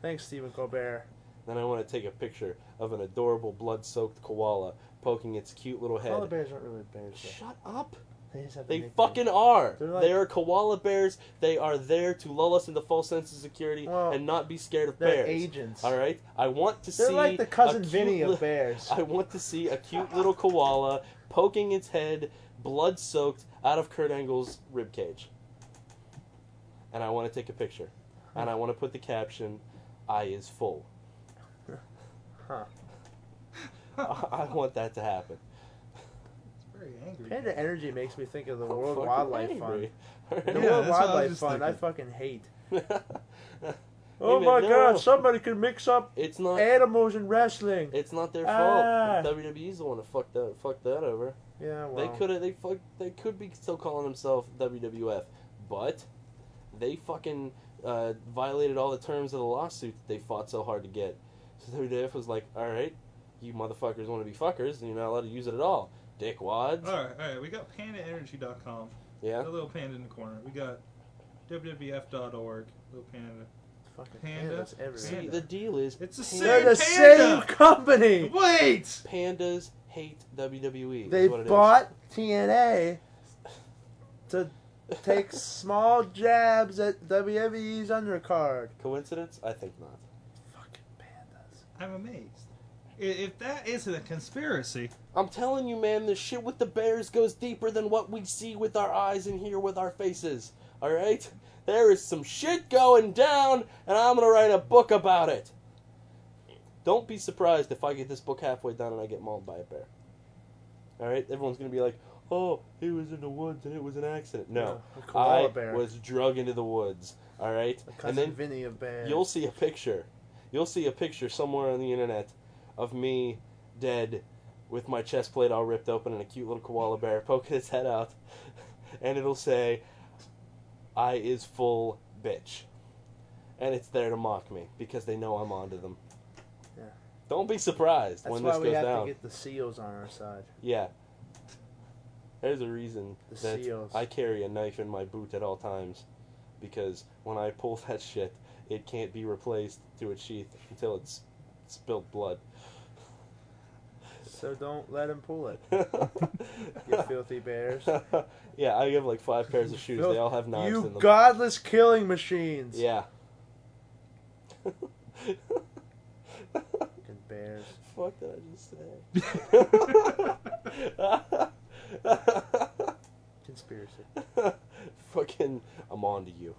Thanks, Stephen Colbert. Then I want to take a picture of an adorable blood-soaked koala poking its cute little head. Koala bears aren't really bears. Though. Shut up. They just have to They make fucking are. They're like- they are koala bears. They are there to lull us into false sense of security Well, and not be scared of they're bears. agents. All right. I want to They're see. like the a cousin cute Vinny of li- bears. I want to see a cute little koala poking its head, blood soaked, out of Kurt Angle's rib cage. And I want to take a picture. And I want to put the caption, "I is full." Huh. I I want that to happen. Very angry. Panda Energy makes me think of the World Fucking Wildlife angry. Fund. The Yeah, that's World what I was Wildlife just Fund, I thinking. fucking hate. Hey, Oh man, my no. god, somebody could mix up It's not. animals in wrestling. It's not their Ah. fault. WWE's the one that fucked that fucked that over. yeah, well. They could they fuck they could be still calling themselves WWF, but they fucking uh, violated all the terms of the lawsuit that they fought so hard to get. So WWF was like, all right, you motherfuckers want to be fuckers, and you're not allowed to use it at all, dickwads. All right, all right. We got PandaEnergy.com. Yeah. The little panda in the corner. We got WWF.org. Little panda. Fucking Panda. pandas See, everywhere. See, the deal is It's the They're the same panda. same company. Wait. pandas hate WWE. is They what it is. bought TNA to take small jabs at WWE's undercard. Coincidence? I think not. Fucking pandas. I'm amazed. I- If that isn't a conspiracy, I'm telling you, man, the shit with the Bears goes deeper than what we see with our eyes and hear with our faces. All right? There is some shit going down, and I'm going to write a book about it. Don't be surprised if I get this book halfway done and I get mauled by a bear. All right? Everyone's going to be like, oh, he was in the woods and it was an accident. No. Yeah, a koala I bear. was drug into the woods. All right? The cousin And then Vinny of Bears. you'll see a picture. You'll see a picture somewhere on the internet of me dead with my chest plate all ripped open and a cute little koala bear poking its head out. And it'll say, I is full bitch. And it's there to mock me because they know I'm onto them. Yeah. Don't be surprised That's when why this we goes have down. to get the seals on our side. Yeah. There's a reason The that seals. I carry a knife in my boot at all times. Because when I pull that shit, it can't be replaced to a sheath until it's spilled blood. So don't let him pull it. you filthy bears. yeah, I have like five pairs of shoes. They all have knives in You them. godless killing machines. yeah. Fucking bears. Fuck did I just say? Conspiracy. Fucking, I'm on to you.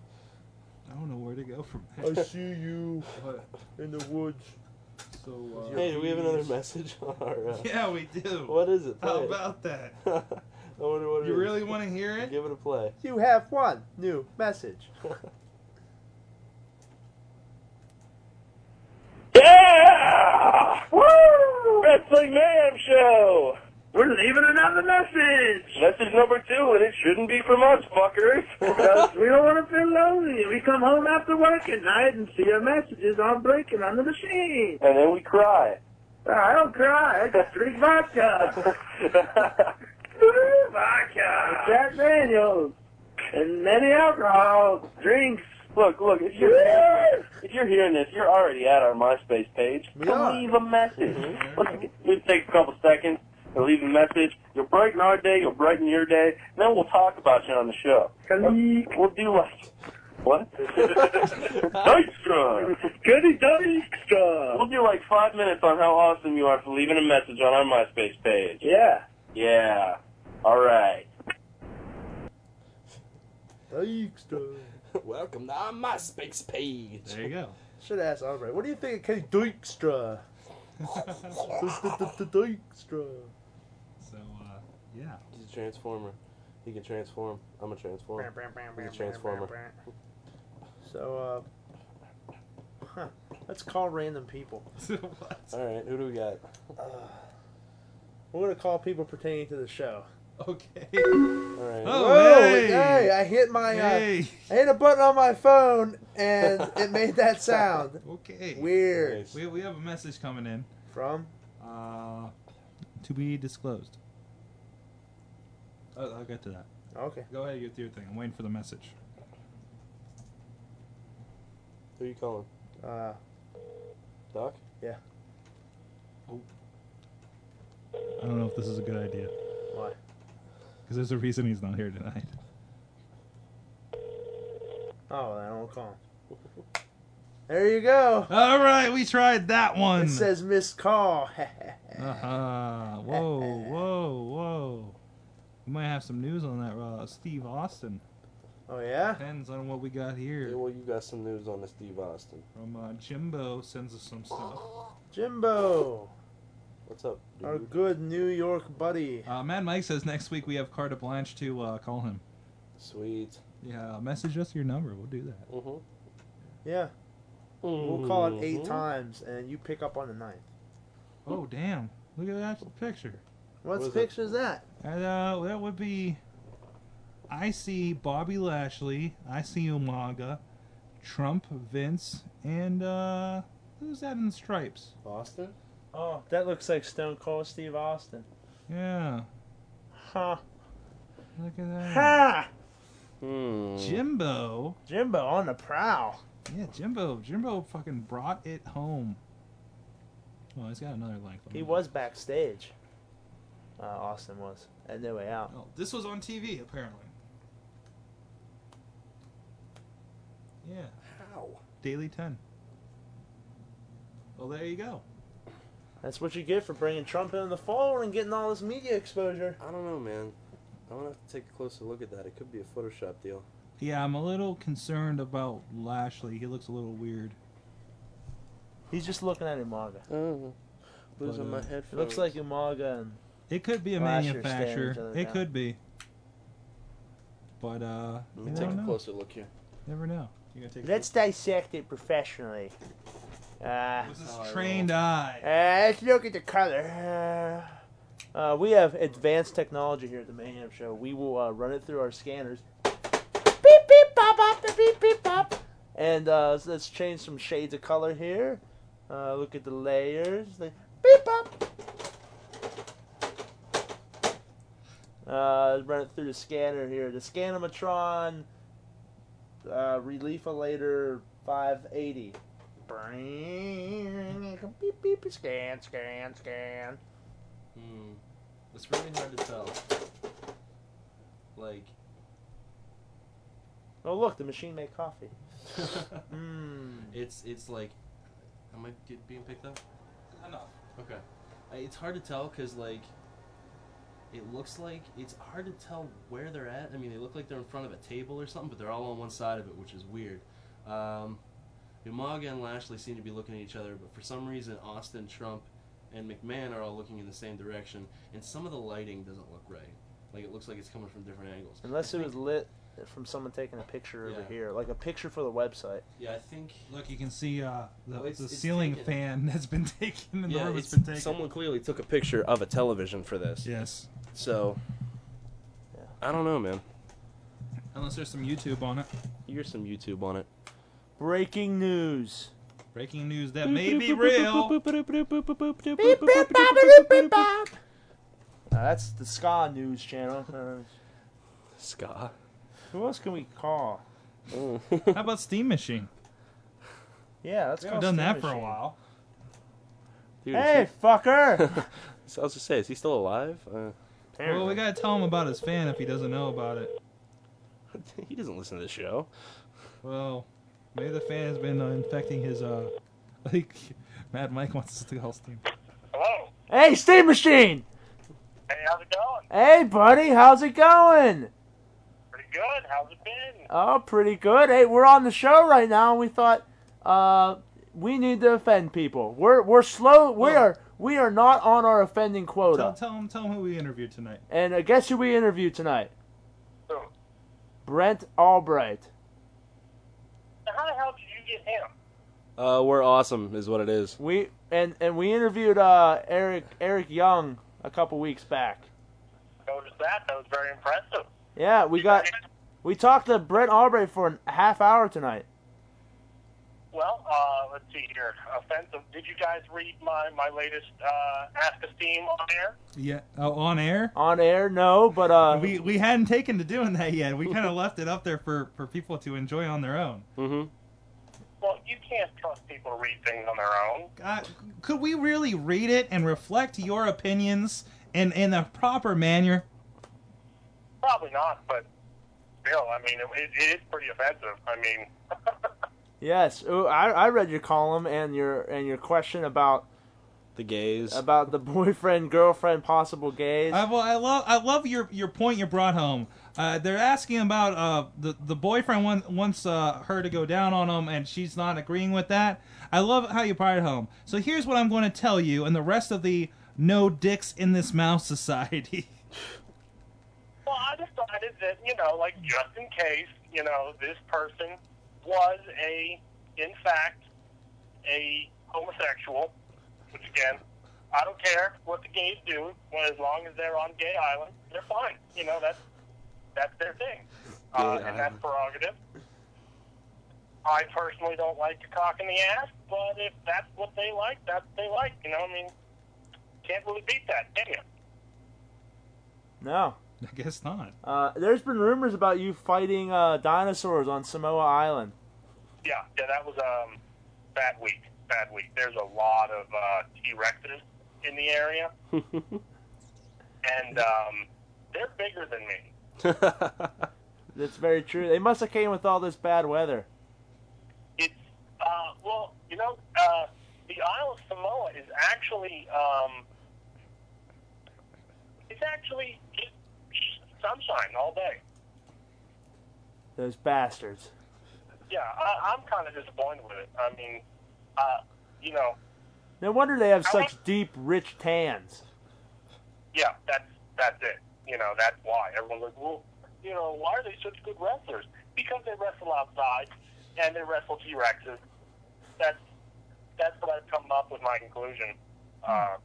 I don't know where to go from I Oh, there. see you in the woods. So, uh, Hey, do we have another message on our? Uh, yeah, we do. What is it? How Play it. about that? I wonder what You it is. really want to hear it? give it a play. You have one new message. Yeah! Woo! Wrestling Mayhem Show! We're leaving another message! Message number two, and it shouldn't be from us, fuckers! Because we don't want to feel lonely. We come home after work at night and see our messages on breaking on the machine. And then we cry. I don't cry, I just drink vodka! vodka! Jack Daniels! And many alcohol drinks! Look, look, if you're, if you're hearing this, you're already at our MySpace page. We Come are. leave a message. Let's, let's take a couple seconds and leave a message. You'll brighten our day, you'll brighten your day, and then we'll talk about you on the show. We'll do like, what? Nice try. Goody Dykstra! We'll do like five minutes on how awesome you are for leaving a message on our MySpace page. Yeah. Yeah. All right. Welcome to our MySpace page. There you go. Should ask Albright. What do you think of Kenny Dykstra? Dykstra. So, uh, yeah. He's a transformer. He can transform. I'm a transformer. He's a transformer. So, uh, huh. Let's call random people. what? All right, who do we got? We're gonna call people pertaining to the show. Okay. All right. Oh, Whoa, hey! hey, I hit my Hey! uh, I hit a button on my phone and it made that sound. Okay. Weird. We, we have a message coming in. From Uh, to be disclosed. I'll, I'll get to that. okay. Go ahead and get your thing. I'm waiting for the message. Who you calling? Uh, Doc? I don't know if this is a good idea. Why? Because there's a reason he's not here tonight. oh, I don't call. him. There you go. All right, we tried that one. It says missed call. Uh-huh. Whoa, whoa, whoa. We might have some news on that. Uh, Steve Austin. oh yeah. Depends on what we got Yeah, here. well, you got some news on this Steve Austin. From uh, Jimbo sends us some stuff. Jimbo, What's up, our Oh. dude? good New York buddy. Uh, Mad Mike says next week we have Carter Blanche to uh, call him. Sweet. Yeah, message us your number. We'll do that. Mm-hmm. Yeah, we'll call it 8 times, and you pick up on the ninth. Oh, damn. Look at that picture. What, What is picture is that? And, uh, that would be. I see Bobby Lashley. I see Umaga. Trump, Vince, and uh, who's that in stripes? Austin? Oh, that looks like Stone Cold Steve Austin. Yeah, Ha look at that. ha! Hmm. Jimbo, Jimbo on the prowl. yeah, Jimbo, Jimbo fucking brought it home. Oh, he's got another length. He was backstage. Uh, Austin was at No Way Out. Oh, this was on TV apparently. Yeah. How? Daily Ten. Well, there you go. That's what you get for bringing Trump in the fold and getting all this media exposure. I don't know, man. I'm gonna have to take a closer look at that. It could be a Photoshop deal. Yeah, I'm a little concerned about Lashley. He looks a little weird. He's just looking at Umaga. Oh, losing But, uh, my head. It looks like Umaga and It could be a Lashley's staring each manufacturer. other It down. could be. But uh, Let you me take never a know. closer look here. Never know. You gonna take let's dissect it professionally. Uh, Oh, This I is will. trained eye. Uh, let's look at the color. Uh, uh, we have advanced technology here at the Mayhem Show. We will uh, run it through our scanners. Beep beep pop pop beep, beep beep pop. And uh, so let's change some shades of color here. Uh, look at the layers. They- Beep pop. Uh, run it through the scanner here. The Scanomatron uh, Reliefolator 580. Bring- Beep beep scan scan scan. Hmm. It's really hard to tell. Like, Oh look, the machine made coffee. Hmm. it's it's like, am I get, being picked up? Enough. Okay. I, it's hard to tell because like, it looks like it's hard to tell where they're at. I mean, they look like they're in front of a table or something, but they're all on one side of it, which is weird. Um, Umaga and Lashley seem to be looking at each other, but for some reason, Austin, Trump, and McMahon are all looking in the same direction, and some of the lighting doesn't look right. Like it looks like it's coming from different angles. Unless it was lit from someone taking a picture over Yeah. here, like a picture for the website. Yeah, I think. Look, you can see uh, the, Oh, it's- the it's ceiling taken. fan that's been taken and the Yeah, room it's, has been taken. someone clearly took a picture of a television for this. Yes. So, I don't know, man. Unless there's some YouTube on it. Here's some YouTube on it. Breaking news. Breaking news that may be real. Now, that's the Ska News Channel. Uh, Ska. Who else can we call? How about Steam Machine? Yeah, let's We call haven't done that Steam for a Machine. while. Dude, is hey, he- fucker! so I was just say, is he still alive? Uh, Well, we gotta tell him about his fan if he doesn't know about it. he doesn't listen to the show. Well, maybe the fan has been uh, infecting his. uh like Mad Mike wants us to call Steam. hey, Steam Machine! Hey, how's it going? Hey, buddy, how's it going? Pretty good. How's it been? Oh, pretty good. Hey, we're on the show right now, and we thought uh, we need to offend people. We're we're slow. We are we are not on our offending Tell, quota. tell him, tell him who we interviewed tonight. And uh, guess who we interviewed tonight? Brent Albright. How the hell did you get him? Uh, we're awesome, is what it is. We and and we interviewed uh, Eric Eric Young a couple weeks back. Noticed that. That was very impressive. Yeah, we got we talked to Brent Albright for a half hour tonight. Well, uh, let's see here. Offensive. Did you guys read my my latest uh, Ask Esteem on air? Yeah. Oh, on air? On air? No, but uh, we we hadn't taken to doing that yet. We kind of left it up there for for people to enjoy on their own. Mm-hmm. Well, you can't trust people to read things on their own. God, Uh, could we really read it and reflect your opinions in in the proper manner? Probably not, but still, I mean, it, it, it is pretty offensive. I mean, Yes, Ooh, I, I read your column and your and your question about the gays Uh, about the boyfriend girlfriend possible gays. I, well, I love I love your your point you brought home. Uh, they're asking about uh, the the boyfriend one, wants uh, her to go down on him, and she's not agreeing with that. I love how you brought it home. So here's what I'm going to tell you, and the rest of the no dicks in this mouth society. well, I decided that you know, like just in case, you know, this person was a, in fact, a homosexual. Which again, I don't care what the gays do, well, as long as they're on Gay Island, they're fine. You know, that's that's their thing, uh, Gay and that's Island. prerogative. I personally don't like to cock in the ass, but if that's what they like, that's what they like. You know, I mean, can't really beat that, can you? no, I guess not. Uh, there's been rumors about you fighting uh, dinosaurs on Samoa Island. Yeah, yeah, that was um bad week. Bad week. There's a lot of uh, T Rexes in the area, and um, they're bigger than me. That's very true. They must have came with all this bad weather. Uh, well, you know, uh, the Isle of Samoa is actually um, it's actually just sunshine all day. Those bastards. Yeah, I, I'm kind of disappointed with it. I mean, uh, you know, No wonder they have such deep, rich tans. yeah, that's that's it. You know, that's why everyone's like, well, you know, why are they such good wrestlers? Because they wrestle outside and they wrestle T Rexes. That's that's what I've come up with my conclusion. Uh,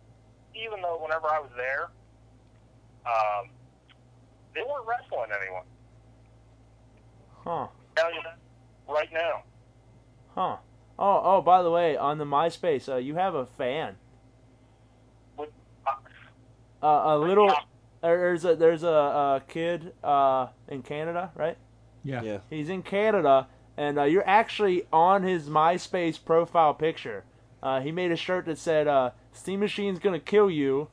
even though whenever I was there, um, they weren't wrestling anyone. Huh. Tell you that right now. Huh. Oh, oh. By the way, on the MySpace, uh, you have a fan. What? Uh, a little. there- There's a there's a, uh kid uh, in Canada, right? Yeah. Yeah. He's in Canada, and uh, you're actually on his MySpace profile picture. Uh, he made a shirt that said uh, "Steam Machine's gonna kill you,"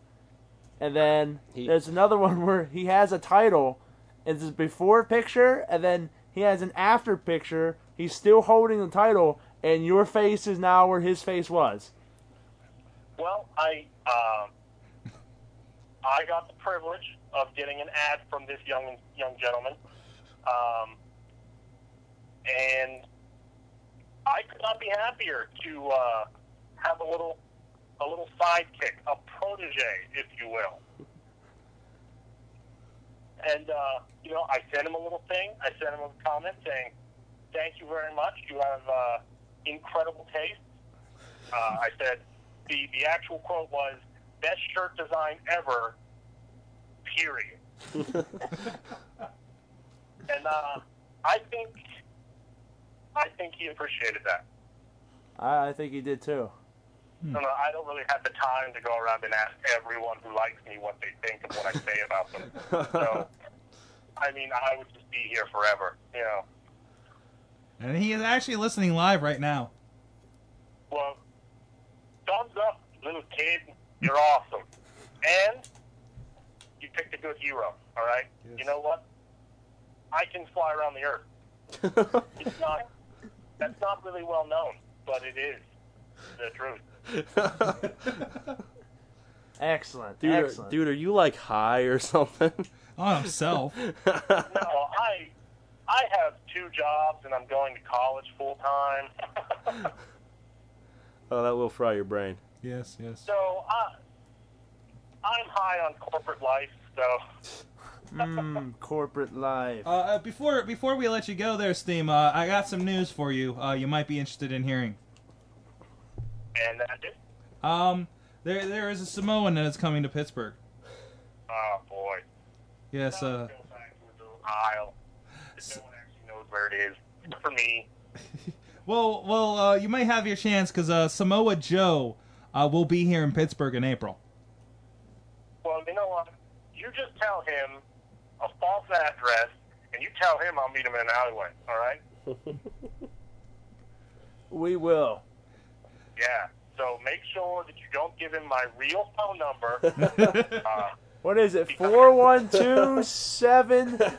And then there's another one where he has a title, and it's his before picture, and then he has an after picture. He's still holding the title, and your face is now where his face was. Well, I um, I got the privilege of getting an ad from this young young gentleman, um, and I could not be happier to uh, have a little a little sidekick, a protege, if you will. And uh, you know, I sent him a little thing. I sent him a comment saying, "Thank you very much. You have uh, incredible taste." Uh, I said, "the the actual quote was best shirt design ever." Period. and uh, I think I think he appreciated that. I, I think he did too. No, no, I don't really have the time to go around and ask everyone who likes me what they think of what I say about them. So, I mean, I would just be here forever, you know. And he is actually listening live right now. Well, thumbs up, little kid. You're awesome. And you picked a good hero, all right? You know what? I can fly around the earth. it's not, that's not really well known, but it is the truth. Excellent, dude. are- excellent. dude, are you like high or something? On himself. no, I I have two jobs and I'm going to college full time. Oh, that will fry your brain. Yes, yes. So I I'm high on corporate life, so Mm, corporate life. Uh, uh, before before we let you go, there, Steam. Uh, I got some news for you. Uh, you might be interested in hearing. and that is Um, there there is a Samoan that is coming to Pittsburgh. oh boy. Yes. Uh, I'll no one actually knows where it is. For me. well, well, uh, you may have your chance because uh, Samoa Joe uh, will be here in Pittsburgh in April. Well, you know what? You just tell him a false address and you tell him I'll meet him in an alleyway, all right? we will. Yeah. So make sure that you don't give him my real phone number. uh, What is it? Four one two seven. well,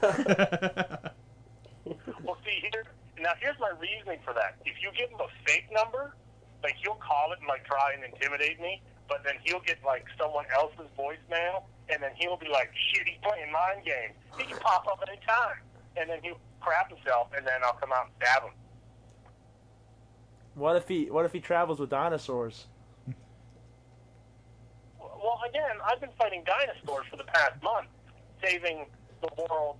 see here. Now, here's my reasoning for that. If you give him a fake number, like he'll call it and like try and intimidate me, but then he'll get like someone else's voicemail, and then he'll be like, "Shit, he's playing mind games. He can pop up any time." And then he'll crap himself, and then I'll come out and stab him. What if he? What if he travels with dinosaurs? Well, again, I've been fighting dinosaurs for the past month, saving the world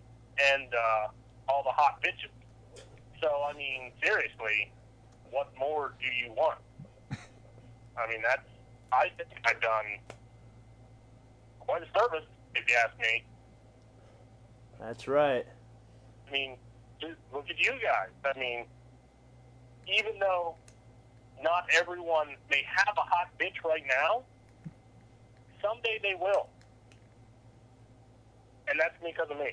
and uh, all the hot bitches. So, I mean, seriously, what more do you want? I mean, that's. I think I've done quite a service, if you ask me. That's right. I mean, just look at you guys. I mean, even though not everyone may have a hot bitch right now, someday they will. And that's because of me.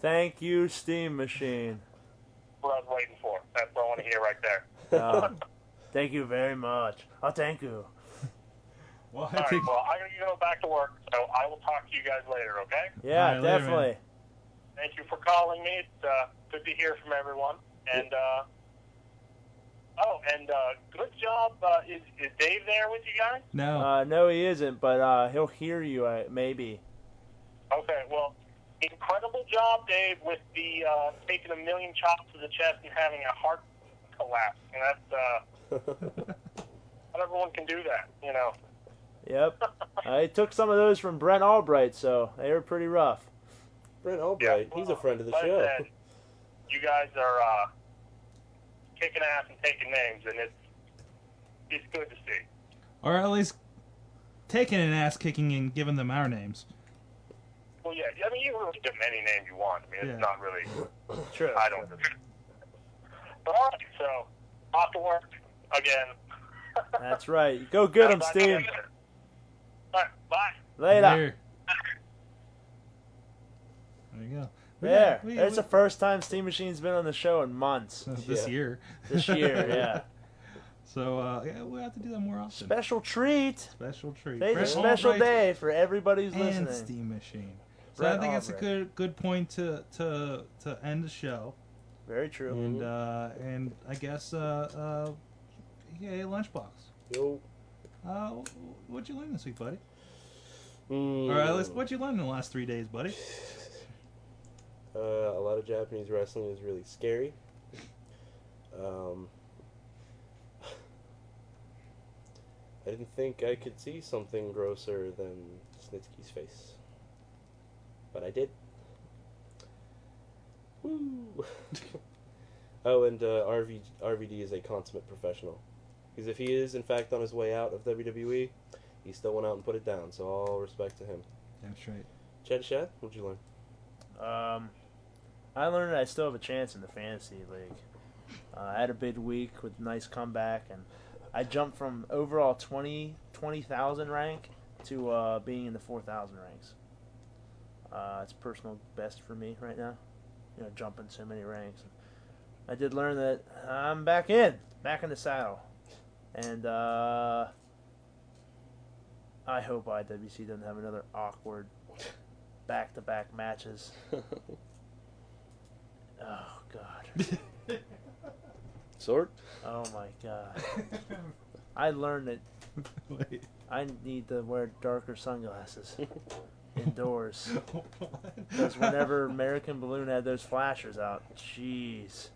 Thank you, Steam Machine. What I was waiting for. That's what I want to hear right there. Um, thank you very much. Oh, thank you. Well, All right, well, I gotta go back to work, so I will talk to you guys later, okay? Yeah, definitely. Thank you for calling me. It's uh, good to hear from everyone. And uh, oh, and uh, good job. Uh, is is Dave there with you guys? No. Uh, no, he isn't, but uh, he'll hear you, uh, maybe. Okay, well, incredible job, Dave, with the uh, taking a million chops to the chest and having a heart collapse. And that's uh, not everyone can do that, you know. Yep. I took some of those from Brent Albright, so they were pretty rough. Brent Albright, he's a friend of the Like I show. said, you guys are uh, kicking ass and taking names, and it's it's good to see. Or at least taking an ass kicking and giving them our names. Well, yeah, I mean, you can really give them any name you want. I mean, it's Yeah. not really. True. I don't. But all right, so off to work again. That's right. Go get them, Steam. All right, bye. Later. There you go. We There. got- we- That's we- the first time Steam Machine's been on the show in months. This year. This year, yeah. So uh, yeah, we'll have to do that more often. Special treat. Special treat. Today's a Brett special Albright day for everybody's and listening. Steam Machine. So Brett I think that's a Albright. good good point to to to end the show. Very true. And uh, and I guess uh, uh, yeah, lunchbox. Yo. Uh, wh- what'd you learn this week, buddy? Mm. All right, let's, what'd you learn in the last three days, buddy? Uh, a lot of Japanese wrestling is really scary. Um, I didn't think I could see something grosser than Snitsky's face, but I did. Woo! oh, and uh, RV, RVD is a consummate professional, because if he is in fact on his way out of WWE, he still went out and put it down. So all respect to him. That's right. Chad Shad, what'd you learn? Um, I learned I still have a chance in the fantasy league. Uh, I had a big week with a nice comeback, and I jumped from overall 20 20,000 rank to uh, being in the 4,000 ranks. Uh, it's personal best for me right now. You know, jumping so many ranks. I did learn that I'm back in, back in the saddle, and uh, I hope IWC doesn't have another awkward back-to-back matches. oh God. Sword. Oh my god. I learned that I need to wear darker sunglasses indoors. Because whenever American Balloon had those flashers out, jeez.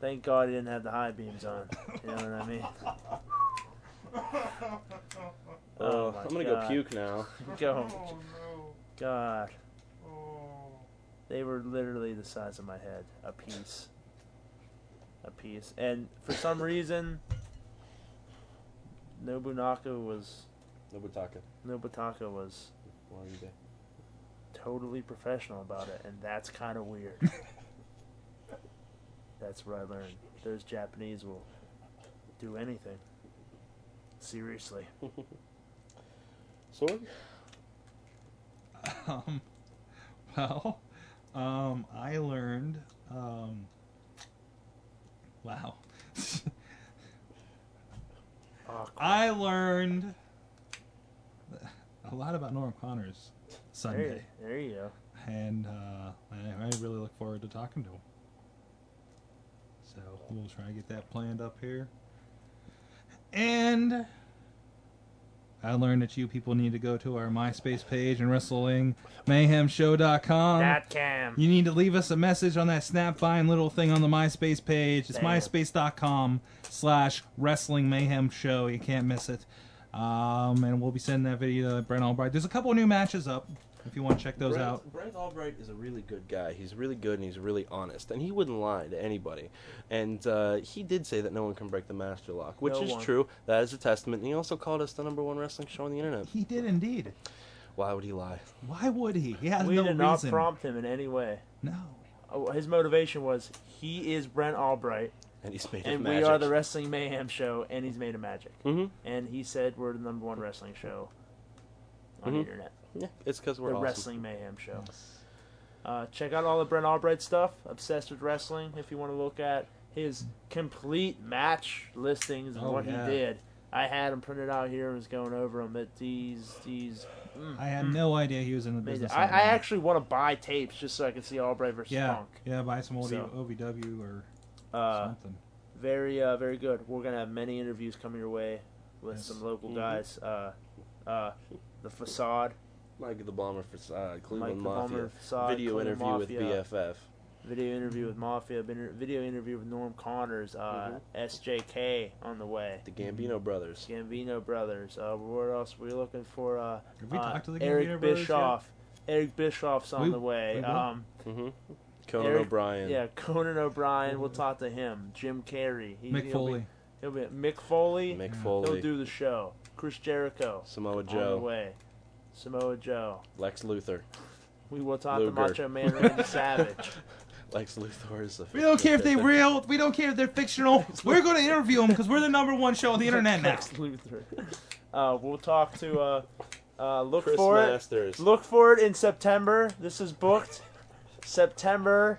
Thank God he didn't have the high beams on. You know what I mean? Oh, my I'm gonna God. go puke now. go. God. They were literally the size of my head, a piece. A piece. And for some reason, Nobunaka was. Nobutaka. Nobutaka was totally professional about it, and that's kind of weird. that's what I learned. Those Japanese will do anything. Seriously. Sword? Um, well, um, I learned. Um, wow. I learned a lot about Norm Connors Sunday, There, there you go. and uh, I, I really look forward to talking to him. So we'll try and get that planned up here. And I learned that you people need to go to our MySpace page and WrestlingMayhemShow.com. Dot com. Um, You need to leave us a message on that Snapvine little thing on the MySpace page. It's Damn. MySpace.com slash Wrestling Mayhem Show. You can't miss it. Um, and we'll be sending that video to Brent Albright. There's a couple of new matches up if you want to check those Brent, out. Brent Albright is a really good guy. He's really good and he's really honest, and he wouldn't lie to anybody. And uh, he did say that no one can break the master lock, which No is one. true. That is a testament. And he also called us the number one wrestling show on the internet. He did indeed. Why would he lie? Why would he? He has we no did reason. not prompt him in any way. No. Oh, His motivation was he is Brent Albright, And he's made and of magic. we are the Wrestling Mayhem Show, and he's made of magic. Mhm. And he said we're the number one wrestling show on the Mhm. internet. Yeah, it's because we're the awesome. Wrestling Mayhem Show. Uh, check out all the Brent Albright stuff, Obsessed with Wrestling, if you want to look at his complete match listings and Oh, what yeah. he did. I had them printed out here and was going over them at these these. mm, I had mm. no idea he was in the Amazing. business. I, like I that. actually want to buy tapes just so I can see Albright versus yeah, Punk. yeah, buy some old E- So- OVW or Uh, something. Very, uh, very good. We're gonna have many interviews coming your way with Yes. some local Mhm. guys. Uh, uh, the facade. Mike the Bomber for uh, Cleveland the Mafia. Bomber Facade, Video Cleveland interview Mafia. with BFF. Video interview with Mafia. been- Video interview with Norm Connors. Mm-hmm. Uh, SJK on the way. The Mm-hmm. Gambino Brothers. Gambino brothers. Uh, what else? We're looking for. Uh, Have we uh, talked to the Eric Gambino brothers yet? Bischoff. Eric Bischoff's on We- the way. we will. um, Mhm. Conan Eric- O'Brien. Yeah, Conan O'Brien. We'll talk to him. Jim Carrey. He, Mm-hmm. Mick he'll Foley. Be, he'll be Mick Foley. Mick Foley. He'll do the show. Chris Jericho. Samoa On Joe. the way. Samoa Joe. Lex Luthor. We will talk Luger. to Macho Man Randy Savage. Lex Luthor is a We don't care if they real. We don't care if they're fictional. We're going to interview them because we're the number one show on the internet now. Lex Luthor. Uh, we'll talk to. Uh, uh, look Chris for Masters. it. Look for it in September. This is booked. September.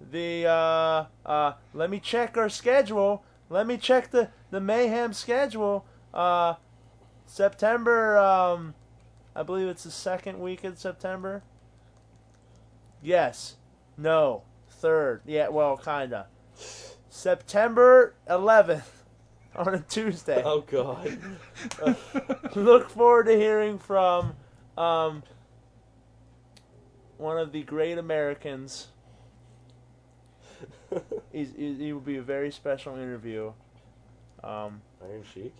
The uh, uh, let me check our schedule. Let me check the, the mayhem schedule. Uh, September, um, I believe it's the second week in September. Yes. No. Third. Yeah, well, kinda. September 11th on a Tuesday. Oh, God. Look forward to hearing from um, one of the great Americans. He's, he, he will be a very special interview. Um, Iron Sheik?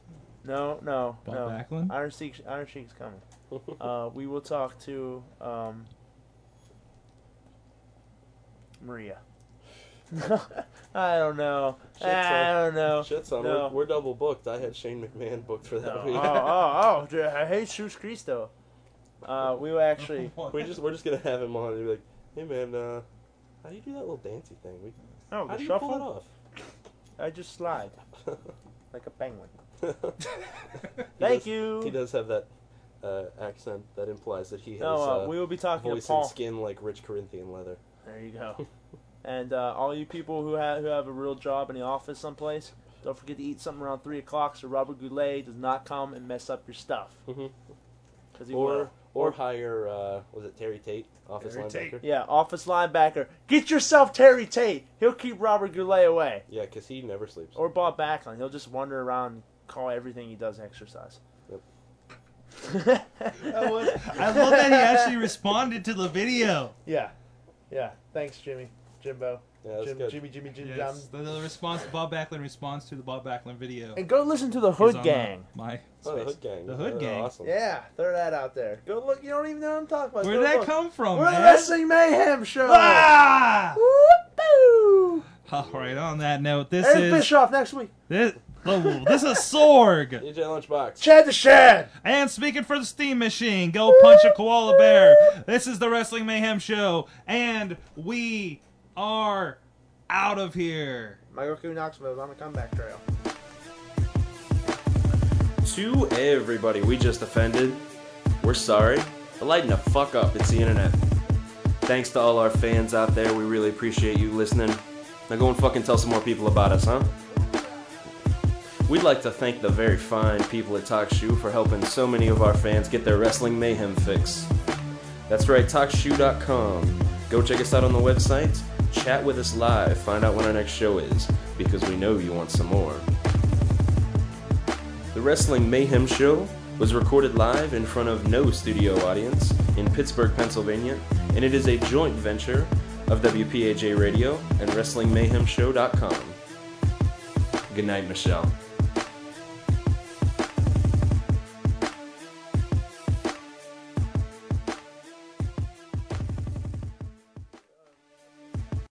No, no, Bob no. Backlund? Iron Sheik, Iron Sheik's coming. uh, we will talk to um, Maria. I don't know. Shit's I on- don't know. Shit's on. No. We're, we're double booked. I had Shane McMahon booked for that Oh, week. oh, oh, dude, I hate Jesus Cristo. Uh, we were actually. we just we're just gonna have him on and be like, hey man, uh, how do you do that little dancey thing? We, Oh, how the do you shuffle? pull it off? I just slide like a penguin. He Thank does- you. He does have that uh, accent that implies that he has. No, uh, uh, we will be talking to voice Paul. and skin like rich Corinthian leather. There you go. and uh, all you people who have who have a real job in the office someplace, don't forget to eat something around three o'clock so Robert Goulet does not come and mess up your stuff. Because he Mm-hmm. Or will. or hire uh, was it Terry Tate, office Terry linebacker? Tate. Yeah, office linebacker. Get yourself Terry Tate. He'll keep Robert Goulet away. Yeah, because he never sleeps. Or Bob Backlund. He'll just wander around and call everything he does exercise. Yep. I, I love that he actually responded to the video. Yeah. Yeah. Thanks, Jimmy. Jimbo. Yeah, that's Jim, good. Jimmy, Jimmy, Jimmy, Yes, the, the response, Bob Backlund responds to the Bob Backlund video. And go listen to the is Hood on Gang. My Oh, the hood gang. The Hood They're Gang. Awesome. Yeah, throw that out there. Go look. You don't even know what I'm talking about. Where'd Go that look. come from, We're man? the Wrestling Mayhem Show. Ah! Whoop-boo. All right. On that note, this Eric is Bischoff next week. this. oh, this is Sorg. DJ Lunchbox. Chad the Shad. And speaking for the steam machine, go punch a koala bear. This is the Wrestling Mayhem Show, and we are out of here. Michael Q. Knoxville's on the comeback trail. To everybody we just offended, we're sorry, but lighten the fuck up, it's the internet. Thanks to all our fans out there, we really appreciate you listening. Now go and fucking tell some more people about us, huh? We'd like to thank the very fine people at Talk Shoe for helping so many of our fans get their wrestling mayhem fix. That's right, TalkShoe.com. Go check us out on the website, chat with us live, find out when our next show is, because we know you want some more. The Wrestling Mayhem Show was recorded live in front of no studio audience in Pittsburgh, Pennsylvania, and it is a joint venture of WPAJ Radio and WrestlingMayhemShow.com. Good night, Michelle.